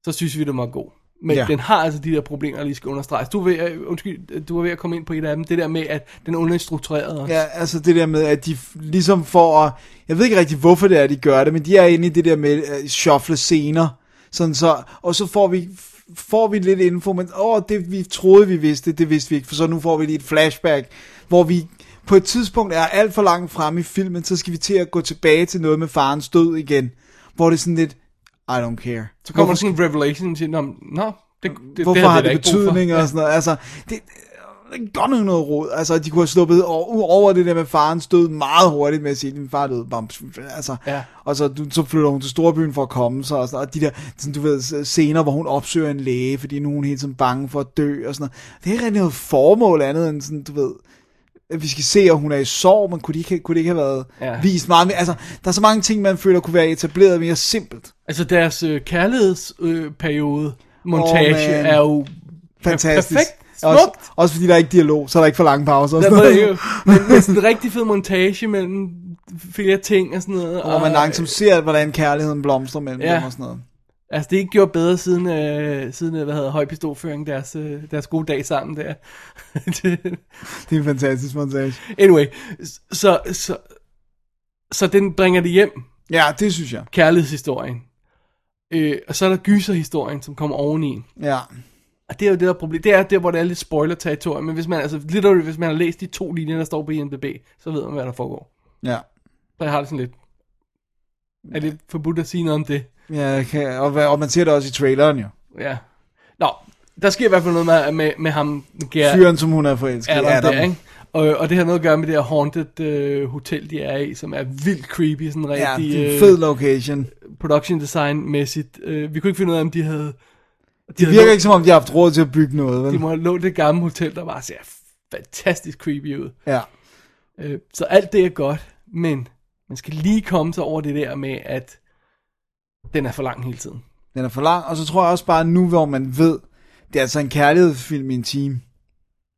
Speaker 5: så synes vi, det var god. Men
Speaker 4: Ja.
Speaker 5: ja. den har altså de der problemer, jeg lige skal understrege. Du, er ved, øh, undskyld, øh, du var ved at komme ind på et af dem, det der med, at den er understruktureret. og-
Speaker 4: Ja, altså det der med, at de f- ligesom får, at- jeg ved ikke rigtig hvorfor det er, de gør det, men de er inde i det der med at shuffle scener, sådan så, og så får vi, får vi lidt info, men åh, det vi troede vi vidste, det vidste vi ikke, for så nu får vi lige et flashback, hvor vi på et tidspunkt er alt for langt fremme i filmen, så skal vi til at gå tilbage til noget med farens død igen, hvor det er sådan lidt, I don't care.
Speaker 5: Så kommer
Speaker 4: Hvorfor
Speaker 5: der sådan en revelation til, om, nå, det, det,
Speaker 4: Hvorfor
Speaker 5: det
Speaker 4: det har
Speaker 5: vi da
Speaker 4: det
Speaker 5: ikke brug for."
Speaker 4: betydning og sådan noget? Altså, det, det er godt nok noget råd. Altså, de kunne have sluppet over, over det der med farens død meget hurtigt med at sige, at min far døde. Bam, altså,
Speaker 5: Ja.
Speaker 4: Og så, du, så flytter hun til storbyen for at komme sig. Og, sådan, noget. og de der sådan, du ved, scener, hvor hun opsøger en læge, fordi nu er hun hele tiden bange for at dø. Og sådan noget. Det er ikke rigtig noget formål andet end sådan, du ved... at vi skal se, at hun er i sorg, men kunne det ikke, kunne det ikke have været
Speaker 5: Ja.
Speaker 4: ja. vist meget mere? Altså, der er så mange ting, man føler kunne være etableret mere simpelt.
Speaker 5: Altså deres øh, kærlighedsperiode øh, periode montage
Speaker 4: Åh, man.
Speaker 5: er jo
Speaker 4: Fantastisk.
Speaker 5: perfekt. Smukt.
Speaker 4: Også, også fordi der er ikke dialog, så er der ikke for lange pauser. Og
Speaker 5: Der
Speaker 4: sådan
Speaker 5: var
Speaker 4: noget.
Speaker 5: jo men, men sådan en rigtig fed montage mellem flere ting og øh, sådan noget.
Speaker 4: Hvor man langsomt ser, hvordan kærligheden blomstrer mellem
Speaker 5: Ja.
Speaker 4: ja. dem og sådan noget.
Speaker 5: Altså det er ikke gjort bedre siden, øh, siden øh, hvad hedder, høj pistolføring, deres, øh, deres gode dag sammen der. Det-
Speaker 4: Det er en fantastisk montage.
Speaker 5: anyway, så, så, så den bringer det hjem,
Speaker 4: Ja, det synes jeg.
Speaker 5: kærlighedshistorien. Øh, og så er der gyserhistorien, som kommer oveni.
Speaker 4: Ja.
Speaker 5: Og det er jo det, der er problemet. Det er der, hvor det er lidt spoiler-territorium. Men hvis man, altså, literally, hvis man har læst de to linjer, der står på IMDb, så ved man, hvad der foregår.
Speaker 4: Ja.
Speaker 5: Så jeg har det sådan lidt... Er det forbudt at sige noget om det?
Speaker 4: ja okay. og, hvad- og man ser det også i traileren jo.
Speaker 5: Ja. Nå, der sker i hvert fald noget med, med, med ham, Ger,
Speaker 4: Fyren, som hun er forelsket i.
Speaker 5: Adam, Adam.
Speaker 4: Adam.
Speaker 5: Der, ikke? Og, og det har noget at gøre med det her haunted øh, hotel, de er i, som er vildt creepy, sådan
Speaker 4: Ja,
Speaker 5: rigtig
Speaker 4: det er en
Speaker 5: øh,
Speaker 4: fed location.
Speaker 5: production design-mæssigt. Øh, vi kunne ikke finde ud af, om de havde... De
Speaker 4: Det virker ikke som om, de har haft råd til at bygge noget.
Speaker 5: De
Speaker 4: Vel?
Speaker 5: må have lånt det gamle hotel, der bare ser fantastisk creepy ud.
Speaker 4: Ja.
Speaker 5: Øh, så alt det er godt, men man skal lige komme sig over det der med, at den er for lang hele tiden.
Speaker 4: Den er for lang, og så tror jeg også bare nu, hvor man ved, det er altså en kærlighedsfilm i en time.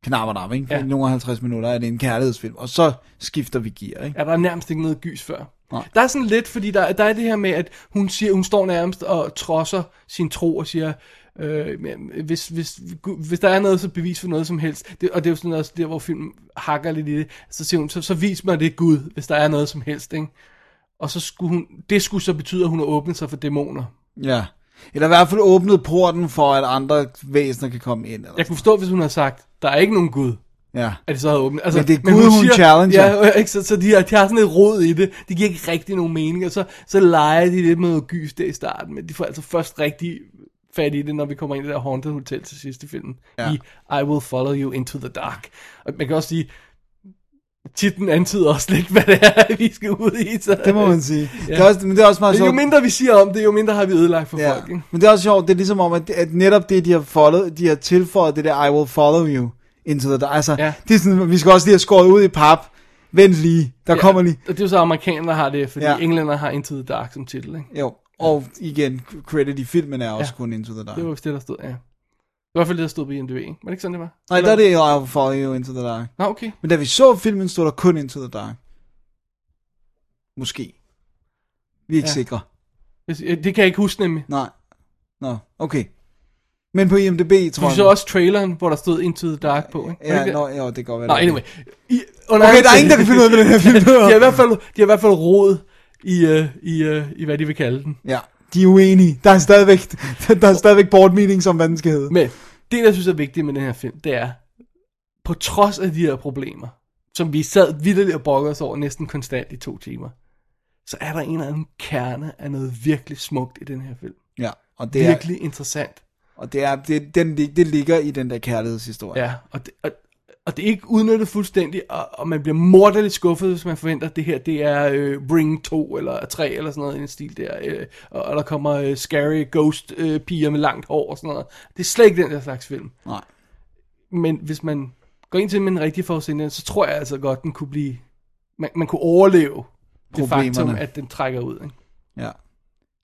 Speaker 4: Knap og nap, ikke?
Speaker 5: Ja.
Speaker 4: Ja. Nogle 50 minutter er det en kærlighedsfilm, og så skifter vi gear, ikke?
Speaker 5: Ja, der er nærmest ikke noget gys før.
Speaker 4: Nej.
Speaker 5: Der er sådan lidt, fordi der, der er det her med, at hun, siger, hun står nærmest og trodser sin tro og siger, øh, men hvis, hvis, hvis der er noget, så bevis for noget som helst. Det, og det er jo sådan også der, hvor filmen hakker lidt i det. Så siger hun, så, så vis mig det Gud, hvis der er noget som helst, ikke? Og så skulle hun, det skulle så betyde, at hun har åbnet sig for dæmoner.
Speaker 4: Ja. Eller i hvert fald åbnet porten for, at andre væsener kan komme ind. Eller?
Speaker 5: Jeg kunne forstå, hvis hun havde sagt, der er ikke nogen Gud.
Speaker 4: Ja.
Speaker 5: at det så havde åbnet. Altså,
Speaker 4: Men det er Gud, hun challenger.
Speaker 5: Ja, øh, ikke, så, så de, har, de har sådan et rod i det. Det giver ikke rigtig nogen mening, og så, så leger de lidt med noget gys der i starten, men de får altså først rigtig fat i det, når vi kommer ind i det der Haunted Hotel til sidste film. Ja.
Speaker 4: Ja.
Speaker 5: I I Will Follow You Into the Dark. Og man kan også sige, titlen antyder også lidt, hvad det er, vi skal ud i. Så.
Speaker 4: Det må man sige. Ja. Det er også, men det er også meget
Speaker 5: Men jo
Speaker 4: sjovt.
Speaker 5: mindre vi siger om det, jo mindre har vi ødelagt for ja.
Speaker 4: ja.
Speaker 5: folk. Ikke?
Speaker 4: Men det er også sjovt, det er ligesom om, at, at netop det, de har, follow, de har tilføjet, det der I will follow you into the dark. Altså,
Speaker 5: Ja.
Speaker 4: ja. det er sådan, vi skal også lige have skåret ud i pap. Vent lige, der ja. kommer lige.
Speaker 5: Og det er jo så amerikanere, der har det, fordi ja.
Speaker 4: Ja.
Speaker 5: englænder har Into the Dark som titel. Ikke?
Speaker 4: Jo, og igen, credit i filmen er også
Speaker 5: Ja.
Speaker 4: ja. kun Into the Dark.
Speaker 5: Det var vist det, der stod, ja. Det var i hvert fald det, der stod på IMDb, ikke? Var det ikke sådan, det var?
Speaker 4: Nej, der er det jo I will follow you into the dark.
Speaker 5: Nå, okay.
Speaker 4: Men da vi så filmen, stod der kun into the dark. Måske. Vi er ikke
Speaker 5: Ja.
Speaker 4: ja. sikre.
Speaker 5: Jeg siger- Det kan jeg ikke huske nemlig.
Speaker 4: Nej. Nå, okay. Men på IMDb, tror
Speaker 5: Du
Speaker 4: jeg.
Speaker 5: så også traileren, hvor der stod Into the Dark på, ikke? Var det
Speaker 4: Ja,
Speaker 5: ikke
Speaker 4: nå,
Speaker 5: det?
Speaker 4: jo, det kan godt være.
Speaker 5: Nå,
Speaker 4: det er
Speaker 5: anyway.
Speaker 4: det.
Speaker 5: I, under
Speaker 4: Okay, der er
Speaker 5: alle
Speaker 4: ingen, der kan finde ud af, hvad den her film
Speaker 5: de, har i
Speaker 4: hedder.
Speaker 5: hvert fald, de har i hvert fald rod i, øh, i, øh, i, hvad de vil kalde den.
Speaker 4: Ja, de er uenige. Der er stadigvæk, der er stadigvæk board meetings om, hvad den skal hedde.
Speaker 5: Men det, jeg synes er vigtigt med den her film, det er, på trods af de her problemer, som vi sad vildt og brokkede os over næsten konstant i to timer, så er der en eller anden kerne af noget virkelig smukt i den her film.
Speaker 4: Ja, og det
Speaker 5: Det er...
Speaker 4: er,
Speaker 5: Virkelig interessant.
Speaker 4: og det er, det, den, det ligger i den der kærlighedshistorie.
Speaker 5: Ja, og det, og, og det er ikke udnyttet fuldstændig, og, og man bliver morderligt skuffet, hvis man forventer, at det her det er øh, Ring 2 eller 3 eller sådan noget i den stil der, øh, og, og der kommer øh, scary ghost øh, piger med langt hår og sådan noget. Det er slet ikke den der slags film.
Speaker 4: Nej.
Speaker 5: Men hvis man går ind til den med en rigtig forudsætning, så tror jeg altså godt, den kunne blive, man, man kunne overleve det faktum,
Speaker 4: Problemerne.
Speaker 5: at den trækker ud. Ikke?
Speaker 4: Ja.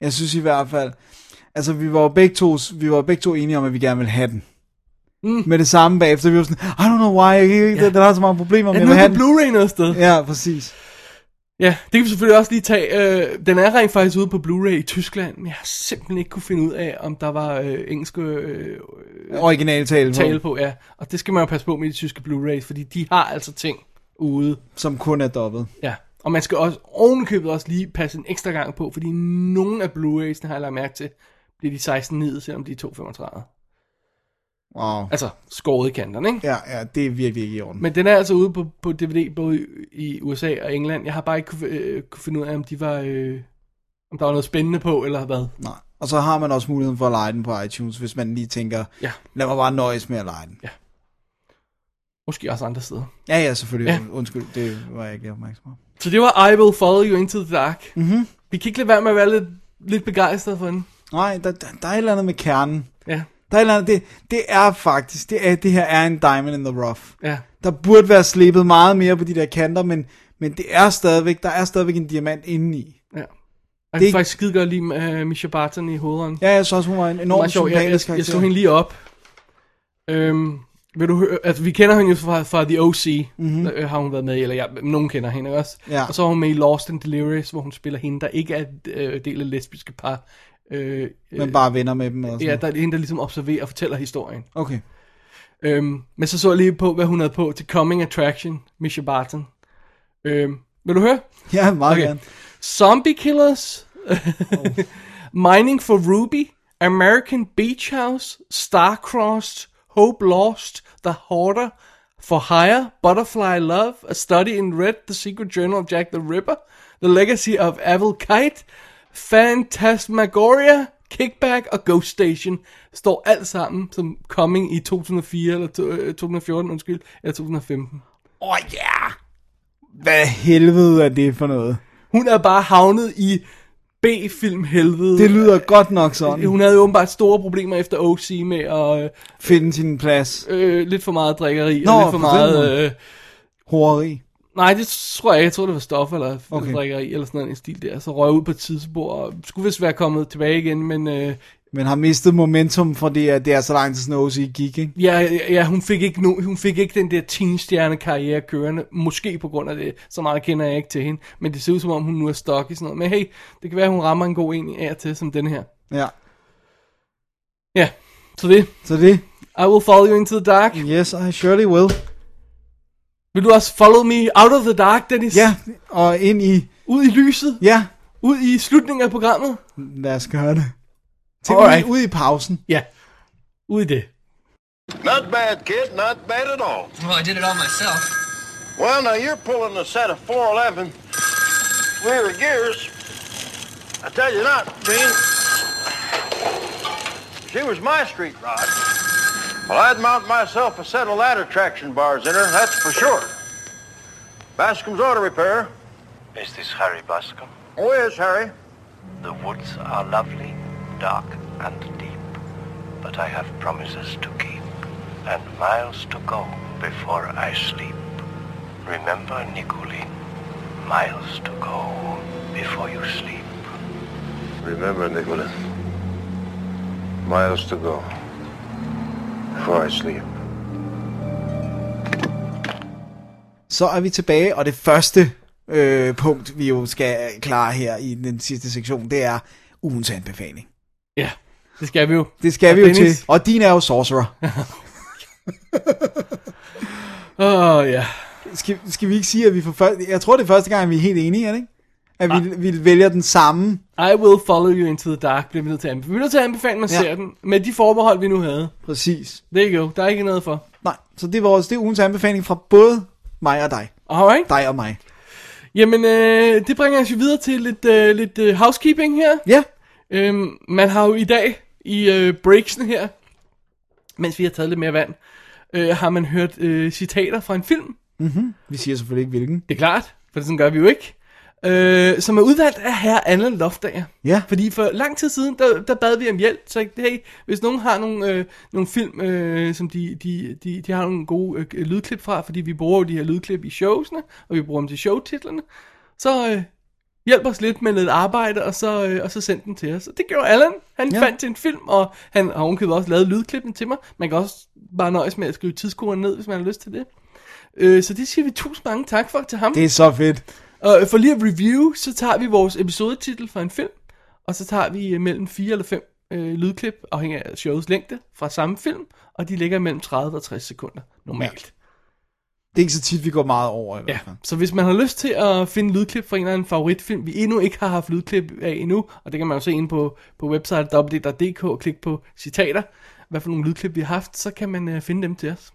Speaker 4: Jeg synes i hvert fald, altså vi var jo begge to, vi var jo begge to enige om, at vi gerne ville have den. Mm. Med det samme bagefter, vi var sådan, I don't know why, jeg, ja. den, den har så mange problemer, men
Speaker 5: Er
Speaker 4: jeg vil have
Speaker 5: den
Speaker 4: den.
Speaker 5: på Blu-ray noget sted?
Speaker 4: Ja, præcis.
Speaker 5: Ja, det kan vi selvfølgelig også lige tage. Øh, den er rent faktisk ude på Blu-ray i Tyskland, men jeg har simpelthen ikke kunne finde ud af, om der var øh, engelske øh,
Speaker 4: Originale tale,
Speaker 5: tale
Speaker 4: tale,
Speaker 5: på. Ja. Og det skal man jo passe på med de tyske Blu-rays, fordi de har altså ting ude.
Speaker 4: som kun er dobbelt.
Speaker 5: Ja. Og man skal også ovenkøbet også lige passe en ekstra gang på, fordi nogle af Blu-raysene har jeg lagt mærke til, bliver de 16 ned, selvom de er 2,35.
Speaker 4: Wow.
Speaker 5: Altså skåret i kanterne, ikke?
Speaker 4: Ja, ja, det er virkelig ikke i orden.
Speaker 5: Men den er altså ude på, på DVD både i USA og England. Jeg har bare ikke kunne, øh, kunne finde ud af, om de var... Øh, om der var noget spændende på, eller hvad.
Speaker 4: Nej. Og så har man også muligheden for at lege den på iTunes, hvis man lige tænker,
Speaker 5: Ja.
Speaker 4: lad mig bare nøjes med at lege den.
Speaker 5: Måske også andre steder.
Speaker 4: Ja, ja, selvfølgelig.
Speaker 5: Ja.
Speaker 4: Ja. Undskyld, det var jeg ikke lige opmærksom på.
Speaker 5: Så det var I Will Follow You Into the Dark. Mm-hmm. Vi kan ikke lade være med at være lidt, lidt begejstret for den.
Speaker 4: Nej, der, der, der er et eller andet med kernen.
Speaker 5: Ja.
Speaker 4: Der er et eller andet, det, det er faktisk, det, er, det her er en diamond in the rough.
Speaker 5: Ja.
Speaker 4: Der burde være slebet meget mere på de der kanter, men, men det er stadigvæk, der er stadigvæk en diamant indeni.
Speaker 5: ja.
Speaker 4: Det
Speaker 5: Jeg kan
Speaker 4: er-
Speaker 5: faktisk skide godt lide uh, Misha Barton i hovederen.
Speaker 4: Ja, jeg synes også, hun var en
Speaker 5: Hun
Speaker 4: enorm
Speaker 5: var sjov. Jeg, jeg,
Speaker 4: sympatisk
Speaker 5: jeg
Speaker 4: karakter.
Speaker 5: slog hende lige op. Øhm, vil du høre, altså, vi kender hende jo fra, fra The O.C., mm-hmm. der, øh, har hun været med i, eller ja, nogen kender hende ikke også.
Speaker 4: Mhm. Ja.
Speaker 5: Og så var hun med i Lost and Delirious, hvor hun spiller hende, der ikke er øh, del af lesbiske par. Øh, øh,
Speaker 4: Men bare venner med dem. Eller sådan
Speaker 5: ja,
Speaker 4: noget.
Speaker 5: der er hende, der ligesom observerer og fortæller historien.
Speaker 4: Okay.
Speaker 5: Øhm, men så så jeg lige på, hvad hun havde på til Coming Attraction, Misha Barton. Øhm, vil du høre?
Speaker 4: Ja, meget okay.
Speaker 5: Okay.
Speaker 4: gerne.
Speaker 5: Zombie Killers, Mining for Ruby, American Beach House, Star-Crossed, Hope Lost, The Hoarder, For Hire, Butterfly Love, A Study in Red, The Secret Journal of Jack the Ripper, The Legacy of Avil Kite, Phantasmagoria, Kickback og Ghost Station står alt sammen som coming i 2004, eller to- øh, 2014, undskyld, eller 2015.
Speaker 4: Åh, oh, ja! Hvad helvede er det for noget?
Speaker 5: Hun er bare havnet i B-film helvede.
Speaker 4: Det lyder godt nok sådan.
Speaker 5: Hun havde jo åbenbart store problemer efter OC med at,
Speaker 4: Finde sin plads.
Speaker 5: øh, øh, lidt for meget drikkeri
Speaker 4: Nå,
Speaker 5: og lidt for
Speaker 4: på den
Speaker 5: meget...
Speaker 4: måde.
Speaker 5: Øh,
Speaker 4: Horreri.
Speaker 5: nej, det tror jeg ikke. Jeg tror, det var stof eller
Speaker 4: Okay.
Speaker 5: okay. drikkeri eller sådan noget i den stil der. Så røg ud på et tidsspor og skulle vist være kommet tilbage igen, men øh,
Speaker 4: Men har mistet momentum for det, at det er så lang tid siden OC gik, ikke?
Speaker 5: ja, ja, ja, hun, fik ikke no, hun fik ikke den der teenstjerne-karriere kørende. Måske på grund af det. Så meget kender jeg ikke til hende. Men det ser ud som om, hun nu er stok i sådan noget. Men hey, det kan være, hun rammer en god en af og til, som den her.
Speaker 4: Ja.
Speaker 5: Ja, så det.
Speaker 4: Så det,
Speaker 5: I will follow you into the dark.
Speaker 4: yes, I surely will.
Speaker 5: Vil du også follow me out of the dark, Dennis?
Speaker 4: Ja, og ind i,
Speaker 5: Ud i lyset.
Speaker 4: ja,
Speaker 5: Ud i slutningen af programmet.
Speaker 4: lad os gøre det. Til
Speaker 5: Alright.
Speaker 4: ud, ud i pausen.
Speaker 5: Ja. Ud i det.
Speaker 8: Not bad, kid. Not bad at all.
Speaker 3: Well, I did it all myself.
Speaker 8: Well, now you're pulling a set of 411 rear gears. I tell you not, Dean. She was my street rod. Well, I'd mount myself a set of ladder traction bars in her, that's for sure. Bascom's Auto Repair.
Speaker 9: Is this Harry Bascom?
Speaker 8: Oh, yes, Harry.
Speaker 9: The woods are lovely, dark and deep, but I have promises to keep and miles to go before I sleep. Remember, Nicolene, miles to go before you sleep.
Speaker 8: Remember, Nicholas. Miles to go before I sleep.
Speaker 4: Så er vi tilbage, og det første øh, punkt, vi jo skal øh, klare her i den sidste sektion, det er ugens anbefaling.
Speaker 5: Ja. Det skal vi jo.
Speaker 4: Det skal
Speaker 5: Og
Speaker 4: vi jo
Speaker 5: Dennis?
Speaker 4: til. Og din er jo sorcerer.
Speaker 5: Åh, oh, ja.
Speaker 4: Skal, skal vi ikke sige, at vi for første... Jeg tror, det er første gang, vi er helt enige, er det ikke? At vi, vi vælger den samme.
Speaker 5: I will follow you into the dark, bliver vi nødt til at anbefale. Vi er nødt til at anbefale, at man
Speaker 4: Ja.
Speaker 5: ja. ser den. Med de forbehold, vi nu havde.
Speaker 4: Præcis.
Speaker 5: There you go. Der er ikke noget for.
Speaker 4: Nej, så det var også det er ugens anbefaling fra både mig og dig.
Speaker 5: Alright.
Speaker 4: Dig og mig.
Speaker 5: Jamen, øh, det bringer os jo videre til lidt, øh, lidt øh, housekeeping her.
Speaker 4: Ja,
Speaker 5: Øhm, man har jo i dag, i øh, breaksen her, mens vi har taget lidt mere vand, øh, har man hørt øh, citater fra en film.
Speaker 4: vi siger selvfølgelig ikke hvilken.
Speaker 5: Det er klart, for sådan gør vi jo ikke. Øh, som er udvalgt af herre Allan Loftager.
Speaker 4: Ja.
Speaker 5: Fordi for lang tid siden, der, der bad vi om hjælp. Så jeg, hey, hvis nogen har nogle, øh, nogle film, øh, som de, de, de, de har nogle gode øh, lydklip fra, fordi vi bruger jo de her lydklip i showsene, og vi bruger dem til showtitlerne, så øh, hjælp os lidt med lidt arbejde, og så, øh, og så send den til os. Og det gjorde Allan. Han
Speaker 4: Ja.
Speaker 5: ja. fandt en film, og han har ovenkøbet også lavet lydklippen til mig. Man kan også bare nøjes med at skrive tidskoden ned, hvis man har lyst til det. Øh, så det siger vi tusind mange tak for til ham.
Speaker 4: Det er så fedt.
Speaker 5: Og for lige at review, så tager vi vores episodetitel fra en film, og så tager vi øh, mellem 4 eller 5 øh, lydklip, afhængig af showets længde, fra samme film, og de ligger mellem 30 og 60 sekunder, normalt.
Speaker 4: Det er ikke så tit, vi går meget over i
Speaker 5: Ja.
Speaker 4: hvert
Speaker 5: ja.
Speaker 4: fald.
Speaker 5: Så hvis man har lyst til at finde lydklip fra en eller anden favoritfilm, vi endnu ikke har haft lydklip af endnu, og det kan man jo se inde på, på website www.dk og klikke på citater, hvad for nogle lydklip vi har haft, så kan man øh, finde dem til os.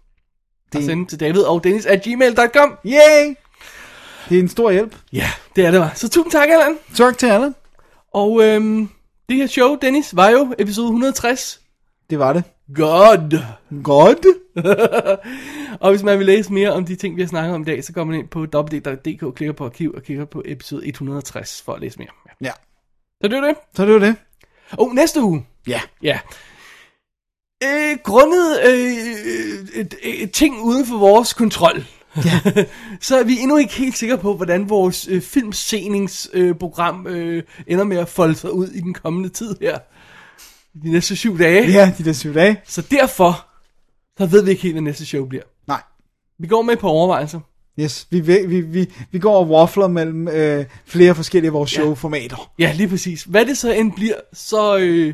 Speaker 5: Det... Og sende dem til David og Dennis at gmail.com.
Speaker 4: Yay! Det er en stor hjælp.
Speaker 5: Ja, det er det var. Så tusind tak, Allan.
Speaker 4: Tak til alle.
Speaker 5: Og øhm, det her show, Dennis, var jo episode 160.
Speaker 4: Det var det.
Speaker 5: God!
Speaker 4: Godt.
Speaker 5: Og hvis man vil læse mere om de ting, vi har snakket om i dag, så går man ind på www.dk, klikker på arkiv og kigger på episode 160 for at læse mere. Ja.
Speaker 4: Ja,
Speaker 5: Så det er det.
Speaker 4: så det var det.
Speaker 5: Og oh, næste uge,
Speaker 4: Ja.
Speaker 5: ja, Øh, grundet øh, øh, øh, øh, ting uden for vores kontrol, ja. så er vi endnu ikke helt sikre på, hvordan vores øh, filmseningsprogram øh, program, øh, ender med at folde sig ud i den kommende tid her. De næste syv dage.
Speaker 4: Ja, de der syv dage.
Speaker 5: Så derfor, så ved vi ikke helt, hvad næste show bliver.
Speaker 4: Nej.
Speaker 5: Vi går med på overvejelser.
Speaker 4: Yes, vi, vi, vi, vi, vi går og waffler mellem øh, flere forskellige af vores showformater.
Speaker 5: Ja, lige præcis. Hvad det så end bliver, så øh,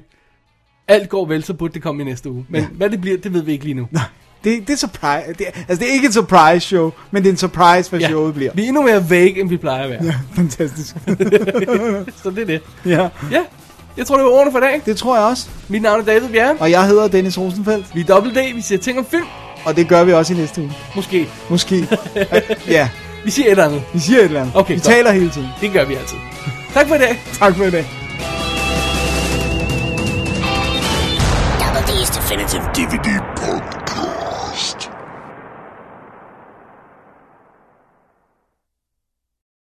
Speaker 5: alt går vel, så burde det komme i næste uge. Men ja. hvad det bliver, det ved vi ikke lige nu.
Speaker 4: Nej, det, det er surprise. Det er, altså, det er ikke et surprise show, men det er en surprise, hvad ja. showet bliver.
Speaker 5: Vi er endnu mere vague, end vi plejer at være. Ja.
Speaker 4: Ja, fantastisk.
Speaker 5: Så det er det.
Speaker 4: ja.
Speaker 5: Ja, jeg tror, det var ordene for i dag.
Speaker 4: Det tror jeg også.
Speaker 5: Mit navn er David Bjerre.
Speaker 4: Og jeg hedder Dennis Rosenfeldt,
Speaker 5: Vi er Double D, vi ser ting om film.
Speaker 4: og det gør vi også i næste uge.
Speaker 5: Måske.
Speaker 4: Måske. ja,
Speaker 5: Vi siger et eller andet.
Speaker 4: vi siger et eller andet.
Speaker 5: Okay,
Speaker 4: vi
Speaker 5: stop.
Speaker 4: taler hele tiden.
Speaker 5: Det gør vi altid. Tak for i dag.
Speaker 4: Tak for i dag.
Speaker 3: Double D's Definitive DVD